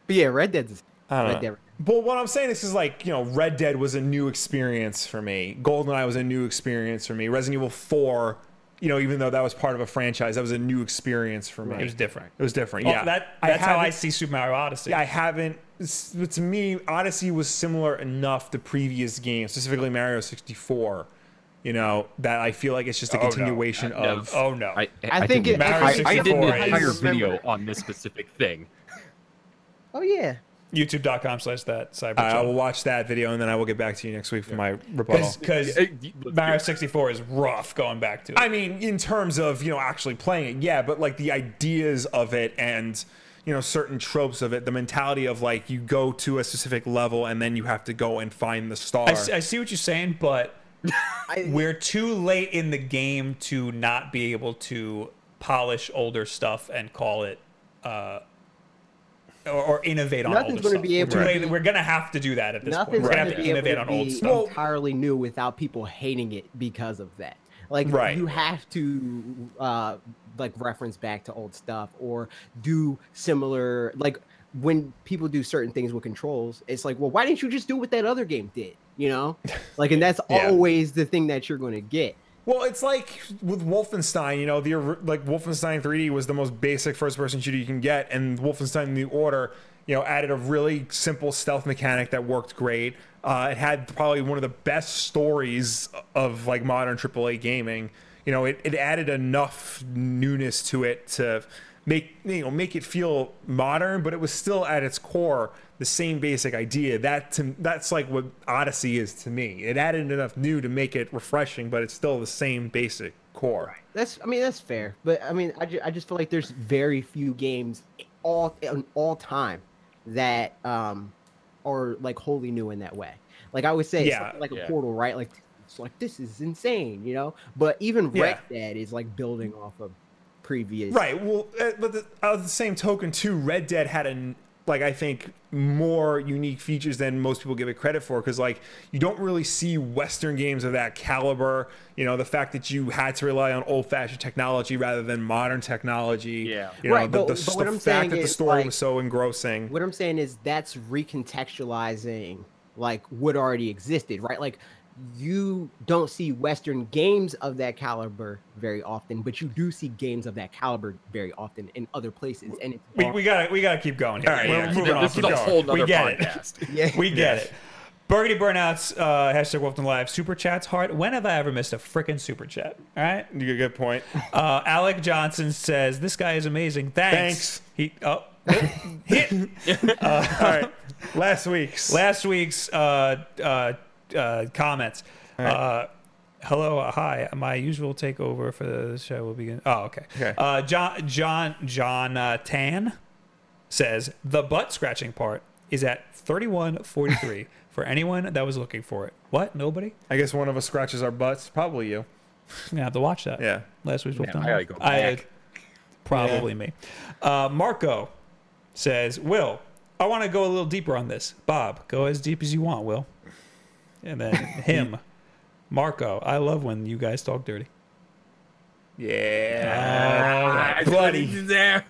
[SPEAKER 4] But yeah, Red Dead's.
[SPEAKER 2] I don't
[SPEAKER 4] Red
[SPEAKER 2] know.
[SPEAKER 4] Dead.
[SPEAKER 2] But what I'm saying is, is like you know, Red Dead was a new experience for me. GoldenEye was a new experience for me. Resident Evil Four, you know, even though that was part of a franchise, that was a new experience for me.
[SPEAKER 1] It was different.
[SPEAKER 2] It was different.
[SPEAKER 1] Oh,
[SPEAKER 2] yeah,
[SPEAKER 1] that, that's how I
[SPEAKER 2] haven't-
[SPEAKER 1] see Super Mario Odyssey.
[SPEAKER 2] I haven't. s- But to me, Odyssey was similar enough to previous games, specifically Mario 64. You know that I feel like it's just a
[SPEAKER 1] Oh, no.
[SPEAKER 2] continuation
[SPEAKER 3] Uh, no.
[SPEAKER 2] of.
[SPEAKER 1] oh no.
[SPEAKER 3] I,
[SPEAKER 4] I think
[SPEAKER 3] did
[SPEAKER 4] it-
[SPEAKER 3] an
[SPEAKER 1] Mario
[SPEAKER 3] entire- I, did an
[SPEAKER 1] 64 is-
[SPEAKER 3] entire video on this specific thing.
[SPEAKER 4] Oh yeah,
[SPEAKER 1] YouTube.com slash that cyber
[SPEAKER 2] I will watch that video and then I will get back to you next week for my rebuttal.
[SPEAKER 1] Because
[SPEAKER 3] Hey, you- let's
[SPEAKER 1] Mario
[SPEAKER 3] do
[SPEAKER 1] 64 is rough going back to it.
[SPEAKER 2] I mean, in terms of you know actually playing it, yeah, but like the ideas of it and you know certain tropes of it, the mentality of like you go to a specific level and then you have to go and find the star.
[SPEAKER 1] I, s- I see what you're saying, but
[SPEAKER 4] <laughs>
[SPEAKER 1] we're too late in the game to not be able to polish older stuff and call it, uh, or, or innovate on
[SPEAKER 4] Nothing's
[SPEAKER 1] older
[SPEAKER 4] gonna
[SPEAKER 1] stuff.
[SPEAKER 4] be able
[SPEAKER 1] We're too
[SPEAKER 4] to
[SPEAKER 1] late-
[SPEAKER 4] be-
[SPEAKER 1] We're gonna have to do that at this
[SPEAKER 4] nothing's
[SPEAKER 1] point. We're
[SPEAKER 4] gonna
[SPEAKER 1] gonna have to
[SPEAKER 4] be able
[SPEAKER 1] innovate
[SPEAKER 4] to
[SPEAKER 1] on old
[SPEAKER 4] be
[SPEAKER 1] stuff.
[SPEAKER 4] entirely new without people hating it because of that. Like
[SPEAKER 2] Right.
[SPEAKER 4] you have to uh, like reference back to old stuff or do similar like when people do certain things with controls, it's like, well, why didn't you just do what that other game did?
[SPEAKER 1] <laughs>
[SPEAKER 4] You know, like, and that's
[SPEAKER 2] Yeah.
[SPEAKER 4] always the thing that you're going to get.
[SPEAKER 2] well, it's like with Wolfenstein, you know, the or- like Wolfenstein 3D was the most basic first-person shooter you can get, and Wolfenstein: The New Order, you know, added a really simple stealth mechanic that worked great. Uh, it had probably one of the best stories of like modern AAA gaming. You know, it, it added enough newness to it to make you know make it feel modern, but it was still at its core the same basic idea. That to, that's like what Odyssey is to me. It added enough new to make it refreshing, but it's still the same basic core.
[SPEAKER 4] That's I mean that's fair, but I mean I, ju- I just feel like there's very few games all in all time that um are like wholly new in that way. Like I would say,
[SPEAKER 2] Yeah,
[SPEAKER 4] something like
[SPEAKER 3] yeah.
[SPEAKER 4] a portal, right? Like it's like this is insane, you know. But even Red Dead is like building off of previous
[SPEAKER 2] Right. Well, uh, but the, out of the same token, too, Red Dead had an like I think more unique features than most people give it credit for because like you don't really see Western games of that caliber. You know, the fact that you had to rely on old fashioned technology rather than modern technology.
[SPEAKER 3] Yeah.
[SPEAKER 2] you know,
[SPEAKER 4] Right,
[SPEAKER 2] The,
[SPEAKER 4] but-
[SPEAKER 2] the,
[SPEAKER 4] but
[SPEAKER 2] the
[SPEAKER 4] what I'm
[SPEAKER 2] fact
[SPEAKER 4] saying
[SPEAKER 2] that the
[SPEAKER 4] is,
[SPEAKER 2] story
[SPEAKER 4] like-
[SPEAKER 2] was so engrossing.
[SPEAKER 4] What I'm saying is that's recontextualizing like what already existed, right? Like you don't see Western games of that caliber very often, but you do see games of that caliber very often in other places. And it's
[SPEAKER 1] We,
[SPEAKER 4] all- <laughs>
[SPEAKER 1] we gotta we gotta keep going here.
[SPEAKER 2] All right,
[SPEAKER 1] We're
[SPEAKER 2] yeah.
[SPEAKER 1] moving
[SPEAKER 3] This
[SPEAKER 1] on.
[SPEAKER 3] is
[SPEAKER 1] Keep
[SPEAKER 3] a
[SPEAKER 1] going.
[SPEAKER 3] whole
[SPEAKER 1] we
[SPEAKER 3] nother
[SPEAKER 1] get
[SPEAKER 3] podcast.
[SPEAKER 1] It.
[SPEAKER 4] <laughs>
[SPEAKER 1] We get
[SPEAKER 2] Yes.
[SPEAKER 1] it. Burgundy burnouts. Uh, hashtag Wolfden Live. Super chats hard. When have I ever missed a freaking super chat? All right.
[SPEAKER 2] You good point.
[SPEAKER 1] Uh, Alec Johnson says this guy is amazing. Thanks.
[SPEAKER 2] Thanks.
[SPEAKER 1] He oh. <laughs> Hit.
[SPEAKER 2] All right, last week's.
[SPEAKER 1] last week's uh, uh, uh, comments. Uh, hello, uh, hi. My usual takeover for the show will begin. Oh, okay.
[SPEAKER 2] Okay.
[SPEAKER 1] Uh, John John John uh, Tan says the butt scratching part is at thirty one forty three <laughs> for anyone that was looking for it. What? Nobody?
[SPEAKER 2] I guess one of us scratches our butts. Probably you.
[SPEAKER 1] I'm gonna have to watch that.
[SPEAKER 2] Yeah.
[SPEAKER 1] Last week's Wolf
[SPEAKER 3] Man, I
[SPEAKER 1] Down.
[SPEAKER 3] gotta go back.
[SPEAKER 1] probably me. Uh, Marco says, Will, I want to go a little deeper on this. Bob, go as deep as you want, Will. And
[SPEAKER 2] <laughs>
[SPEAKER 1] then him, Marco. I love when you guys talk dirty.
[SPEAKER 2] Yeah. bloody.
[SPEAKER 3] there.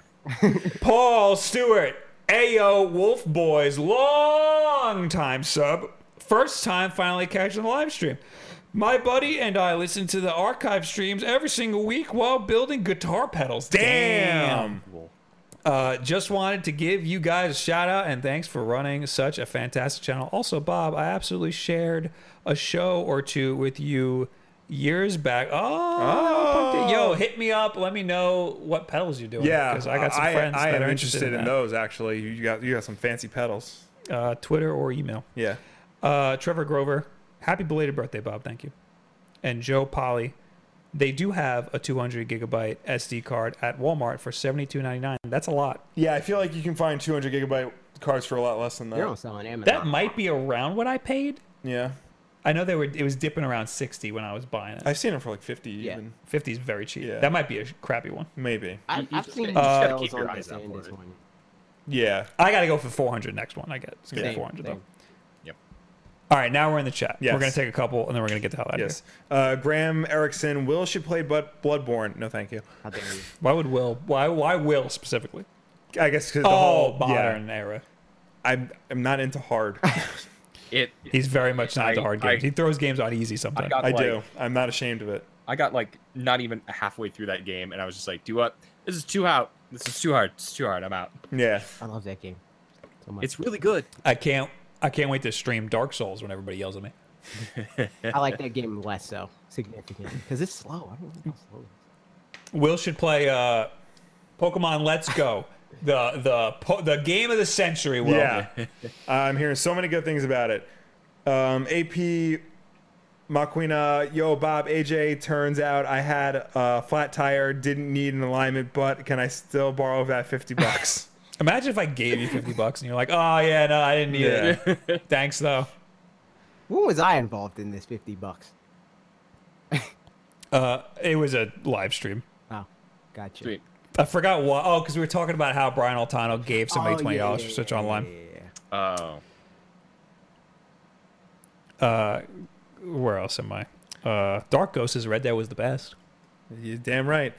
[SPEAKER 1] Paul Stewart, Ayo Wolf Boys, long time sub, first time finally catching the live stream. My buddy and I listen to the archive streams every single week while building guitar pedals.
[SPEAKER 2] Damn.
[SPEAKER 1] Uh, just wanted to give you guys a shout out and thanks for running such a fantastic channel. Also, Bob, I absolutely shared a show or two with you years back. Oh,
[SPEAKER 2] Oh.
[SPEAKER 1] yo, hit me up. Let me know what pedals you're doing.
[SPEAKER 2] Yeah.
[SPEAKER 1] because I got some friends
[SPEAKER 2] I
[SPEAKER 1] that
[SPEAKER 2] am
[SPEAKER 1] are
[SPEAKER 2] interested, in,
[SPEAKER 1] that.
[SPEAKER 2] those actually. You got you got some fancy pedals.
[SPEAKER 1] Uh, Twitter or email.
[SPEAKER 2] Yeah.
[SPEAKER 1] Uh, Trevor Grover, happy belated birthday, Bob. Thank you. And Joe Polly, they do have a 200 gigabyte SD card at Walmart for 72.99. That's a lot.
[SPEAKER 2] Yeah, I feel like you can find 200 gigabyte cards for a lot less than that.
[SPEAKER 4] they're on selling Amazon.
[SPEAKER 1] That might be around what I paid.
[SPEAKER 2] Yeah.
[SPEAKER 1] I know they were. It was dipping around sixty when I was buying it.
[SPEAKER 2] I've seen them for like 50 even.
[SPEAKER 1] Fifty is very cheap.
[SPEAKER 2] Yeah.
[SPEAKER 1] That might be a sh- crappy one.
[SPEAKER 2] Maybe.
[SPEAKER 4] I,
[SPEAKER 3] You- you
[SPEAKER 4] I've
[SPEAKER 3] just gotta-
[SPEAKER 4] seen
[SPEAKER 3] you just gotta
[SPEAKER 4] sales
[SPEAKER 3] Uh, keep your
[SPEAKER 4] on
[SPEAKER 3] eyes
[SPEAKER 4] this
[SPEAKER 3] out
[SPEAKER 4] and
[SPEAKER 3] for
[SPEAKER 4] this
[SPEAKER 3] it.
[SPEAKER 4] one.
[SPEAKER 2] Yeah.
[SPEAKER 1] I gotta go for four hundred next one. I get it's gonna be
[SPEAKER 4] Same,
[SPEAKER 1] four hundred though.
[SPEAKER 4] same.
[SPEAKER 3] Yep.
[SPEAKER 1] All right, now we're in the chat.
[SPEAKER 2] Yes.
[SPEAKER 1] We're gonna take a couple and then we're gonna get the hell out
[SPEAKER 2] Yes.
[SPEAKER 1] of
[SPEAKER 2] Uh, Graham Erickson, Will should play but Bloodborne. No, thank you.
[SPEAKER 4] How dare you.
[SPEAKER 1] here. Why would Will? Why why Will specifically?
[SPEAKER 2] I guess because the
[SPEAKER 1] Oh,
[SPEAKER 2] whole
[SPEAKER 1] modern
[SPEAKER 2] Yeah,
[SPEAKER 1] era.
[SPEAKER 2] I'm I'm not into hard.
[SPEAKER 3] It.
[SPEAKER 1] He's very much not
[SPEAKER 3] I-
[SPEAKER 1] into hard
[SPEAKER 3] I-
[SPEAKER 1] games. he throws games out easy sometimes.
[SPEAKER 3] I got
[SPEAKER 2] I
[SPEAKER 3] like,
[SPEAKER 2] do. I'm not ashamed of it.
[SPEAKER 3] I got like not even halfway through that game, and I was just like, "Do what? This is too out. This is too hard. It's too hard. I'm out."
[SPEAKER 2] Yeah.
[SPEAKER 4] I love that game so much.
[SPEAKER 3] It's really <laughs> good.
[SPEAKER 1] I can't. I can't wait to stream Dark Souls when everybody yells at me.
[SPEAKER 4] I like that game less so significantly because it's slow. I don't know
[SPEAKER 1] Mm.
[SPEAKER 4] how slow. it is.
[SPEAKER 1] Will should play uh, Pokemon Let's Go, the the po- the game of the century. Will.
[SPEAKER 2] Yeah. <laughs> I'm hearing so many good things about it. Um, AP Maquina, yo, Bob, AJ, turns out I had a flat tire, didn't need an alignment, but can I still borrow that 50 bucks?
[SPEAKER 1] Imagine if I gave you 50 bucks and you're like, oh, yeah, no, I didn't need it. <laughs> Thanks, though.
[SPEAKER 4] When was I involved in this fifty bucks?
[SPEAKER 1] Uh, it was a live stream.
[SPEAKER 4] Oh, gotcha.
[SPEAKER 3] Sweet.
[SPEAKER 1] I forgot why. Oh, because we were talking about how Brian Altano gave
[SPEAKER 4] Oh,
[SPEAKER 1] somebody
[SPEAKER 4] yeah,
[SPEAKER 1] $20
[SPEAKER 4] yeah,
[SPEAKER 1] for Switch
[SPEAKER 4] yeah,
[SPEAKER 1] Online.
[SPEAKER 4] yeah, yeah, yeah.
[SPEAKER 3] Oh,
[SPEAKER 1] Where else am I? Uh, Dark Ghost says Red Dead was the best.
[SPEAKER 2] You're damn right.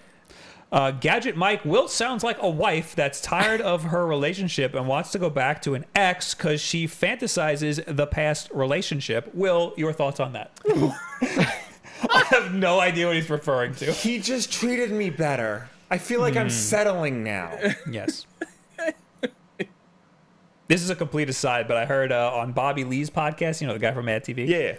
[SPEAKER 1] Uh, Gadget Mike, Wilt sounds like a wife that's tired of her relationship and wants to go back to an ex because she fantasizes the past relationship. Will, your thoughts on
[SPEAKER 2] <laughs>
[SPEAKER 1] that? <laughs> I have no idea what he's referring to.
[SPEAKER 2] He just treated me better. I feel like I'm settling now.
[SPEAKER 1] Yes. this is a complete aside, but I heard uh, on Bobby Lee's podcast, you know, the guy from Mad TV.
[SPEAKER 2] <laughs> Yeah.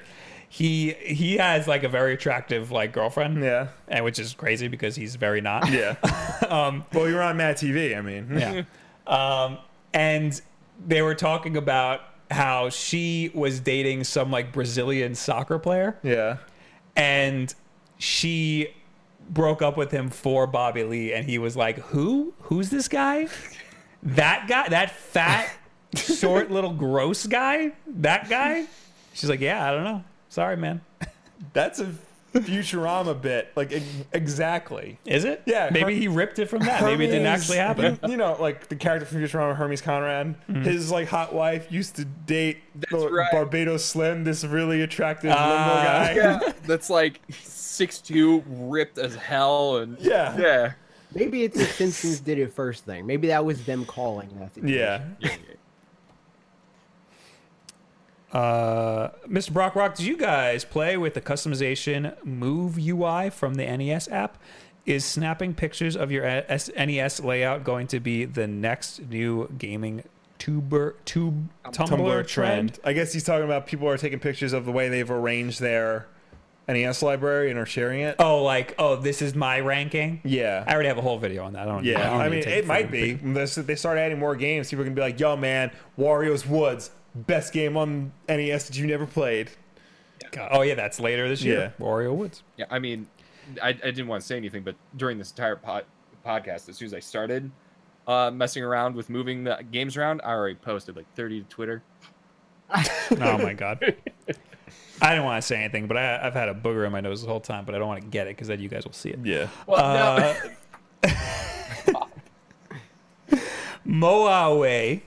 [SPEAKER 1] He he has like a very attractive like girlfriend.
[SPEAKER 2] Yeah.
[SPEAKER 1] And which is crazy because he's very not.
[SPEAKER 2] Yeah. <laughs> um, well, you're on Mad TV, I mean.
[SPEAKER 1] yeah. Um, and they were talking about how she was dating some like Brazilian soccer player
[SPEAKER 2] Yeah.
[SPEAKER 1] and she broke up with him for Bobby Lee, and he was like, "Who? Who's this guy? That guy? That fat, short, little, gross guy? That guy?" She's like, "Yeah, I don't know. Sorry, man."
[SPEAKER 2] That's a Futurama bit. Like e- exactly.
[SPEAKER 1] Is it?
[SPEAKER 2] Yeah,
[SPEAKER 1] Maybe
[SPEAKER 2] Her-
[SPEAKER 1] he ripped it from that. Maybe it didn't
[SPEAKER 2] Hermes-
[SPEAKER 1] actually happen. Mm-hmm.
[SPEAKER 2] You, you know, like the character from Futurama, Hermes Conrad, his like hot wife used to date the
[SPEAKER 3] right.
[SPEAKER 2] Barbados Slim, this really attractive
[SPEAKER 1] Ah,
[SPEAKER 2] limbo
[SPEAKER 1] <laughs>
[SPEAKER 2] guy.
[SPEAKER 3] yeah, <laughs> that's like six two, ripped as hell, and
[SPEAKER 2] Yeah.
[SPEAKER 3] yeah,
[SPEAKER 4] Maybe it's the Simpsons did it first thing. Maybe that was them calling
[SPEAKER 1] <laughs>
[SPEAKER 4] that. situation.
[SPEAKER 2] Yeah.
[SPEAKER 1] Uh, Mr. Brock Rock, did you guys play with the customization Move UI from the NES app? Is snapping pictures of your S- NES layout going to be the next new gaming tuber tube Tumblr, trend?
[SPEAKER 2] I guess he's talking about people are taking pictures of the way they've arranged their NES library and are sharing it.
[SPEAKER 1] Oh, like oh, this is my ranking.
[SPEAKER 2] Yeah.
[SPEAKER 1] I already have a whole video on that. I don't.
[SPEAKER 2] yeah,
[SPEAKER 1] don't need
[SPEAKER 2] I
[SPEAKER 1] to
[SPEAKER 2] mean,
[SPEAKER 1] take
[SPEAKER 2] it might
[SPEAKER 1] fucking
[SPEAKER 2] be.
[SPEAKER 1] pictures.
[SPEAKER 2] This, they start adding more games. People can be like, "Yo, man, Wario's Woods, best game on NES that you never played."
[SPEAKER 1] God. Oh yeah, that's later this year.
[SPEAKER 2] Yeah.
[SPEAKER 1] Oreo Woods.
[SPEAKER 3] yeah. I mean, I, I didn't want to say anything, but during this entire pod, podcast, as soon as I started uh, messing around with moving the games around, I already posted like thirty to Twitter.
[SPEAKER 1] <laughs> Oh my god. I didn't want to say anything, but I, I've had a booger in my nose the whole time, but I don't want to get it because then you guys will see it.
[SPEAKER 2] Yeah,
[SPEAKER 3] Well,
[SPEAKER 1] Uh, Moawe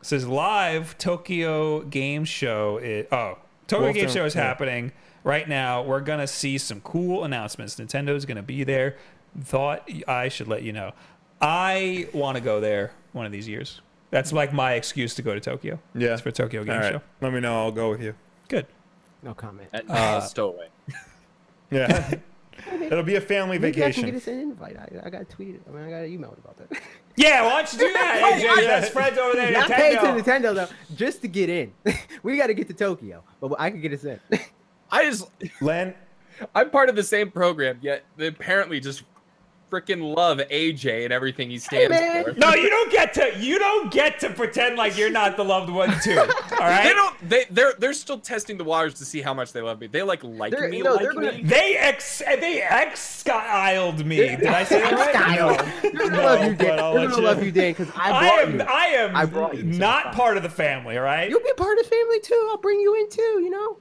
[SPEAKER 1] says live Tokyo Game Show. Is, oh, Tokyo
[SPEAKER 2] Wolf
[SPEAKER 1] Game
[SPEAKER 2] Town-
[SPEAKER 1] Show is
[SPEAKER 2] yeah.
[SPEAKER 1] happening right now. We're gonna see some cool announcements. Nintendo's gonna be there. Thought I should let you know. I want to go there one of these years. That's like my excuse to go to Tokyo.
[SPEAKER 2] yeah.
[SPEAKER 1] It's for Tokyo Game
[SPEAKER 2] All right,
[SPEAKER 1] Show.
[SPEAKER 2] let me know. I'll go with you.
[SPEAKER 1] Good.
[SPEAKER 4] No comment.
[SPEAKER 3] no, uh, stowaway.
[SPEAKER 1] <laughs>
[SPEAKER 2] Yeah, <laughs> it'll be a family
[SPEAKER 4] Maybe I
[SPEAKER 2] vacation.
[SPEAKER 4] can get us an invite. I, I got tweeted. I mean, I got emailed about that.
[SPEAKER 1] Yeah, why don't you do
[SPEAKER 3] <laughs>
[SPEAKER 1] that? AJ,
[SPEAKER 2] yeah.
[SPEAKER 1] best friends <laughs> over there.
[SPEAKER 4] Not paid to
[SPEAKER 1] Nintendo.
[SPEAKER 4] Nintendo though, just to get in. <laughs> we got to get to Tokyo, but I could get us in. <laughs>
[SPEAKER 3] I just,
[SPEAKER 2] Len,
[SPEAKER 3] I'm part of the same program, yet they apparently just freaking love AJ and everything he stands
[SPEAKER 4] man.
[SPEAKER 3] for.
[SPEAKER 1] No, you don't get to. You don't get to pretend like you're not the loved one
[SPEAKER 3] <laughs>
[SPEAKER 1] too. All right.
[SPEAKER 3] They don't. They they're they're still testing the waters to see how much they love me. They like like
[SPEAKER 4] They're-
[SPEAKER 3] me.
[SPEAKER 4] no,
[SPEAKER 3] like
[SPEAKER 4] they're
[SPEAKER 3] me.
[SPEAKER 4] gonna-
[SPEAKER 1] They ex. They exiled me. Did I say that right?
[SPEAKER 4] Style. They're gonna love you,
[SPEAKER 2] but
[SPEAKER 4] Dan.
[SPEAKER 2] I'll
[SPEAKER 4] They're
[SPEAKER 2] let
[SPEAKER 4] gonna
[SPEAKER 2] you.
[SPEAKER 4] love you, Dan, because I
[SPEAKER 1] I
[SPEAKER 4] brought
[SPEAKER 1] am.
[SPEAKER 4] you.
[SPEAKER 1] I am
[SPEAKER 4] I brought you, so
[SPEAKER 1] not
[SPEAKER 4] fine.
[SPEAKER 1] part of the family. All right.
[SPEAKER 4] You'll be part of the family too. I'll bring you in too. You know.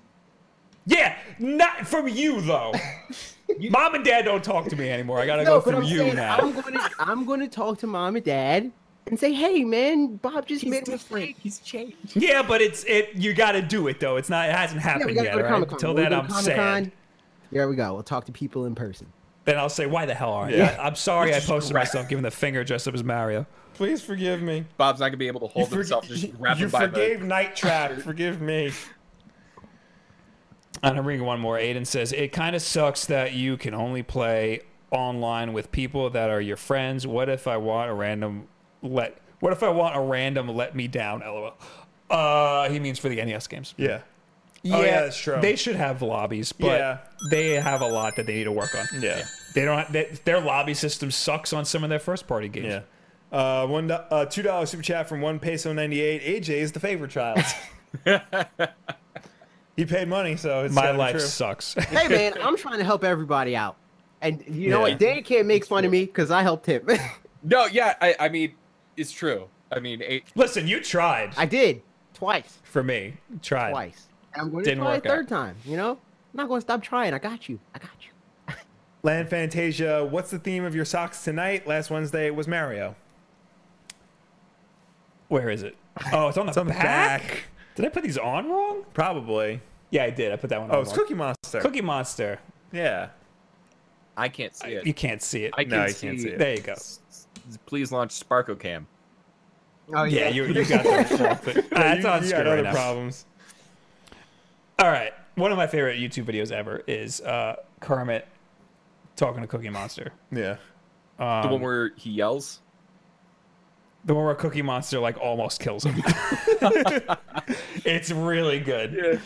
[SPEAKER 1] Yeah. Not from you
[SPEAKER 4] <laughs>
[SPEAKER 1] though. Mom and dad don't talk to me anymore. I gotta go
[SPEAKER 4] but
[SPEAKER 1] through you
[SPEAKER 4] saying
[SPEAKER 1] now.
[SPEAKER 4] I'm going to I'm going to talk to mom and dad and say, "Hey, man, Bob just made a mistake.
[SPEAKER 3] He's changed.
[SPEAKER 1] Yeah, but it's it. You gotta do it though. It's not. It hasn't
[SPEAKER 4] Yeah, we
[SPEAKER 1] happened
[SPEAKER 4] got
[SPEAKER 1] yet.
[SPEAKER 4] to go to
[SPEAKER 1] all Right?
[SPEAKER 4] Comic Con.
[SPEAKER 1] Until then, I'm sad.
[SPEAKER 4] There we go. We'll talk to people
[SPEAKER 1] <laughs>
[SPEAKER 4] in person.
[SPEAKER 1] Then I'll say, why the hell aren't
[SPEAKER 2] Yeah.
[SPEAKER 1] you? I'm sorry I posted
[SPEAKER 3] right.
[SPEAKER 1] myself giving the finger dressed up as Mario.
[SPEAKER 2] please forgive me.
[SPEAKER 3] Bob's not gonna be able to hold himself.
[SPEAKER 2] forg-
[SPEAKER 3] Just
[SPEAKER 2] <laughs>
[SPEAKER 3] grab
[SPEAKER 2] you
[SPEAKER 3] him by the.
[SPEAKER 2] forgave Night Trap.
[SPEAKER 1] <laughs>
[SPEAKER 2] forgive me.
[SPEAKER 1] And I'm reading one more. Aiden says, It kind of sucks that you can only play online with people that are your friends. What if I want a random let what if I want a random let me down LOL? Uh he means for the NES games.
[SPEAKER 2] Yeah, Oh, yeah, that's true.
[SPEAKER 1] They should have lobbies, but
[SPEAKER 2] Yeah.
[SPEAKER 1] they have a lot that they need to work on.
[SPEAKER 2] yeah,
[SPEAKER 1] They don't they, their lobby system sucks on some of their first party games.
[SPEAKER 2] yeah. Uh, one do- uh, two dollar super chat from one peso ninety eight. AJ is the favorite
[SPEAKER 3] <laughs>
[SPEAKER 2] child. he paid money, so it's
[SPEAKER 1] My
[SPEAKER 2] gotta be
[SPEAKER 1] life
[SPEAKER 2] true.
[SPEAKER 1] sucks. <laughs>
[SPEAKER 4] Hey, man, I'm trying to help everybody out. And you know
[SPEAKER 2] Yeah.
[SPEAKER 4] what? Dan can't make fun of me because I helped him. <laughs>
[SPEAKER 3] No, yeah, I, I mean, it's true. I mean, eight,
[SPEAKER 1] Listen, you tried
[SPEAKER 4] I did twice,
[SPEAKER 1] for me. Tried.
[SPEAKER 4] twice. And I'm going to
[SPEAKER 1] Didn't
[SPEAKER 4] try a
[SPEAKER 1] work out.
[SPEAKER 4] third time. You know, I'm not going to stop trying. I got you. I got you.
[SPEAKER 2] Land Fantasia, what's the theme of your socks tonight? Last Wednesday was Mario.
[SPEAKER 1] Where is it? Oh, it's on the,
[SPEAKER 2] on the
[SPEAKER 1] back?
[SPEAKER 2] back.
[SPEAKER 1] Did I put these on wrong?
[SPEAKER 2] Probably.
[SPEAKER 1] Yeah, I did. I put that one on.
[SPEAKER 2] Oh, it's
[SPEAKER 1] wrong.
[SPEAKER 2] Cookie Monster.
[SPEAKER 1] Cookie Monster.
[SPEAKER 2] <laughs> Yeah.
[SPEAKER 3] I can't see
[SPEAKER 1] You
[SPEAKER 3] it.
[SPEAKER 1] can't see it.
[SPEAKER 3] I can
[SPEAKER 2] No, you
[SPEAKER 3] see,
[SPEAKER 2] can't see it.
[SPEAKER 1] there you go.
[SPEAKER 3] Please launch Sparkle Cam.
[SPEAKER 4] Oh
[SPEAKER 1] Yeah, you, you
[SPEAKER 4] <laughs>
[SPEAKER 1] got that. wrong thing. Uh, That's
[SPEAKER 2] you,
[SPEAKER 1] on
[SPEAKER 2] you
[SPEAKER 1] screen
[SPEAKER 2] got
[SPEAKER 1] right
[SPEAKER 2] other
[SPEAKER 1] now.
[SPEAKER 2] problems.
[SPEAKER 1] All right. One of my favorite YouTube videos ever is uh, Kermit talking to Cookie Monster.
[SPEAKER 2] Yeah.
[SPEAKER 3] the
[SPEAKER 2] Um,
[SPEAKER 3] one where he yells.
[SPEAKER 1] The one where Cookie Monster like almost kills him. it's really good.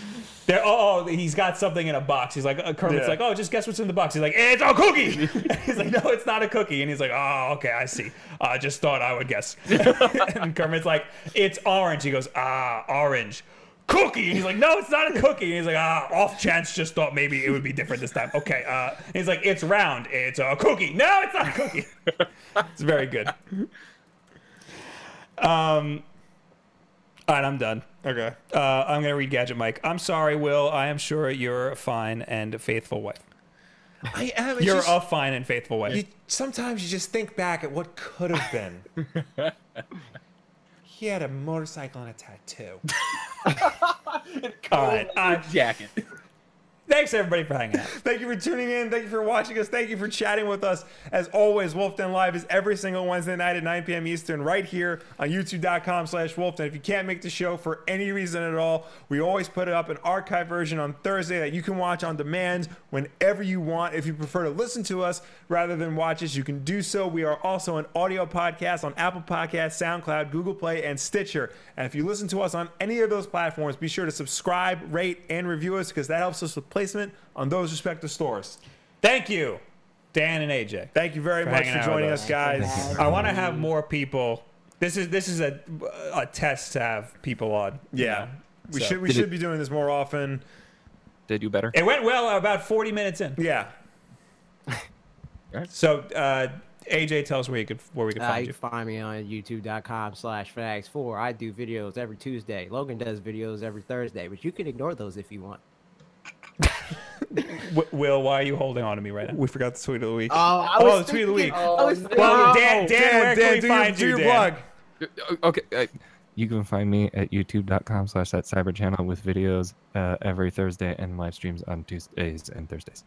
[SPEAKER 1] They're, oh, oh, he's got something in a box. He's like, uh, Kermit's
[SPEAKER 2] Yeah.
[SPEAKER 1] like, oh, just guess what's in the box. He's like, it's a cookie. <laughs> he's like, no, it's not a cookie. And he's like, oh, okay, I see. I just thought I would guess. and Kermit's like, it's orange. He goes, ah, orange. Cookie. And he's like, no, it's not a cookie. And he's like, ah, off chance, just thought maybe it would be different this time. Okay. Uh, and he's like, it's round. It's a cookie. No, it's not a cookie. it's very good. Um, All right, I'm done.
[SPEAKER 2] Okay.
[SPEAKER 1] Uh, I'm gonna read Gadget Mike. I'm sorry, Will. I am sure you're a fine and faithful wife.
[SPEAKER 2] I am.
[SPEAKER 1] You're a fine and faithful wife.
[SPEAKER 2] You, sometimes you just think back at what could have been. he had a motorcycle and a tattoo.
[SPEAKER 1] All right. Uh,
[SPEAKER 3] Jacket.
[SPEAKER 1] thanks everybody for hanging out.
[SPEAKER 2] Thank you for tuning in. Thank you for watching us. Thank you for chatting with us. As always, Wolf Den Live is every single Wednesday night at 9 p.m. Eastern right here on youtube.com slash wolfden. If you can't make the show for any reason at all, we always put up an archive version on Thursday that you can watch on demand whenever you want. If you prefer to listen to us rather than watch us, you can do so. We are also an audio podcast on Apple Podcasts, SoundCloud, Google Play, and Stitcher. And if you listen to us on any of those platforms, be sure to subscribe, rate, and review us because that helps us with placement on those respective stores.
[SPEAKER 1] Thank you, Dan and AJ.
[SPEAKER 2] Thank you very
[SPEAKER 1] For
[SPEAKER 2] much
[SPEAKER 1] hanging
[SPEAKER 2] for
[SPEAKER 1] out with
[SPEAKER 2] joining
[SPEAKER 1] us.
[SPEAKER 2] us, guys.
[SPEAKER 1] I want to have more people. This is this is a a test to have people on. you
[SPEAKER 2] Yeah,
[SPEAKER 1] know?
[SPEAKER 2] we
[SPEAKER 1] So-
[SPEAKER 2] should we
[SPEAKER 3] Did
[SPEAKER 2] should
[SPEAKER 3] it-
[SPEAKER 2] be doing this more often.
[SPEAKER 3] Did I do better?
[SPEAKER 1] It went well about 40 minutes in.
[SPEAKER 2] Yeah,
[SPEAKER 1] So uh, AJ, tell us where you could where we could
[SPEAKER 4] Uh,
[SPEAKER 1] find you.
[SPEAKER 4] you can find me on youtube.com slash fags4. I do videos every Tuesday. Logan does videos every Thursday, but you can ignore those if you want.
[SPEAKER 1] W- Will, why are you holding on to me right now?
[SPEAKER 6] We forgot the tweet of the week.
[SPEAKER 4] Oh, I
[SPEAKER 1] Oh, was tweet of the thinking- week.
[SPEAKER 4] I was
[SPEAKER 1] Well, Dan, Dan, where can we
[SPEAKER 2] do
[SPEAKER 1] find
[SPEAKER 2] your,
[SPEAKER 1] you,
[SPEAKER 2] do your
[SPEAKER 1] Dan?
[SPEAKER 2] plug.
[SPEAKER 3] Uh, Okay. uh, You can find me at youtube.com slash that cyber channel with videos uh, every Thursday and live streams on Tuesdays and Thursdays.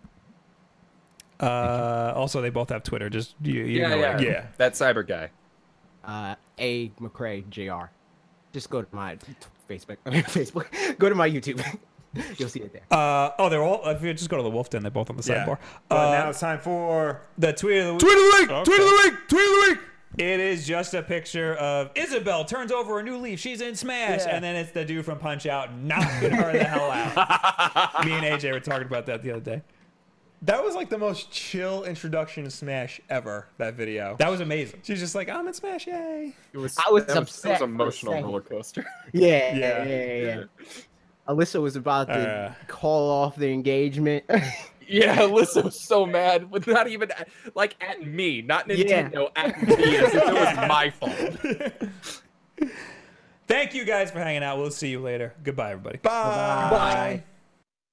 [SPEAKER 1] Uh, also, they both have Twitter. Just you, you know where-
[SPEAKER 2] yeah.
[SPEAKER 3] That cyber guy.
[SPEAKER 4] uh, A. McCray Jr. Just go to my t- Facebook. <laughs> I mean, Facebook. go to my YouTube. <laughs> You'll see it there.
[SPEAKER 1] Uh, oh, they're all. If you just go to the Wolf Den, they're both on the
[SPEAKER 2] Yeah.
[SPEAKER 1] sidebar.
[SPEAKER 2] Well,
[SPEAKER 1] Uh,
[SPEAKER 2] now it's time for
[SPEAKER 1] the tweet of the week.
[SPEAKER 6] Tweet of the week! Tweet of
[SPEAKER 1] Okay.
[SPEAKER 6] the week! Tweet of the week!
[SPEAKER 1] It is just a picture of Isabel turns over a new leaf. She's in Smash,
[SPEAKER 2] Yeah.
[SPEAKER 1] and then it's the dude from Punch Out knocking her the hell out. Me and AJ were talking about that the other day.
[SPEAKER 2] that was like the most chill introduction to Smash ever. That video.
[SPEAKER 1] That was amazing.
[SPEAKER 2] She's just like I'm in Smash, yay!
[SPEAKER 3] It was,
[SPEAKER 4] I was that was- that was upset for a
[SPEAKER 3] emotional
[SPEAKER 4] emotional second. roller
[SPEAKER 3] roller
[SPEAKER 4] <laughs>
[SPEAKER 3] coaster.
[SPEAKER 4] Yeah,
[SPEAKER 2] Yeah.
[SPEAKER 4] yeah, yeah, yeah. Alyssa was about to
[SPEAKER 2] Uh.
[SPEAKER 4] call off the engagement. <laughs>
[SPEAKER 3] yeah, <laughs> Alyssa was so mad. With not even at- like at me, not
[SPEAKER 4] Yeah.
[SPEAKER 3] Nintendo, at me as if it was my fault.
[SPEAKER 1] Thank you guys for hanging out. We'll see you later. Goodbye, everybody.
[SPEAKER 2] Bye. Bye.